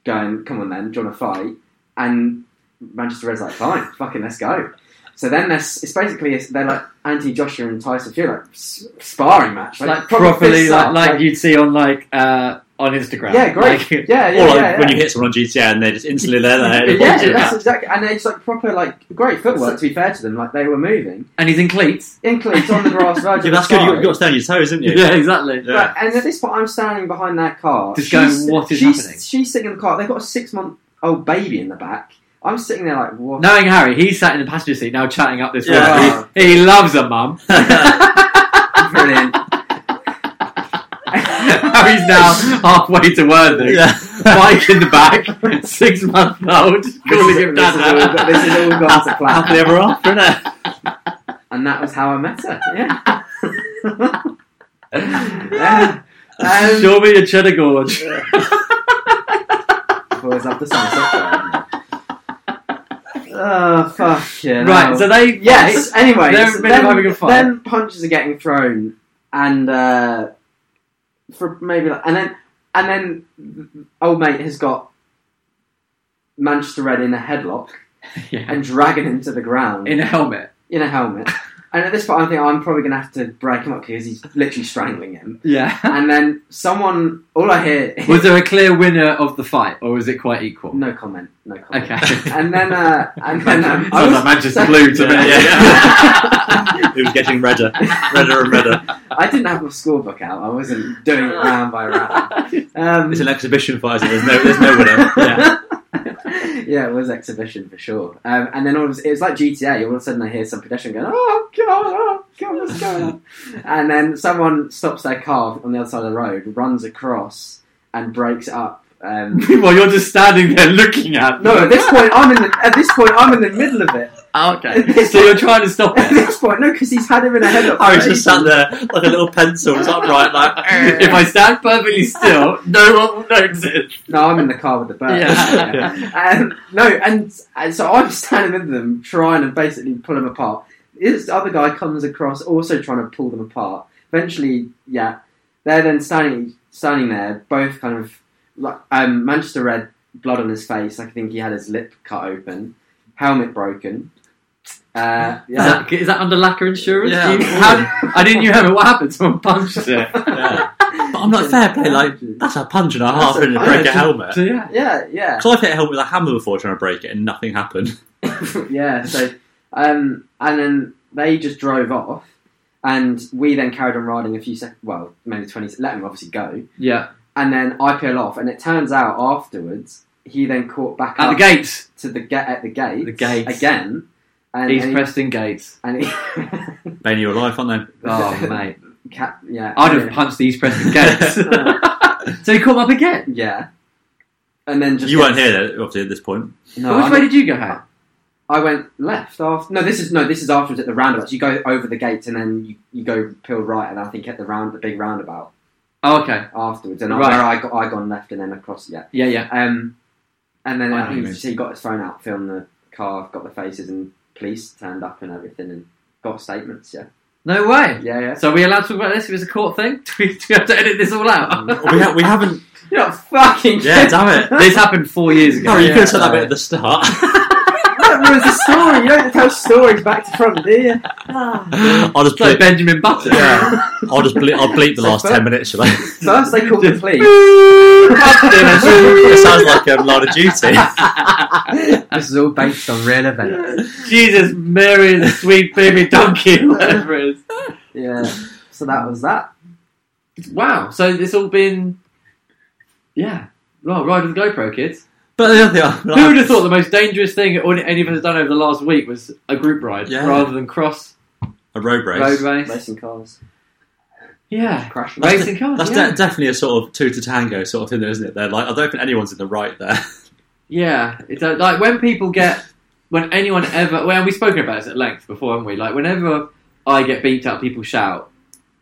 [SPEAKER 3] going, "Come on, then, do you want to fight?" And Manchester Red's like, "Fine, fucking let's go." So then they're, s- it's basically it's, they're like Anthony Joshua and Tyson Fury, like s- sparring match,
[SPEAKER 2] like,
[SPEAKER 3] like, proper
[SPEAKER 2] properly,
[SPEAKER 3] fists
[SPEAKER 2] like,
[SPEAKER 3] up,
[SPEAKER 2] like you'd see on like uh, on Instagram.
[SPEAKER 3] yeah, great,
[SPEAKER 2] Like,
[SPEAKER 3] yeah, yeah,
[SPEAKER 1] or
[SPEAKER 3] yeah,
[SPEAKER 1] like
[SPEAKER 3] yeah.
[SPEAKER 1] when you hit someone on GTN, they're "Oh, just instantly there. there.
[SPEAKER 3] (laughs) yeah,
[SPEAKER 2] Yeah.
[SPEAKER 3] that's exactly, and it's like proper, like great footwork. To be fair to them, like they were moving,
[SPEAKER 2] and he's in cleats.
[SPEAKER 3] including on the grass. verge of
[SPEAKER 1] Yeah,
[SPEAKER 3] the
[SPEAKER 1] that's good. You've got,
[SPEAKER 3] side.
[SPEAKER 1] you've got to stay on your toes, haven't you?
[SPEAKER 2] exactly.
[SPEAKER 1] Yeah.
[SPEAKER 3] But, and at this point, I'm standing behind that car.
[SPEAKER 2] Just going,
[SPEAKER 3] She's-
[SPEAKER 2] "What is
[SPEAKER 3] she's,
[SPEAKER 2] happening?"
[SPEAKER 3] She's sitting in the car. They've got a six month old baby in the back. I'm sitting there like, what?
[SPEAKER 2] Knowing Harry, he's sat in the passenger seat now, chatting up this
[SPEAKER 1] Yeah.
[SPEAKER 2] woman. He, he loves a mum. (laughs)
[SPEAKER 1] (laughs)
[SPEAKER 3] (laughs) Brilliant.
[SPEAKER 2] Harry's now halfway to Worthing.
[SPEAKER 1] Yeah. (laughs)
[SPEAKER 2] Mike in the back, six month old, calling him
[SPEAKER 3] this is all-
[SPEAKER 2] dad.
[SPEAKER 3] this is all gone to plan.
[SPEAKER 1] Happily ever after, innit?
[SPEAKER 3] and that was how I met her. Yeah. yeah. (laughs) Um,
[SPEAKER 2] Show me your cheddar gorge.
[SPEAKER 3] Boys love the sunset. don't they? oh fuck yeah!
[SPEAKER 2] Right, so they
[SPEAKER 3] Yes. Anyway,
[SPEAKER 2] They're in the middle
[SPEAKER 3] so
[SPEAKER 2] of
[SPEAKER 3] then-
[SPEAKER 2] having a fight.
[SPEAKER 3] Then punches are getting thrown, and uh, for maybe like, and then and then old mate has got Manchester Red in a headlock
[SPEAKER 2] yeah,
[SPEAKER 3] and dragging him to the ground in,
[SPEAKER 2] in a helmet.
[SPEAKER 3] a helmet. (laughs) And at this point, I think I'm probably going to have to break him up because he's literally strangling him.
[SPEAKER 2] Yeah.
[SPEAKER 3] And then someone, all I hear is
[SPEAKER 2] Was there a clear winner of the fight, or was it quite equal?
[SPEAKER 3] no comment, no comment.
[SPEAKER 2] Okay.
[SPEAKER 3] (laughs) And then, uh, and then um, I
[SPEAKER 2] Sounds
[SPEAKER 3] was-
[SPEAKER 2] like Manchester
[SPEAKER 3] so-
[SPEAKER 2] Blue to
[SPEAKER 1] Yeah,
[SPEAKER 2] me. (laughs)
[SPEAKER 3] (laughs)
[SPEAKER 1] yeah, yeah. it was getting redder, redder and
[SPEAKER 3] (laughs)
[SPEAKER 1] redder.
[SPEAKER 3] I didn't have my scorebook out. I wasn't doing it round by round. Um,
[SPEAKER 1] It's an exhibition fight. so There's no, there's no (laughs) winner. Yeah.
[SPEAKER 3] (laughs) yeah, it was exhibition for sure. Um, and then all of, a- it was like GTA. All of a sudden, I hear some pedestrian going, "Oh, come on, oh, come on, what's going on?" and then someone stops their car on the other side of the road, runs across, and breaks it up.
[SPEAKER 1] (laughs)
[SPEAKER 3] Um,
[SPEAKER 2] Meanwhile, you're just standing there looking at.
[SPEAKER 3] no,
[SPEAKER 2] them.
[SPEAKER 3] at this point, I'm in. The, at this point, I'm in the middle of it. (laughs)
[SPEAKER 2] Okay. So you're trying to stop
[SPEAKER 3] At
[SPEAKER 2] it.
[SPEAKER 3] (laughs) this point, no, because he's had him in a headlock.
[SPEAKER 1] I was just sat there like a little pencil, just upright,
[SPEAKER 3] (laughs)
[SPEAKER 1] like.
[SPEAKER 2] if I stand perfectly still, no one will notice.
[SPEAKER 3] No, I'm in the car with the bird.
[SPEAKER 2] Yeah.
[SPEAKER 3] (laughs) Um, no, and, and so I'm standing with them, trying to basically pull them apart. This other guy comes across, also trying to pull them apart. Eventually, yeah, they're then standing, standing there, both kind of like um, Manchester red, blood on his face. I think he had his lip cut open, helmet broken. Uh,
[SPEAKER 2] (laughs) Is,
[SPEAKER 3] yeah,
[SPEAKER 2] that, is that under lacquer insurance?
[SPEAKER 1] Yeah.
[SPEAKER 2] You- how- I didn't you have it. What happened? Someone punched it.
[SPEAKER 1] Yeah. But I'm like fair play. Like that's a punch and a half,
[SPEAKER 3] That's a
[SPEAKER 1] and a
[SPEAKER 3] punch.
[SPEAKER 1] break a helmet.
[SPEAKER 2] So yeah.
[SPEAKER 3] (laughs) yeah, yeah.
[SPEAKER 1] Because I've hit a helmet with a hammer before trying to break it, and nothing happened.
[SPEAKER 3] yeah, so um, and then they just drove off, and we then carried on riding a few seconds. Well, maybe twenty. se- Let him obviously go,
[SPEAKER 2] Yeah.
[SPEAKER 3] and then I peel off, and it turns out afterwards he then caught back
[SPEAKER 2] At
[SPEAKER 3] up
[SPEAKER 2] the gates.
[SPEAKER 3] to the gate at the gate,
[SPEAKER 2] The gates.
[SPEAKER 3] again, and
[SPEAKER 2] East
[SPEAKER 3] and he-
[SPEAKER 2] Preston gates.
[SPEAKER 3] (laughs) and he,
[SPEAKER 1] Bane of your life, aren't they?
[SPEAKER 2] (laughs)
[SPEAKER 3] (laughs)
[SPEAKER 2] Oh mate,
[SPEAKER 3] Ca- yeah,
[SPEAKER 2] I'd have punched the East Preston gates. (laughs) so he caught him up again.
[SPEAKER 3] yeah, and then just
[SPEAKER 1] You weren't here, obviously, at this point.
[SPEAKER 3] No,
[SPEAKER 2] But which
[SPEAKER 3] I'm-
[SPEAKER 2] way did you go, Harry?
[SPEAKER 3] I went left after. No, this is no, this is afterwards at the roundabouts. You go over the gates and then you, you go peel right, and I think at the round the big roundabout
[SPEAKER 2] Oh, okay.
[SPEAKER 3] afterwards. And I-
[SPEAKER 2] Right.
[SPEAKER 3] where I got I gone left and then across. Yeah.
[SPEAKER 2] Yeah, yeah.
[SPEAKER 3] Um, and then
[SPEAKER 4] I know
[SPEAKER 3] I
[SPEAKER 4] what you
[SPEAKER 3] think
[SPEAKER 4] mean.
[SPEAKER 3] he got his phone out, filmed the car, got the faces, and police turned up and everything, and got statements. Yeah.
[SPEAKER 2] No way.
[SPEAKER 3] Yeah, yeah.
[SPEAKER 2] So are we allowed to talk about this? If it's a court thing, (laughs) do we, do we have to edit this all out?
[SPEAKER 1] we, ha- we haven't.
[SPEAKER 3] (laughs) You're not fucking.
[SPEAKER 1] Yeah,
[SPEAKER 3] kidding.
[SPEAKER 1] damn it.
[SPEAKER 2] (laughs) this happened four years ago.
[SPEAKER 1] No, you
[SPEAKER 3] yeah,
[SPEAKER 1] could have said that
[SPEAKER 3] sorry.
[SPEAKER 1] bit at the (laughs) start.
[SPEAKER 3] that ruins the story. You don't tell stories back to front, do you?
[SPEAKER 1] I'll just
[SPEAKER 2] It's like
[SPEAKER 1] bleep,
[SPEAKER 2] Benjamin Button. (laughs)
[SPEAKER 1] Yeah. I'll just bleep, I'll bleep the last ten minutes. Shall I?
[SPEAKER 3] First they called the police.
[SPEAKER 1] it sounds like a lot of duty.
[SPEAKER 3] this is all based on real events.
[SPEAKER 2] Jesus, Mary, the sweet baby donkey, (laughs) whatever it
[SPEAKER 3] Yeah. So that was that.
[SPEAKER 2] is. Wow. So it's all been, yeah. Well, ride with the GoPro, kids.
[SPEAKER 1] But the other thing, I-
[SPEAKER 2] Who would have thought the most dangerous thing all- any of us has done over the last week was a group ride
[SPEAKER 1] Yeah.
[SPEAKER 2] rather than cross
[SPEAKER 1] a road race?
[SPEAKER 2] road race?
[SPEAKER 3] Racing cars,
[SPEAKER 2] Yeah,
[SPEAKER 3] crashing.
[SPEAKER 1] That's
[SPEAKER 2] racing cars.
[SPEAKER 1] That's
[SPEAKER 2] yeah.
[SPEAKER 1] de- definitely a sort of two to tango sort of thing, there, isn't it? They're like, I don't think anyone's in the right there.
[SPEAKER 2] Yeah, it's uh, like when people get when anyone ever well, we've spoken about this at length before, haven't we? Like whenever I get beat up, people shout.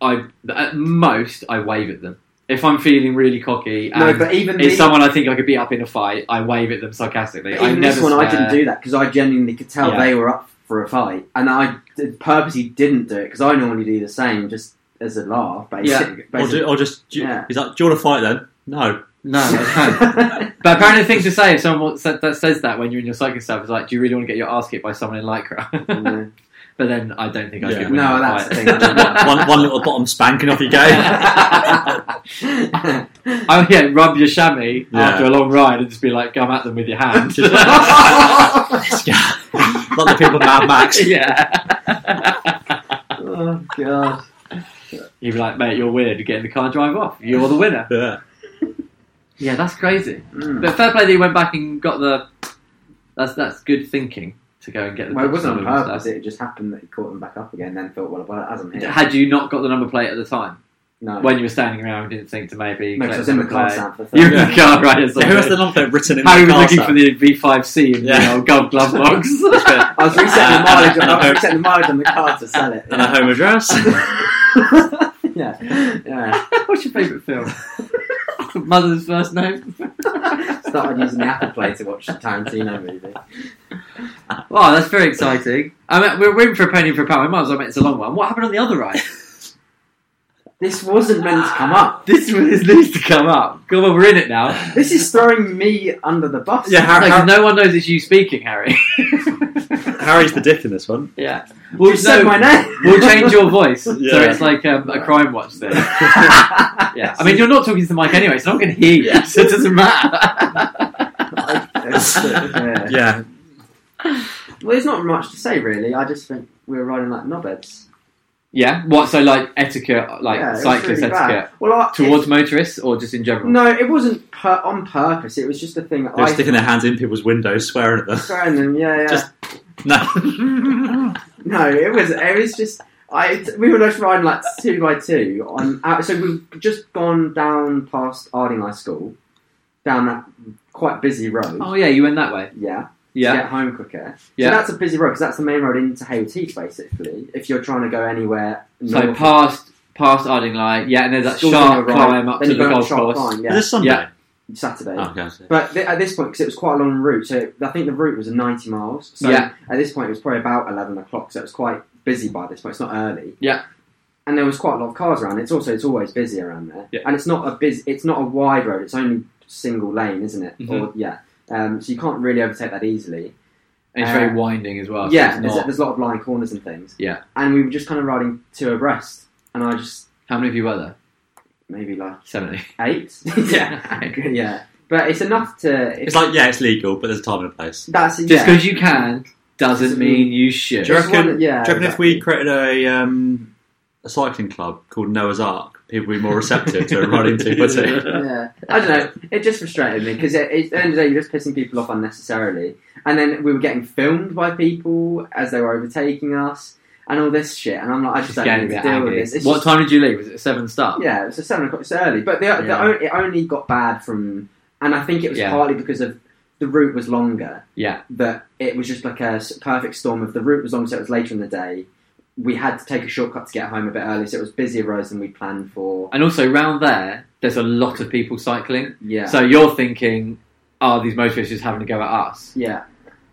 [SPEAKER 2] I at most I wave at them if I'm feeling really cocky. And
[SPEAKER 3] No, but even
[SPEAKER 2] it's
[SPEAKER 3] the-
[SPEAKER 2] someone I think I could beat up in a fight. I wave at them sarcastically.
[SPEAKER 3] But
[SPEAKER 2] I
[SPEAKER 3] even
[SPEAKER 2] never
[SPEAKER 3] this one, I
[SPEAKER 2] swear.
[SPEAKER 3] didn't do that because I genuinely could tell
[SPEAKER 2] Yeah.
[SPEAKER 3] they were up for a fight, and I d- purposely didn't do it because I normally do the same just as a laugh, basically.
[SPEAKER 1] Or, do, or just, do,
[SPEAKER 3] Yeah.
[SPEAKER 1] he's like, do you want to fight then? No.
[SPEAKER 2] No, I
[SPEAKER 3] (laughs)
[SPEAKER 2] don't. but apparently, the thing to say if someone said, that says that when you're in your cycling stuff is like, do you really want to get your ass kicked by someone in lycra? (laughs)
[SPEAKER 3] no,
[SPEAKER 2] but then I don't think I
[SPEAKER 1] Yeah.
[SPEAKER 2] could. win
[SPEAKER 3] No,
[SPEAKER 2] that
[SPEAKER 3] that's the
[SPEAKER 2] fight.
[SPEAKER 3] thing,
[SPEAKER 2] (laughs)
[SPEAKER 3] I don't know.
[SPEAKER 1] one, one little bottom spanking off you go.
[SPEAKER 2] Oh yeah, rub your chamois
[SPEAKER 1] Yeah.
[SPEAKER 2] after a long ride and just be like, come at them with
[SPEAKER 1] (laughs)
[SPEAKER 2] your hand. (laughs)
[SPEAKER 1] This guy. Not the people of Mad Max.
[SPEAKER 2] yeah.
[SPEAKER 3] oh god!
[SPEAKER 2] You'd be like, mate, you're weird. Get in the car and drive off. You're the winner.
[SPEAKER 1] Yeah.
[SPEAKER 2] Yeah, that's crazy.
[SPEAKER 3] Mm.
[SPEAKER 2] But fair play that you went back and got the. That's that's good thinking to go and get the.
[SPEAKER 3] Well, it wasn't on
[SPEAKER 2] number and
[SPEAKER 3] purpose.
[SPEAKER 2] stuff.
[SPEAKER 3] It just happened that he caught them back up again, then thought, well, well, it hasn't hit.
[SPEAKER 2] Had you not got the number plate at the time
[SPEAKER 3] No,
[SPEAKER 2] when you were standing around, and didn't think to maybe.
[SPEAKER 3] no, 'cause
[SPEAKER 2] collect
[SPEAKER 3] I was in the
[SPEAKER 2] number
[SPEAKER 3] car
[SPEAKER 2] plate. (laughs)
[SPEAKER 3] stand for the
[SPEAKER 2] You were in
[SPEAKER 1] Yeah.
[SPEAKER 2] the car, right? it's
[SPEAKER 1] So who
[SPEAKER 2] like-
[SPEAKER 1] has the number written in
[SPEAKER 2] Harry
[SPEAKER 1] the
[SPEAKER 2] was
[SPEAKER 1] car?
[SPEAKER 2] looking
[SPEAKER 1] sir?
[SPEAKER 2] for the V5C in
[SPEAKER 1] Yeah.
[SPEAKER 2] the old glove glove box.
[SPEAKER 1] Yeah.
[SPEAKER 3] I was
[SPEAKER 1] Uh,
[SPEAKER 3] resetting the mileage.
[SPEAKER 2] (laughs)
[SPEAKER 1] and a
[SPEAKER 3] I was
[SPEAKER 1] home-
[SPEAKER 3] resetting the mileage on the car to sell it.
[SPEAKER 1] and a home address.
[SPEAKER 3] (laughs) yeah, yeah.
[SPEAKER 2] What's your favourite film? (laughs) Mother's first name.
[SPEAKER 3] Started using the Apple Play to watch the Tarantino movie.
[SPEAKER 2] Wow, Oh, that's very exciting. I mean, we're we're in for a penny for a pound. We might as well make this a long one. What happened on the other ride? (laughs)
[SPEAKER 3] This wasn't meant to come up.
[SPEAKER 2] this one is needs to come up. Come on, we're in it now.
[SPEAKER 3] This is throwing me under the bus.
[SPEAKER 1] Yeah, Harry-
[SPEAKER 2] No, 'cause no one knows it's you speaking, Harry. (laughs)
[SPEAKER 1] Harry's the dick in this one.
[SPEAKER 2] yeah.
[SPEAKER 3] You
[SPEAKER 2] We'll,
[SPEAKER 3] said my name.
[SPEAKER 2] we'll change your
[SPEAKER 3] (laughs)
[SPEAKER 2] voice so
[SPEAKER 1] Yeah.
[SPEAKER 2] it's like um, a crime watch thing.
[SPEAKER 3] I
[SPEAKER 2] Yeah. I mean, you're not talking to the mic anyway, so I'm going to hear you, so it doesn't matter.
[SPEAKER 3] yeah.
[SPEAKER 1] Yeah.
[SPEAKER 3] Well, there's not much to say really. I just think we were riding like knobheads.
[SPEAKER 2] yeah. What? So, like etiquette, like
[SPEAKER 3] yeah, it was
[SPEAKER 2] cyclist
[SPEAKER 3] really bad.
[SPEAKER 2] etiquette
[SPEAKER 3] Well, I,
[SPEAKER 2] towards
[SPEAKER 3] it-
[SPEAKER 2] motorists, or just in general?
[SPEAKER 3] no, it wasn't per- on purpose. It was just a thing.
[SPEAKER 1] They were
[SPEAKER 3] I
[SPEAKER 1] sticking their hands in people's windows, swearing at them.
[SPEAKER 3] throwing them. Yeah, yeah.
[SPEAKER 1] Just- (laughs)
[SPEAKER 3] (laughs)
[SPEAKER 1] No.
[SPEAKER 3] No, it was. It was just. I we were just riding like two by two on. out- So we've just gone down past Arding High School, down that quite busy road.
[SPEAKER 2] Oh yeah, you went that way.
[SPEAKER 3] Yeah.
[SPEAKER 2] Yeah.
[SPEAKER 3] to get home quicker.
[SPEAKER 2] Yeah.
[SPEAKER 3] So that's a busy road because that's the main road into Hale Teeth, basically. If you're trying to go anywhere,
[SPEAKER 2] So
[SPEAKER 3] north-
[SPEAKER 2] past past Arding Light, yeah, and there's that
[SPEAKER 3] Schools on
[SPEAKER 2] sharp
[SPEAKER 3] your right,
[SPEAKER 2] climb up
[SPEAKER 3] then
[SPEAKER 2] to
[SPEAKER 3] you
[SPEAKER 2] the
[SPEAKER 3] go on
[SPEAKER 2] golf
[SPEAKER 3] sharp
[SPEAKER 2] course.
[SPEAKER 3] climb,
[SPEAKER 1] Is
[SPEAKER 3] yeah,
[SPEAKER 1] this Sunday?
[SPEAKER 2] Yeah.
[SPEAKER 3] Saturday.
[SPEAKER 1] Oh, okay. I see.
[SPEAKER 3] But th- at this point, because it was quite a long route, so I think the route was 90 miles. So
[SPEAKER 2] Yeah.
[SPEAKER 3] at this point, it was probably about 11 o'clock, so it was quite busy by this point. It's not early.
[SPEAKER 2] Yeah.
[SPEAKER 3] And there was quite a lot of cars around. It's also it's always busy around there.
[SPEAKER 2] Yeah.
[SPEAKER 3] And it's not a busy, it's not a wide road. It's only single lane, isn't it?
[SPEAKER 2] Mhm.
[SPEAKER 3] Or yeah. Um, so you can't really overtake that easily.
[SPEAKER 2] And it's very winding as well. Oh, so
[SPEAKER 3] yeah,
[SPEAKER 2] it's
[SPEAKER 3] there's,
[SPEAKER 2] not-
[SPEAKER 3] there's a lot of blind corners and things.
[SPEAKER 2] Yeah.
[SPEAKER 3] And we were just kind of riding two abreast, and I just
[SPEAKER 2] how many of you were there?
[SPEAKER 3] maybe like
[SPEAKER 2] Seventy.
[SPEAKER 3] eight.
[SPEAKER 2] (laughs) Yeah.
[SPEAKER 3] (laughs) yeah. But it's enough to.
[SPEAKER 1] It's like, yeah, it's legal, but there's a time and a place.
[SPEAKER 3] that's
[SPEAKER 2] Just
[SPEAKER 3] yeah.
[SPEAKER 2] because you can doesn't
[SPEAKER 3] Doesn't mean-
[SPEAKER 2] mean you
[SPEAKER 1] Do
[SPEAKER 2] should.
[SPEAKER 1] you
[SPEAKER 3] Just
[SPEAKER 1] reckon,
[SPEAKER 3] one- yeah,
[SPEAKER 1] do you reckon if we
[SPEAKER 3] exactly.
[SPEAKER 1] created a, um, a cycling club called Noah's Ark, people would be more receptive to running
[SPEAKER 3] (laughs)
[SPEAKER 1] two by two?
[SPEAKER 3] yeah, I don't know. It just frustrated me because at the end of the day, you're just pissing people off unnecessarily. And then we were getting filmed by people as they were overtaking us and all this shit. And I'm like, I just,
[SPEAKER 2] Just
[SPEAKER 3] don't
[SPEAKER 2] getting
[SPEAKER 3] need
[SPEAKER 2] a
[SPEAKER 3] to
[SPEAKER 2] bit
[SPEAKER 3] deal with
[SPEAKER 2] angry.
[SPEAKER 3] this. It's
[SPEAKER 2] What
[SPEAKER 3] just-
[SPEAKER 2] time did you leave? Was it seven start?
[SPEAKER 3] Yeah, it was a seven o'clock. It's early, but the,
[SPEAKER 2] Yeah.
[SPEAKER 3] the only, it only got bad from, and I think it was
[SPEAKER 2] Yeah.
[SPEAKER 3] partly because of the route was longer.
[SPEAKER 2] Yeah.
[SPEAKER 3] But it was just like a s- perfect storm of the route was longer, so it was later in the day. We had to take a shortcut to get home a bit early, so it was busier roads than we planned for.
[SPEAKER 2] And also round there, there's a lot of people cycling.
[SPEAKER 3] Yeah.
[SPEAKER 2] So you're thinking, are these motorists just having a go at us?
[SPEAKER 3] yeah.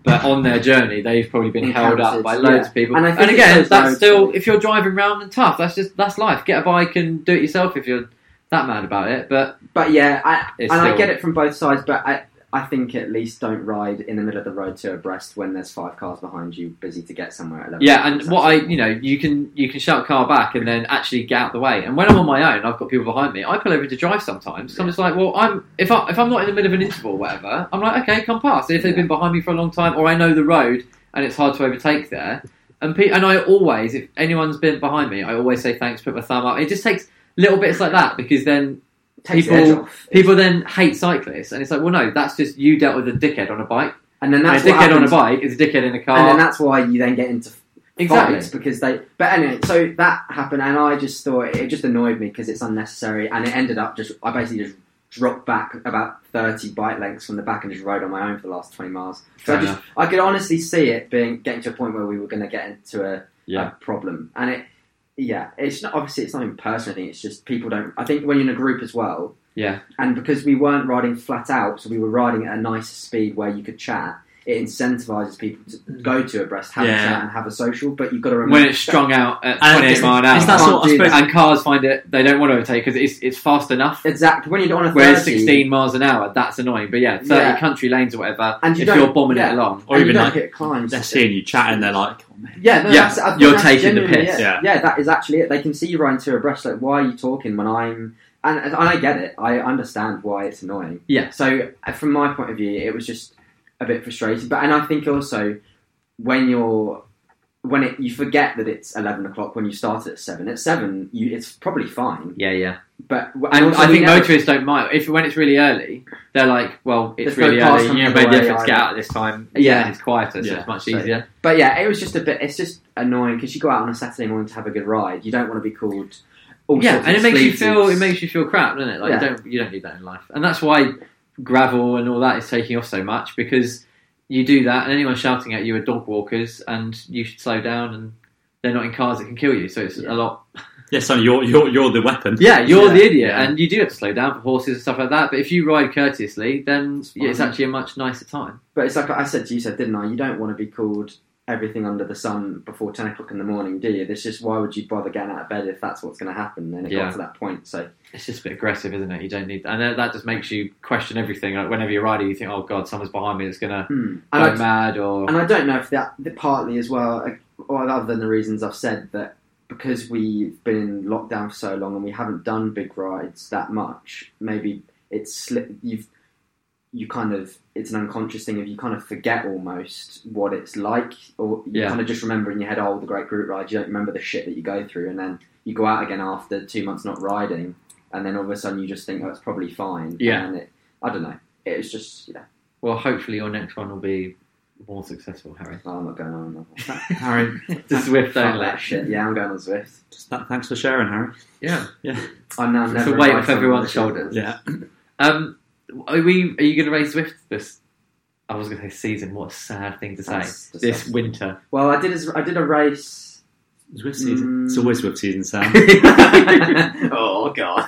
[SPEAKER 2] But on
[SPEAKER 3] (laughs)
[SPEAKER 2] their journey, they've probably been held up
[SPEAKER 3] Encountered,
[SPEAKER 2] by loads
[SPEAKER 3] yeah.
[SPEAKER 2] of people.
[SPEAKER 3] And
[SPEAKER 2] And,
[SPEAKER 3] I think it
[SPEAKER 2] again,
[SPEAKER 3] shows
[SPEAKER 2] that's
[SPEAKER 3] roads,
[SPEAKER 2] still
[SPEAKER 3] really.
[SPEAKER 2] if you're driving round and tough, that's just that's life. Get a bike and do it yourself if you're that mad about it. But
[SPEAKER 3] But yeah, I,
[SPEAKER 2] It's
[SPEAKER 3] and I
[SPEAKER 2] still-
[SPEAKER 3] get it from both sides, but I, I think at least don't ride in the middle of the road two abreast when there's five cars behind you busy to get somewhere at 11.
[SPEAKER 2] yeah, and what I you know you can you can shout car back and then actually get out the way. And when I'm on my own, I've got people behind me. I pull over to drive sometimes. 'cause I'm just like, well, I'm if I if I'm not in the middle of an interval, or whatever, I'm like, okay, come past. If they've
[SPEAKER 3] Yeah.
[SPEAKER 2] been behind me for a long time, or I know the road and it's hard to overtake there. And pe- and I always, if anyone's been behind me, I always say thanks, put my thumb up. It just takes little bits like that because then
[SPEAKER 3] Takes the
[SPEAKER 2] people-
[SPEAKER 3] edge off.
[SPEAKER 2] People then hate cyclists, and it's like, well, no, that's just you dealt with a dickhead on a bike.
[SPEAKER 3] and then
[SPEAKER 2] And a
[SPEAKER 3] that's what
[SPEAKER 2] dickhead on a
[SPEAKER 3] happens-
[SPEAKER 2] bike is a dickhead in a car.
[SPEAKER 3] and then that's why you then get into
[SPEAKER 2] exactly.
[SPEAKER 3] fights because they. But anyway, so that happened, and I just thought it just annoyed me because it's unnecessary, and it ended up just I basically just dropped back about thirty bike lengths from the back and just rode on my own for the last twenty miles.
[SPEAKER 2] Fair
[SPEAKER 3] So I just I could honestly see it being getting to a point where we were going to get into a,
[SPEAKER 2] Yeah.
[SPEAKER 3] a problem, and it. Yeah, it's not obviously it's not even personal. I think it's just people don't. I think when you're in a group as well,
[SPEAKER 2] Yeah.
[SPEAKER 3] and because we weren't riding flat out, so we were riding at a nicer speed where you could chat. It incentivizes people to go to abreast, have
[SPEAKER 1] Yeah.
[SPEAKER 3] a chat, and have a social. But you've got to remember
[SPEAKER 2] When it's strung out at
[SPEAKER 1] And
[SPEAKER 2] 28
[SPEAKER 1] it's-
[SPEAKER 2] mile an hour,
[SPEAKER 1] it's that
[SPEAKER 3] can't
[SPEAKER 1] sort. I
[SPEAKER 3] do
[SPEAKER 1] suppose
[SPEAKER 2] and cars find it they don't want to overtake because it's it's fast enough.
[SPEAKER 3] Exactly. When you're on a
[SPEAKER 2] Whereas
[SPEAKER 3] 30,
[SPEAKER 2] 16 miles an hour, that's annoying. But yeah, 30
[SPEAKER 3] Yeah.
[SPEAKER 2] country lanes or whatever,
[SPEAKER 3] And you
[SPEAKER 2] if
[SPEAKER 3] don't-
[SPEAKER 2] you're bombing
[SPEAKER 3] yeah.
[SPEAKER 2] it along,
[SPEAKER 1] or
[SPEAKER 3] and you
[SPEAKER 1] even
[SPEAKER 3] don't
[SPEAKER 1] like
[SPEAKER 3] hit climbs.
[SPEAKER 1] they're seeing you chatting, they're like, oh, man.
[SPEAKER 3] Yeah, no,
[SPEAKER 2] Yeah,
[SPEAKER 3] that's, I think
[SPEAKER 2] you're
[SPEAKER 3] that's
[SPEAKER 2] taking the
[SPEAKER 3] genuinely
[SPEAKER 2] piss.
[SPEAKER 3] it.
[SPEAKER 1] Yeah.
[SPEAKER 3] that is actually it. They can see you riding two abreast. Like, why are you talking when I'm? And, and I get it. I understand why it's annoying.
[SPEAKER 2] Yeah.
[SPEAKER 3] So uh, from my point of view, it was just a bit frustrating. But and I think also when you're when it, you forget that it's eleven o'clock when you start at seven. At seven, you, it's probably fine.
[SPEAKER 2] yeah, yeah.
[SPEAKER 3] But
[SPEAKER 2] And
[SPEAKER 3] also
[SPEAKER 2] I
[SPEAKER 3] we
[SPEAKER 2] think
[SPEAKER 3] never-
[SPEAKER 2] motorists don't mind if when it's really early, they're like, well, it's
[SPEAKER 3] There's no
[SPEAKER 2] really
[SPEAKER 3] cars
[SPEAKER 2] early.
[SPEAKER 3] coming
[SPEAKER 2] You
[SPEAKER 3] the
[SPEAKER 2] made the
[SPEAKER 3] way
[SPEAKER 2] effort to get
[SPEAKER 3] either.
[SPEAKER 2] out at this time.
[SPEAKER 3] Yeah.
[SPEAKER 2] and it's quieter, so
[SPEAKER 1] Yeah.
[SPEAKER 2] it's much
[SPEAKER 3] So-
[SPEAKER 2] easier.
[SPEAKER 3] But yeah, it was just a bit. It's just annoying because you go out on a Saturday morning to have a good ride. You don't want to be called. All
[SPEAKER 2] yeah,
[SPEAKER 3] sorts
[SPEAKER 2] and it
[SPEAKER 3] of
[SPEAKER 2] makes you
[SPEAKER 3] sleazes.
[SPEAKER 2] feel it makes you feel crap, doesn't it? Like
[SPEAKER 3] Yeah.
[SPEAKER 2] you don't you don't need that in life, and that's why gravel and all that is taking off so much because you do that, and anyone shouting at you are dog walkers, and you should slow down, and they're not in cars that can kill you, so it's
[SPEAKER 3] Yeah.
[SPEAKER 2] a lot.
[SPEAKER 1] yeah, son, you're you're you're the weapon.
[SPEAKER 2] Yeah, you're
[SPEAKER 3] Yeah.
[SPEAKER 2] the idiot,
[SPEAKER 1] Yeah.
[SPEAKER 2] and you do have to slow down for horses and stuff like that. But if you ride courteously, then it's, yeah, it's
[SPEAKER 3] fine.
[SPEAKER 2] actually a much nicer time.
[SPEAKER 3] But it's like I said to you, said didn't I? You don't want to be called everything under the sun before ten o'clock in the morning, do you? This is why would you bother getting out of bed if that's what's going to happen? And it
[SPEAKER 2] Yeah.
[SPEAKER 3] got to that point. So
[SPEAKER 2] It's just a bit aggressive, isn't it? You don't need, and that- that just makes you question everything. Like whenever you're riding, you think, "Oh God, someone's behind me that's gonna
[SPEAKER 3] and
[SPEAKER 2] go
[SPEAKER 3] I,
[SPEAKER 2] mad," or
[SPEAKER 3] and I don't know if that that partly as well, like, or other than the reasons I've said that because we've been in lockdown for so long and we haven't done big rides that much, maybe it's slipped. You've you kind of it's an unconscious thing of you kind of forget almost what it's like, or you
[SPEAKER 2] Yeah.
[SPEAKER 3] kind of just remember in your head, oh, the great group ride. You don't remember the shit that you go through, and then you go out again after two months not riding, and then all of a sudden you just think, oh, it's probably fine.
[SPEAKER 2] Yeah.
[SPEAKER 3] and it, I don't know. It's just yeah.
[SPEAKER 2] Well, hopefully your next one will be more successful, Harry.
[SPEAKER 3] Oh, I'm not going on. another.
[SPEAKER 1] Harry,
[SPEAKER 2] To Swift
[SPEAKER 3] Fuck
[SPEAKER 2] only.
[SPEAKER 3] that shit. Yeah, I'm going on Swift.
[SPEAKER 1] just that, thanks for sharing, Harry.
[SPEAKER 2] Yeah.
[SPEAKER 3] I'm now
[SPEAKER 2] It's
[SPEAKER 3] never
[SPEAKER 2] a weight
[SPEAKER 3] ride
[SPEAKER 2] off everyone's
[SPEAKER 3] someone else's.
[SPEAKER 2] shoulders.
[SPEAKER 1] Yeah,
[SPEAKER 2] Um, are we? Are you going to race Swift this? I was going to say season. What a sad thing to say.
[SPEAKER 3] That's
[SPEAKER 2] this
[SPEAKER 3] disgusting.
[SPEAKER 2] winter.
[SPEAKER 3] Well, I did. A, I did a race. Mm.
[SPEAKER 1] Swift season. It's always
[SPEAKER 3] (laughs)
[SPEAKER 1] Swift season, Sam.
[SPEAKER 3] (laughs) oh god!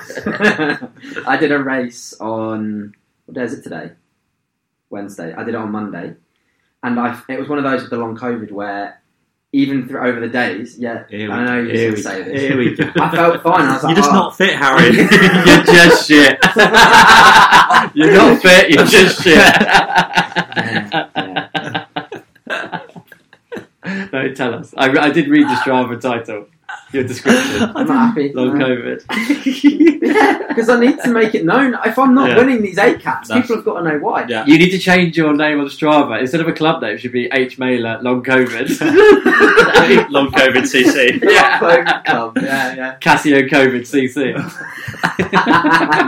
[SPEAKER 3] I did a race on what day is it today? Wednesday. I did it on Monday, and I. It was one of those with the long COVID where even through over the
[SPEAKER 2] (laughs)
[SPEAKER 3] days, yeah,
[SPEAKER 1] Here we,
[SPEAKER 3] I know you
[SPEAKER 1] here
[SPEAKER 3] didn't
[SPEAKER 1] we,
[SPEAKER 3] say this.
[SPEAKER 1] here we go.
[SPEAKER 3] (laughs) I felt fine. I was like,
[SPEAKER 1] You're just
[SPEAKER 3] oh.
[SPEAKER 1] not fit, Harry.
[SPEAKER 2] (laughs)
[SPEAKER 3] (laughs)
[SPEAKER 2] you're just shit. you're not fit. You're just shit.
[SPEAKER 3] (laughs) Yeah.
[SPEAKER 2] no, tell us. I, I did read the Strava title. Your description.
[SPEAKER 3] I'm not happy.
[SPEAKER 2] Long COVID.
[SPEAKER 3] (laughs) Because I need to make it known. If I'm not
[SPEAKER 1] Yeah.
[SPEAKER 3] winning these A caps,
[SPEAKER 1] That's-
[SPEAKER 3] people have got to know why. (laughs)
[SPEAKER 2] (laughs)
[SPEAKER 1] yeah.
[SPEAKER 2] You need to change your name on Strava. Instead of a club name, it should be H Mailer Long
[SPEAKER 3] (laughs)
[SPEAKER 2] COVID.
[SPEAKER 1] Long COVID (laughs) CC.
[SPEAKER 2] Yeah.
[SPEAKER 3] Club, club, yeah, yeah.
[SPEAKER 1] (laughs)
[SPEAKER 2] Casio COVID (laughs) CC.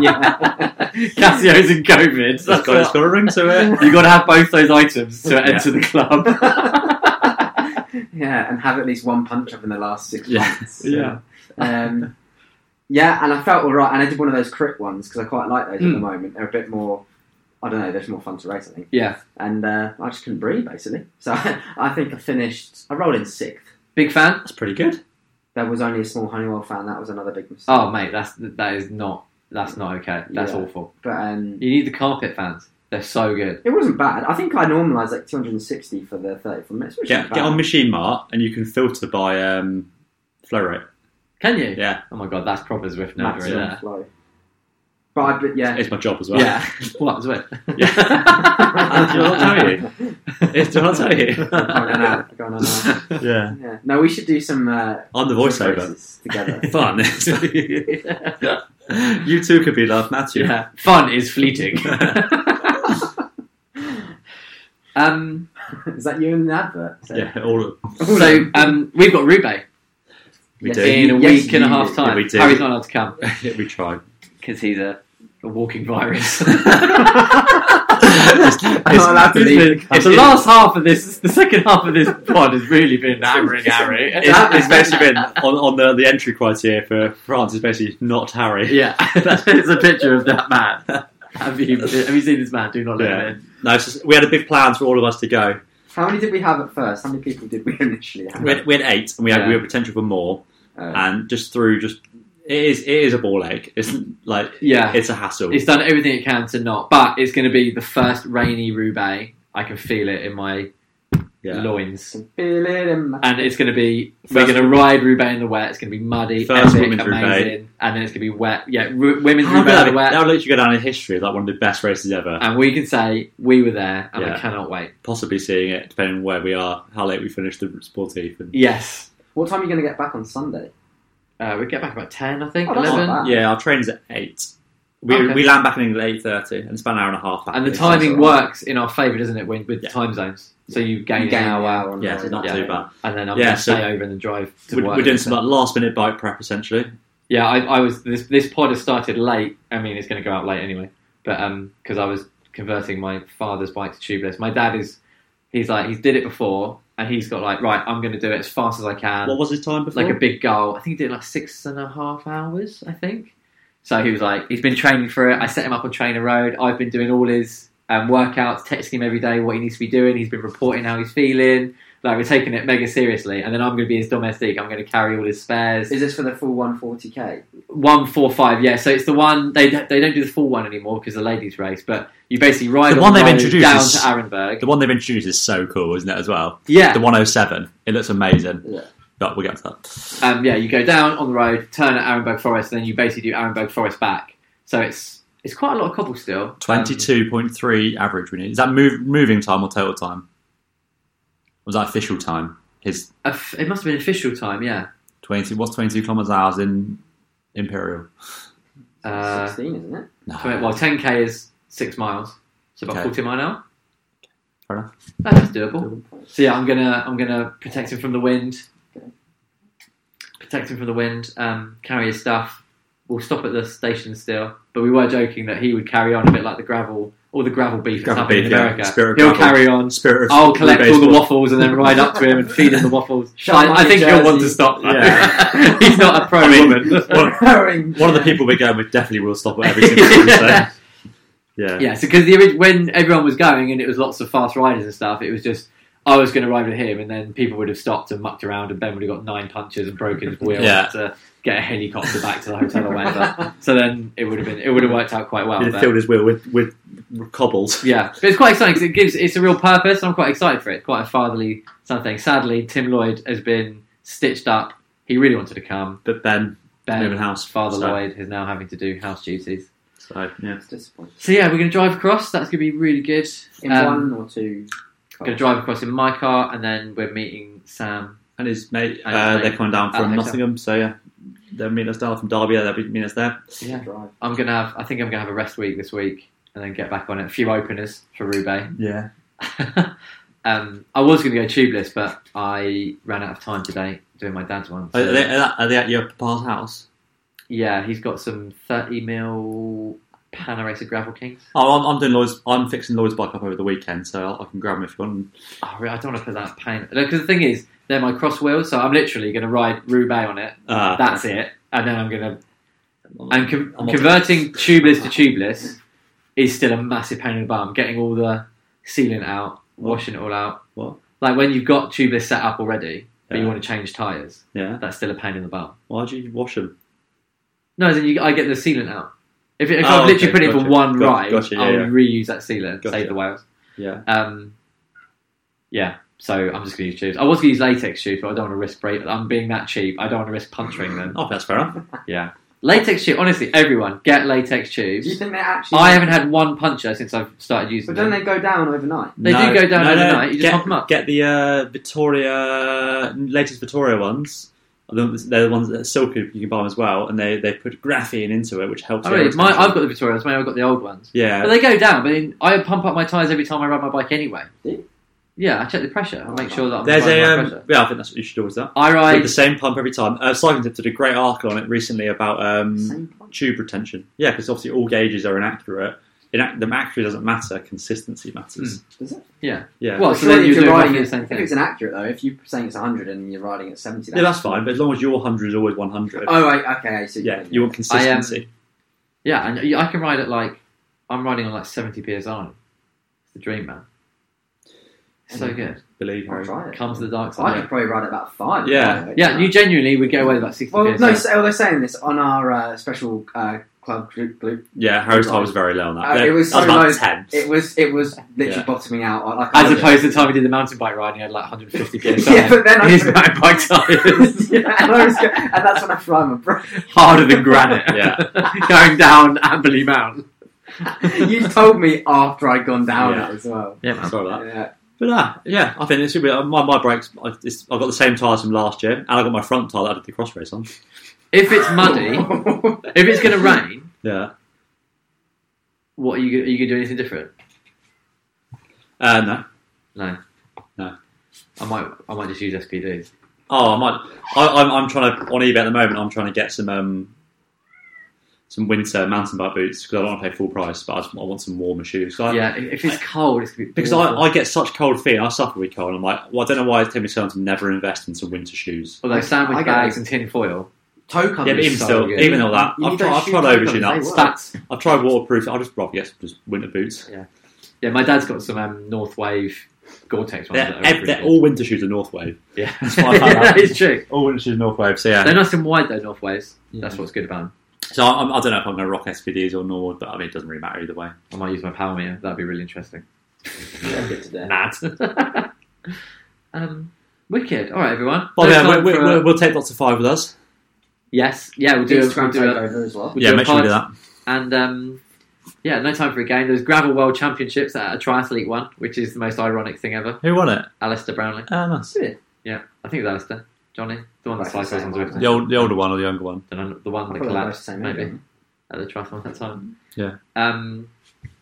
[SPEAKER 3] Yeah.
[SPEAKER 2] Casio's and COVID.
[SPEAKER 1] It's got, it's got a ring to it.
[SPEAKER 2] you got to have both those items to
[SPEAKER 1] Yeah.
[SPEAKER 2] enter the club.
[SPEAKER 3] yeah, and have at least one punch up in the last
[SPEAKER 1] (laughs)
[SPEAKER 3] six
[SPEAKER 1] Yeah.
[SPEAKER 3] months. Um,
[SPEAKER 1] Hmm.
[SPEAKER 3] yeah, and I felt all right. And I did one of those crit ones because I quite like those at the
[SPEAKER 2] Mm.
[SPEAKER 3] moment. They're a bit more I don't know, they're just more fun to race, I think.
[SPEAKER 2] Yeah.
[SPEAKER 3] And uh, I just couldn't breathe, basically. So (laughs) I think I finished, I rolled in sixth.
[SPEAKER 2] Big fan?
[SPEAKER 1] That's pretty good.
[SPEAKER 3] There was only a small Honeywell fan, that was another big mistake.
[SPEAKER 2] Oh, mate, that's that is not that's not okay. That's
[SPEAKER 3] Yeah.
[SPEAKER 1] Oh.
[SPEAKER 2] awful.
[SPEAKER 3] But um,
[SPEAKER 2] You need the carpet fans. They're so good.
[SPEAKER 3] it wasn't bad. I think I normalised like 260 for the 34 minutes, which
[SPEAKER 1] Get,
[SPEAKER 3] isn't
[SPEAKER 1] get
[SPEAKER 3] bad.
[SPEAKER 1] on Machine Mart and you can filter by um, flow rate.
[SPEAKER 2] Can you?
[SPEAKER 1] Yeah,
[SPEAKER 2] Oh my god, that's proper Zwift nerve right
[SPEAKER 3] maximum
[SPEAKER 2] there.
[SPEAKER 3] flow. But I, but yeah.
[SPEAKER 1] it's my job as well. (laughs)
[SPEAKER 2] Yeah. (laughs) What Zwift?
[SPEAKER 1] Yeah. Did I tell you? It's, did I tell
[SPEAKER 3] I'm going
[SPEAKER 1] you?
[SPEAKER 3] out, going
[SPEAKER 1] (laughs)
[SPEAKER 3] on out.
[SPEAKER 1] yeah.
[SPEAKER 3] Yeah. No, we should do some uh,
[SPEAKER 1] I'm the
[SPEAKER 3] some
[SPEAKER 1] voiceover.
[SPEAKER 3] races together.
[SPEAKER 1] Fun. (laughs) you too could be love, Matthew.
[SPEAKER 2] yeah. (laughs) Fun is fleeting.
[SPEAKER 1] (laughs)
[SPEAKER 2] (laughs) um,
[SPEAKER 3] Is that you in the advert? So-
[SPEAKER 1] Yeah, all of
[SPEAKER 2] so um, we've got Roubaix
[SPEAKER 1] We
[SPEAKER 3] Yes.
[SPEAKER 1] do. (laughs)
[SPEAKER 2] in a
[SPEAKER 3] Yes,
[SPEAKER 2] week and a
[SPEAKER 3] you-
[SPEAKER 2] half time.
[SPEAKER 1] yeah, we do.
[SPEAKER 2] Harry's not allowed to come
[SPEAKER 1] we try.
[SPEAKER 2] because he's a, a
[SPEAKER 1] (laughs)
[SPEAKER 2] walking virus.
[SPEAKER 1] (laughs) It's-
[SPEAKER 3] (laughs) I'm not allowed to
[SPEAKER 1] it's-
[SPEAKER 3] leave.
[SPEAKER 1] it's-
[SPEAKER 2] the last half of this, the second half of this pod has really been hammering Harry. (laughs)
[SPEAKER 1] It's, it's basically been on, on the, the entry criteria for France. It's basically not Harry.
[SPEAKER 2] Yeah, it's a picture of that man. (laughs) Have you have you seen this man? Do not let
[SPEAKER 1] Yeah.
[SPEAKER 2] him in.
[SPEAKER 1] No, it's just, we had a big plan for all of us to go.
[SPEAKER 3] How many did we have at first? How many people did we initially have?
[SPEAKER 1] We had, we had eight, and we had
[SPEAKER 2] Yeah.
[SPEAKER 1] we had potential for more.
[SPEAKER 3] Uh,
[SPEAKER 1] And just through just it is it is a ball ache. It's like
[SPEAKER 2] Yeah,
[SPEAKER 1] it's a hassle.
[SPEAKER 2] it's done everything it can to not, but it's going to be the first rainy Roubaix. I can feel it in my
[SPEAKER 1] yeah.
[SPEAKER 2] loins,
[SPEAKER 3] can feel it in my-
[SPEAKER 2] and it's going to be we we're
[SPEAKER 1] First-
[SPEAKER 2] going to ride Roubaix in the wet. It's going to be muddy,
[SPEAKER 1] First
[SPEAKER 2] epic,
[SPEAKER 1] women's
[SPEAKER 2] amazing,
[SPEAKER 1] Roubaix.
[SPEAKER 2] and then it's going to be wet. Yeah, Ru- women's
[SPEAKER 1] How
[SPEAKER 2] Roubaix
[SPEAKER 1] good
[SPEAKER 2] in
[SPEAKER 1] that,
[SPEAKER 2] the
[SPEAKER 1] that
[SPEAKER 2] wet,
[SPEAKER 1] would literally go down in history as like one of the best races ever.
[SPEAKER 2] and we can say we were there, and I
[SPEAKER 1] Yeah.
[SPEAKER 2] cannot wait.
[SPEAKER 1] Possibly seeing it depending on where we are, how late we finish the sportive. And,
[SPEAKER 2] Yes,
[SPEAKER 3] What time are you going to get back on Sunday?
[SPEAKER 2] uh, we get back about ten, I think,
[SPEAKER 3] Oh, that's not
[SPEAKER 2] eleven.
[SPEAKER 3] bad.
[SPEAKER 1] yeah, our train's at eight. We,
[SPEAKER 2] Okay.
[SPEAKER 1] we land back in England at eight thirty, and it's about an hour and a half. back.
[SPEAKER 2] And the
[SPEAKER 1] It's
[SPEAKER 2] timing
[SPEAKER 1] also-
[SPEAKER 2] works in our favour, doesn't it? When, with
[SPEAKER 1] Yeah.
[SPEAKER 2] time zones, so you gain,
[SPEAKER 3] You gain
[SPEAKER 2] an hour,
[SPEAKER 3] on
[SPEAKER 1] Yeah,
[SPEAKER 3] the-
[SPEAKER 1] it's not
[SPEAKER 2] Yeah.
[SPEAKER 1] too bad.
[SPEAKER 2] and then I'm
[SPEAKER 1] Yeah,
[SPEAKER 2] going to
[SPEAKER 1] so-
[SPEAKER 2] stay over and then drive to
[SPEAKER 1] We're,
[SPEAKER 2] work.
[SPEAKER 1] we're doing some like last minute bike prep essentially.
[SPEAKER 2] yeah, I, I was this this pod has started late. I mean, it's going to go out late anyway, but um, because I was converting my father's bike to tubeless. My dad is he's like he's did it before, and he's got like right, I'm going to do it as fast as I can.
[SPEAKER 1] What was his time before?
[SPEAKER 2] like a big goal. I think he did like six and a half hours, I think. So he was like, he's been training for it. I set him up on Trainer Road. I've been doing all his um, workouts, texting him every day what he needs to be doing. He's been reporting how he's feeling. Like we're taking it mega seriously. And then I'm going to be his domestique. I'm going to carry all his spares.
[SPEAKER 3] Is this for the full 140k?
[SPEAKER 2] One four five, yeah. So it's the one they they don't do the full one anymore because the ladies race. But you basically ride
[SPEAKER 1] The
[SPEAKER 2] on
[SPEAKER 1] one
[SPEAKER 2] the
[SPEAKER 1] they've
[SPEAKER 2] road
[SPEAKER 1] introduced
[SPEAKER 2] down
[SPEAKER 1] is-
[SPEAKER 2] to Arenberg.
[SPEAKER 1] The one they've introduced is so cool, isn't it? As well,
[SPEAKER 2] yeah,
[SPEAKER 1] the 107. It looks amazing.
[SPEAKER 3] Yeah.
[SPEAKER 1] But we'll get to that.
[SPEAKER 2] um, yeah, you go down on the road, turn at Arenberg Forest, and then you basically do Arenberg Forest back. So it's it's quite a lot of cobble still. Um,
[SPEAKER 1] 22.3 average. We need. Is that move, moving time or total time? Or Was that official time? His
[SPEAKER 2] a f- it must have been official time, yeah.
[SPEAKER 1] 20. What's 22 kilometers an hour in imperial?
[SPEAKER 2] Uh,
[SPEAKER 3] 16, isn't it?
[SPEAKER 1] No.
[SPEAKER 2] twen- well, 10k is six miles, so about
[SPEAKER 1] Okay.
[SPEAKER 2] 40 mile an hour.
[SPEAKER 1] Fair enough.
[SPEAKER 2] That's doable. So yeah, I'm gonna I'm gonna protect him from the wind. Protect him from the wind. Um, carry his stuff. We'll stop at the station still, but we were joking that he would carry on a bit like the gravel, all the gravel beef that's
[SPEAKER 1] Gravel
[SPEAKER 2] happening in
[SPEAKER 1] beef, yeah.
[SPEAKER 2] America.
[SPEAKER 1] Spirit of
[SPEAKER 2] He'll
[SPEAKER 1] gravel.
[SPEAKER 2] carry on.
[SPEAKER 1] Spirit of
[SPEAKER 2] I'll collect all the
[SPEAKER 1] baseball.
[SPEAKER 2] waffles and then ride up to him and feed him the waffles.
[SPEAKER 3] Show him
[SPEAKER 2] I, I
[SPEAKER 3] my
[SPEAKER 2] think he'll want
[SPEAKER 3] jersey.
[SPEAKER 2] to stop. though.
[SPEAKER 1] Yeah.
[SPEAKER 2] (laughs) He's not a pro
[SPEAKER 1] I mean, (laughs)
[SPEAKER 2] woman.
[SPEAKER 1] (laughs)
[SPEAKER 3] (laughs)
[SPEAKER 1] one,
[SPEAKER 3] Wearing-
[SPEAKER 1] one of the people we're going with definitely will stop at every (laughs) single one. so,
[SPEAKER 2] (laughs) Yeah.
[SPEAKER 1] yeah.
[SPEAKER 2] Yeah, so because the orig- when everyone was going and it was lots of fast riders and stuff, it was just I was going to ride with him, and then people would have stopped and mucked around, and Ben would have got nine punches and broken his wheel
[SPEAKER 1] Yeah.
[SPEAKER 2] to get a helicopter back to the hotel or
[SPEAKER 3] (laughs)
[SPEAKER 2] whatever. so then it would have been it would have worked out quite well.
[SPEAKER 1] He'd
[SPEAKER 2] but-
[SPEAKER 1] filled his wheel with, with cobbles.
[SPEAKER 2] yeah, but it's quite exciting because it gives it's a real purpose. I'm quite excited for it. Quite a fatherly something. Sadly, Tim Lloyd has been stitched up. He really wanted to come.
[SPEAKER 1] But Ben, moving
[SPEAKER 2] Ben,
[SPEAKER 1] house.
[SPEAKER 2] Father
[SPEAKER 1] so,
[SPEAKER 2] Lloyd is now having to do house duties.
[SPEAKER 1] So, yeah.
[SPEAKER 3] It's disappointing.
[SPEAKER 2] So yeah, we're going to drive across. That's going to be really good.
[SPEAKER 3] In
[SPEAKER 2] Um,
[SPEAKER 3] one or two.
[SPEAKER 2] going to drive across in my car, and then we're meeting Sam.
[SPEAKER 1] And his mate,
[SPEAKER 2] And his
[SPEAKER 1] uh,
[SPEAKER 2] mate.
[SPEAKER 1] they're coming down
[SPEAKER 2] At the
[SPEAKER 1] from
[SPEAKER 2] hotel.
[SPEAKER 1] Nottingham, so yeah. They'll meet us down from Derby, yeah, they'll be- meet us there.
[SPEAKER 2] Yeah,
[SPEAKER 3] drive.
[SPEAKER 2] I'm gonna have. I think I'm gonna have a rest week this week, and then get back on it. A few openers for Roubaix. (laughs)
[SPEAKER 1] Yeah.
[SPEAKER 2] um, I was gonna go tubeless, but I ran out of time today doing my dad's one.
[SPEAKER 1] Are
[SPEAKER 2] so-
[SPEAKER 1] they, are they- are they at your papa's house?
[SPEAKER 2] yeah, he's got some 30 mil Panaracer Gravel Kings.
[SPEAKER 1] Oh, I'm, I'm doing Lloyd's, I'm fixing Lloyd's bike up over the weekend, so I'll, I can grab him if you want.
[SPEAKER 2] Oh, really, I don't want to put that pain. Because the thing is, they're my cross wheels, so I'm literally going to ride Roubaix on it.
[SPEAKER 1] Uh,
[SPEAKER 2] That's it. And then I'm going to.
[SPEAKER 1] I'm-
[SPEAKER 2] I'm con-
[SPEAKER 1] I'm-
[SPEAKER 2] converting tubeless to tubeless is still a massive pain in the bum. Getting all the sealant out, washing it all out.
[SPEAKER 1] What?
[SPEAKER 2] Like when you've got tubeless set up already, but you
[SPEAKER 1] Yeah.
[SPEAKER 2] want to change tyres,
[SPEAKER 1] Yeah.
[SPEAKER 2] that's still a pain in the bum.
[SPEAKER 1] Why do you wash them?
[SPEAKER 2] No, as in you, I get the sealant out. If, it- if
[SPEAKER 1] Oh,
[SPEAKER 2] I've literally
[SPEAKER 1] okay,
[SPEAKER 2] put it for
[SPEAKER 1] gotcha.
[SPEAKER 2] one
[SPEAKER 1] Got-
[SPEAKER 2] ride,
[SPEAKER 1] gotcha, yeah,
[SPEAKER 2] I'll
[SPEAKER 1] yeah.
[SPEAKER 2] reuse that sealant,
[SPEAKER 1] Gotcha.
[SPEAKER 2] save the whales.
[SPEAKER 1] Yeah.
[SPEAKER 2] Um, yeah, so I'm just going to use tubes. I was going to use latex tubes, but I don't want to risk break. I'm being that cheap. I don't want to risk puncturing them.
[SPEAKER 1] Oh, that's fair enough.
[SPEAKER 2] Yeah, latex tube. Honestly, everyone get latex
[SPEAKER 3] Do you
[SPEAKER 2] tubes.
[SPEAKER 3] think they actually?
[SPEAKER 2] I haven't had one puncture since I've started using
[SPEAKER 3] But don't
[SPEAKER 2] them.
[SPEAKER 3] they go down overnight?
[SPEAKER 2] They do go down overnight, you just
[SPEAKER 1] get,
[SPEAKER 2] pump 'em up.
[SPEAKER 1] Get the uh, Victoria latest Victoria ones. They're the ones that Silky you can buy them as well, and they, they put graphene into it, which helps.
[SPEAKER 2] Oh,
[SPEAKER 1] the
[SPEAKER 2] really?
[SPEAKER 1] air
[SPEAKER 2] My,
[SPEAKER 1] retention.
[SPEAKER 2] I've got the Victoria ones. Maybe I've got the old ones.
[SPEAKER 1] yeah,
[SPEAKER 2] But they go down. But in, I pump up my tyres every time I ride my bike anyway.
[SPEAKER 3] Do you?
[SPEAKER 2] Yeah, I check the pressure. I make sure that I'm
[SPEAKER 1] There's
[SPEAKER 2] riding
[SPEAKER 1] a
[SPEAKER 2] my
[SPEAKER 1] um,
[SPEAKER 2] pressure.
[SPEAKER 1] yeah. I think that's what you should always do.
[SPEAKER 2] I
[SPEAKER 1] With
[SPEAKER 2] ride.
[SPEAKER 1] the same pump every time. Uh, Cycling Tip did a great article on it recently about um,
[SPEAKER 3] Same point.
[SPEAKER 1] tube retention. Yeah, because obviously all gauges are inaccurate. Inac- the accuracy doesn't matter. Consistency matters.
[SPEAKER 3] Mm. Does it?
[SPEAKER 1] Yeah.
[SPEAKER 2] Well,
[SPEAKER 3] But
[SPEAKER 2] so then
[SPEAKER 3] surely
[SPEAKER 2] you're
[SPEAKER 3] if
[SPEAKER 2] doing
[SPEAKER 3] riding
[SPEAKER 2] roughly the
[SPEAKER 3] it,
[SPEAKER 2] same
[SPEAKER 3] If
[SPEAKER 2] thing.
[SPEAKER 3] it's inaccurate though, if you're saying it's 100 and you're riding at 70,
[SPEAKER 1] yeah, that's fine. But as long as your 100 is always 100,
[SPEAKER 3] Oh, right, okay, I um, see.
[SPEAKER 1] yeah, you want consistency.
[SPEAKER 2] Yeah, and y- I can ride at like I'm riding on like 70 psi. It's the dream, man. It's so good.
[SPEAKER 1] believe
[SPEAKER 3] I'll
[SPEAKER 1] me.
[SPEAKER 3] try it.
[SPEAKER 2] Come to the dark
[SPEAKER 3] I
[SPEAKER 2] side.
[SPEAKER 3] could probably ride at about five.
[SPEAKER 1] Yeah.
[SPEAKER 3] right?
[SPEAKER 2] Yeah, you genuinely would get away with about 60
[SPEAKER 3] Well,
[SPEAKER 2] psi.
[SPEAKER 3] no. So, although saying this on our uh, special uh, club group, group,
[SPEAKER 1] Yeah, Harry's time was very low on that.
[SPEAKER 3] Uh, it was
[SPEAKER 1] that
[SPEAKER 3] so
[SPEAKER 1] about
[SPEAKER 3] low-
[SPEAKER 1] 10.
[SPEAKER 3] it was it was literally
[SPEAKER 1] Yeah.
[SPEAKER 3] bottoming out. Like I
[SPEAKER 2] As
[SPEAKER 3] was-
[SPEAKER 2] opposed to the time we did the mountain bike riding, I had
[SPEAKER 1] (laughs)
[SPEAKER 2] like 150 psi.
[SPEAKER 3] (laughs) Yeah, but then I-
[SPEAKER 2] His mountain
[SPEAKER 3] (laughs)
[SPEAKER 2] bike tyres.
[SPEAKER 3] yeah, and, I was go- and that's when I fry my bro.
[SPEAKER 2] Harder than (laughs)
[SPEAKER 1] (laughs)
[SPEAKER 2] granite.
[SPEAKER 1] Yeah.
[SPEAKER 2] Going down Amberley Mount.
[SPEAKER 1] (laughs)
[SPEAKER 3] you told me after I'd gone down
[SPEAKER 1] Yeah.
[SPEAKER 3] it as well.
[SPEAKER 2] Yeah, man.
[SPEAKER 1] Sorry about that.
[SPEAKER 3] Yeah.
[SPEAKER 1] But uh, yeah, I think it should be. uh, My, my brakes, I- it's- I've got the same tyres from last year, and I've got my front tyre that I did the cross race on.
[SPEAKER 2] If it's muddy, if it's going to rain,
[SPEAKER 1] Yeah.
[SPEAKER 2] what are you, gonna- are you going to do anything different?
[SPEAKER 1] Uh, no.
[SPEAKER 2] No.
[SPEAKER 1] No.
[SPEAKER 2] I might, I might just use SPD.
[SPEAKER 1] Oh, I might. I, I'm, I'm trying to on eBay at the moment. I'm trying to get some um, some winter mountain bike boots because I don't want to pay full price, but I, just, I want some warmer shoes. So Um, I-
[SPEAKER 2] Yeah, if if it's cold, it's going to be
[SPEAKER 1] Because
[SPEAKER 2] awful.
[SPEAKER 1] I, I get such cold feet, I suffer with cold. I'm like, well, I don't know why it's taking me so long to never invest in some winter shoes.
[SPEAKER 2] Although sandwich
[SPEAKER 3] I get
[SPEAKER 2] bags
[SPEAKER 3] it.
[SPEAKER 2] and tin foil,
[SPEAKER 3] (laughs) Toe covers.
[SPEAKER 1] Yeah, but even
[SPEAKER 2] so
[SPEAKER 1] still,
[SPEAKER 2] good.
[SPEAKER 1] even all that,
[SPEAKER 3] You
[SPEAKER 1] I've
[SPEAKER 3] need
[SPEAKER 1] tried,
[SPEAKER 3] those
[SPEAKER 1] I've
[SPEAKER 3] shoes
[SPEAKER 1] tried
[SPEAKER 3] to
[SPEAKER 1] over
[SPEAKER 3] cover
[SPEAKER 1] you
[SPEAKER 3] them,
[SPEAKER 1] now.
[SPEAKER 3] they work.
[SPEAKER 2] that's
[SPEAKER 1] I've tried waterproof. I'd just rather get some just winter boots.
[SPEAKER 2] yeah. My dad's got some um, North Wave Gore-Tex ones.
[SPEAKER 1] They're,
[SPEAKER 2] that are
[SPEAKER 1] ev-
[SPEAKER 2] really
[SPEAKER 1] they're
[SPEAKER 2] good.
[SPEAKER 1] all winter shoes are North Wave.
[SPEAKER 2] yeah,
[SPEAKER 1] That's what I found
[SPEAKER 2] (laughs) Yeah,
[SPEAKER 1] out.
[SPEAKER 2] it's true.
[SPEAKER 1] All winter shoes are North Wave. So yeah.
[SPEAKER 2] They're nice and wide though, North Waves.
[SPEAKER 1] Yeah.
[SPEAKER 2] That's what's good about them.
[SPEAKER 1] so I, I'm- I don't know if I'm going to rock SPDs or Norwood, but I mean, it doesn't really matter either way.
[SPEAKER 2] I might use my power meter. That'd be really interesting.
[SPEAKER 3] (laughs)
[SPEAKER 1] Mad.
[SPEAKER 2] Mad. (laughs) um, wicked. All right, everyone.
[SPEAKER 1] But
[SPEAKER 2] No
[SPEAKER 1] yeah,
[SPEAKER 2] time
[SPEAKER 1] we, we,
[SPEAKER 2] for a-
[SPEAKER 1] we'll, we'll take lots of five with us.
[SPEAKER 2] yes, yeah, we'll do. A, we'll
[SPEAKER 3] Instagram
[SPEAKER 2] do a,
[SPEAKER 3] takeover as well.
[SPEAKER 2] We'll
[SPEAKER 1] yeah,
[SPEAKER 2] do a
[SPEAKER 1] make sure we
[SPEAKER 2] pod.
[SPEAKER 1] do that.
[SPEAKER 2] and um, yeah, no time for a game. There's gravel world championships at a triathlete one, which is the most ironic thing ever.
[SPEAKER 1] Who won it?
[SPEAKER 2] Alistair Brownlee.
[SPEAKER 1] Uh, nice.
[SPEAKER 2] Yeah, I think it was Alistair. Johnny, the one that
[SPEAKER 3] Right,
[SPEAKER 2] cycles on
[SPEAKER 3] same.
[SPEAKER 2] Zwift.
[SPEAKER 1] The, old, the older one or the younger one?
[SPEAKER 2] the one, the one that
[SPEAKER 3] Probably
[SPEAKER 2] collapsed,
[SPEAKER 3] the same
[SPEAKER 2] maybe
[SPEAKER 3] age,
[SPEAKER 2] at the triathlon at that time.
[SPEAKER 1] Yeah.
[SPEAKER 2] Um,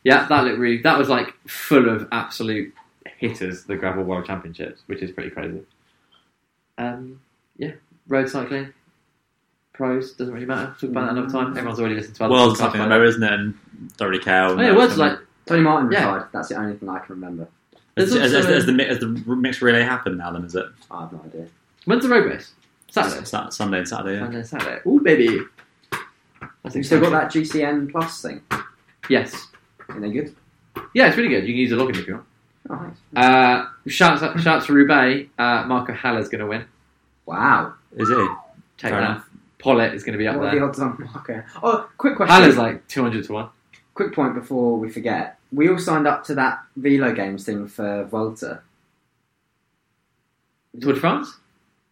[SPEAKER 2] yeah, that looked really. That was like full of absolute hitters. The gravel world championships, which is pretty crazy. Um, yeah, road cycling, pros doesn't really matter. Talk about that another time. Everyone's already listened to other
[SPEAKER 1] World's
[SPEAKER 2] podcasts
[SPEAKER 1] something
[SPEAKER 2] like
[SPEAKER 1] about, isn't it? And don't really care.
[SPEAKER 2] that. Oh, yeah, words like
[SPEAKER 3] Tony Martin
[SPEAKER 2] Yeah.
[SPEAKER 3] retired. That's the only thing I can remember.
[SPEAKER 1] Has,
[SPEAKER 2] There's
[SPEAKER 1] has, has,
[SPEAKER 2] also-
[SPEAKER 1] has the, mi- has the mixed relay happened now, then, is it?
[SPEAKER 3] I have no idea.
[SPEAKER 2] when's the road race? Saturday.
[SPEAKER 1] It's that Sunday and Saturday, yeah.
[SPEAKER 2] Sunday, Saturday. Oh baby. That's
[SPEAKER 3] You still got
[SPEAKER 2] exciting.
[SPEAKER 3] that GCN Plus thing?
[SPEAKER 2] Yes.
[SPEAKER 3] Are they good?
[SPEAKER 2] Yeah, it's really good. You can use a login if you want.
[SPEAKER 3] Oh, nice.
[SPEAKER 2] Uh, shouts, shouts to Roubaix. Uh, Marco Haller's going to win.
[SPEAKER 3] Wow.
[SPEAKER 1] Is it?
[SPEAKER 2] Take
[SPEAKER 1] Fair
[SPEAKER 2] that.
[SPEAKER 1] enough.
[SPEAKER 2] Pollet is going to be up
[SPEAKER 3] what are the
[SPEAKER 2] there.
[SPEAKER 3] odds on (laughs) Marco? Oh, quick question.
[SPEAKER 2] Haller's like 200 to 1.
[SPEAKER 3] quick point before we forget. We all signed up to that Velo Games thing for Volta.
[SPEAKER 2] Tour de France?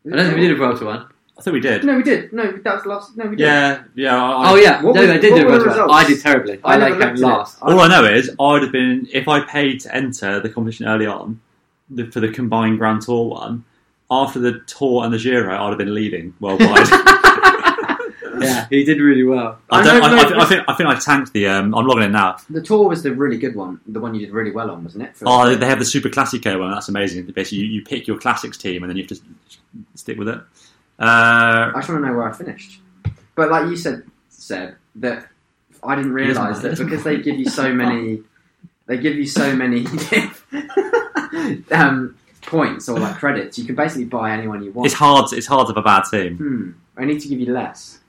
[SPEAKER 2] I don't think we did a Vuelta one.
[SPEAKER 1] I think we did.
[SPEAKER 3] No, we did. No, that was the last. No, we did.
[SPEAKER 1] Yeah, yeah. I,
[SPEAKER 2] Oh, yeah.
[SPEAKER 3] What
[SPEAKER 2] no,
[SPEAKER 3] were-
[SPEAKER 2] they did
[SPEAKER 3] what
[SPEAKER 2] do a
[SPEAKER 3] were the
[SPEAKER 2] Vuelta one.
[SPEAKER 3] results?
[SPEAKER 2] I did terribly. I,
[SPEAKER 3] never
[SPEAKER 2] like came
[SPEAKER 3] looked at it.
[SPEAKER 2] last.
[SPEAKER 1] All I know is I'd have been if I paid to enter the competition early on the, for the combined Grand Tour one. After the tour and the Giro, I'd have been leading
[SPEAKER 3] (laughs)
[SPEAKER 1] worldwide.
[SPEAKER 2] Yeah, he did really well.
[SPEAKER 1] I,
[SPEAKER 3] I
[SPEAKER 1] don't,
[SPEAKER 3] know,
[SPEAKER 1] I,
[SPEAKER 3] no,
[SPEAKER 1] I, think- I
[SPEAKER 3] it's-
[SPEAKER 1] think I think I tanked the. Um, I'm logging in now.
[SPEAKER 3] The tour was the really good one, the one you did really well on, wasn't it? For-
[SPEAKER 1] Oh, they have the Super Classico one. That's amazing. Basically, you, you pick your classics team and then you have to stick with it. Uh,
[SPEAKER 3] I just want to know where I finished. But like you said, Seb, that I
[SPEAKER 1] doesn't
[SPEAKER 3] didn't realise
[SPEAKER 1] matter.
[SPEAKER 3] that because they give you
[SPEAKER 1] (laughs)
[SPEAKER 3] so many, they give you so many (laughs) um, points or like credits. You can basically buy anyone you want.
[SPEAKER 1] it's hard. It's hard to have a bad team.
[SPEAKER 3] Hmm. I need to give you less.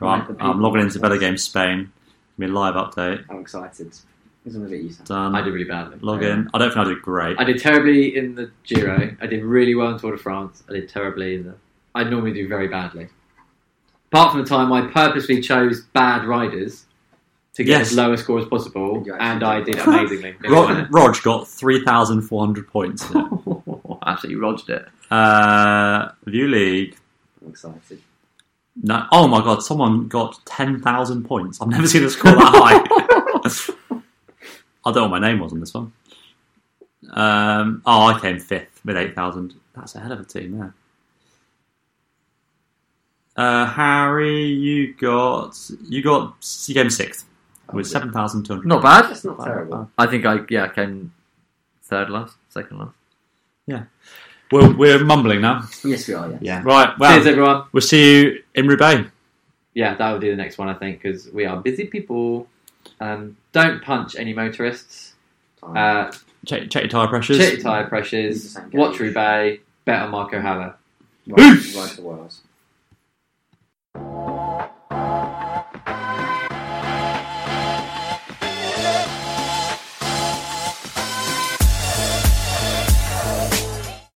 [SPEAKER 1] Right,
[SPEAKER 3] Like the
[SPEAKER 1] I'm
[SPEAKER 3] people-
[SPEAKER 1] logging into Better Game Spain. Give me a live update.
[SPEAKER 3] I'm excited. He's gonna beat you. Sam.
[SPEAKER 1] Done.
[SPEAKER 2] I did really badly.
[SPEAKER 1] Log in. I don't think I did great.
[SPEAKER 2] I did terribly in the Giro. I did really well in Tour de France. I did terribly in the. I normally do very badly. Apart from the time I purposely chose bad riders to get
[SPEAKER 1] Yes.
[SPEAKER 2] as low a score as possible,
[SPEAKER 3] You actually
[SPEAKER 2] and I
[SPEAKER 3] did.
[SPEAKER 5] (laughs)
[SPEAKER 2] did amazingly.
[SPEAKER 1] Rog, Rog got 3,400 points. in it.
[SPEAKER 2] (laughs) Absolutely rogged it.
[SPEAKER 1] uh, View League.
[SPEAKER 3] I'm excited.
[SPEAKER 1] No, oh my god, someone got 10,000 points. I've never seen a score that high. (laughs) I don't know what my name was on this one. Um, oh, I came fifth with 8,000. That's ahead of a team, yeah. Uh, Harry, you got you got you came sixth
[SPEAKER 3] Oh,
[SPEAKER 1] with seven thousand two hundred.
[SPEAKER 5] Not bad.
[SPEAKER 3] That's not terrible.
[SPEAKER 5] I think I yeah came third last, second last.
[SPEAKER 1] We're, we're mumbling now.
[SPEAKER 3] Yes, we are. Yeah.
[SPEAKER 1] Right, well,
[SPEAKER 2] Cheers, everyone.
[SPEAKER 1] we'll see you in Roubaix.
[SPEAKER 2] Yeah, that will be the next one, I think, because we are busy people. Um, don't punch any motorists. Uh,
[SPEAKER 1] Check, check your tire pressures.
[SPEAKER 2] check your tyre pressures.
[SPEAKER 3] Just-
[SPEAKER 2] Watch Roubaix. Bet on Marco Haller.
[SPEAKER 3] right, right to Wales.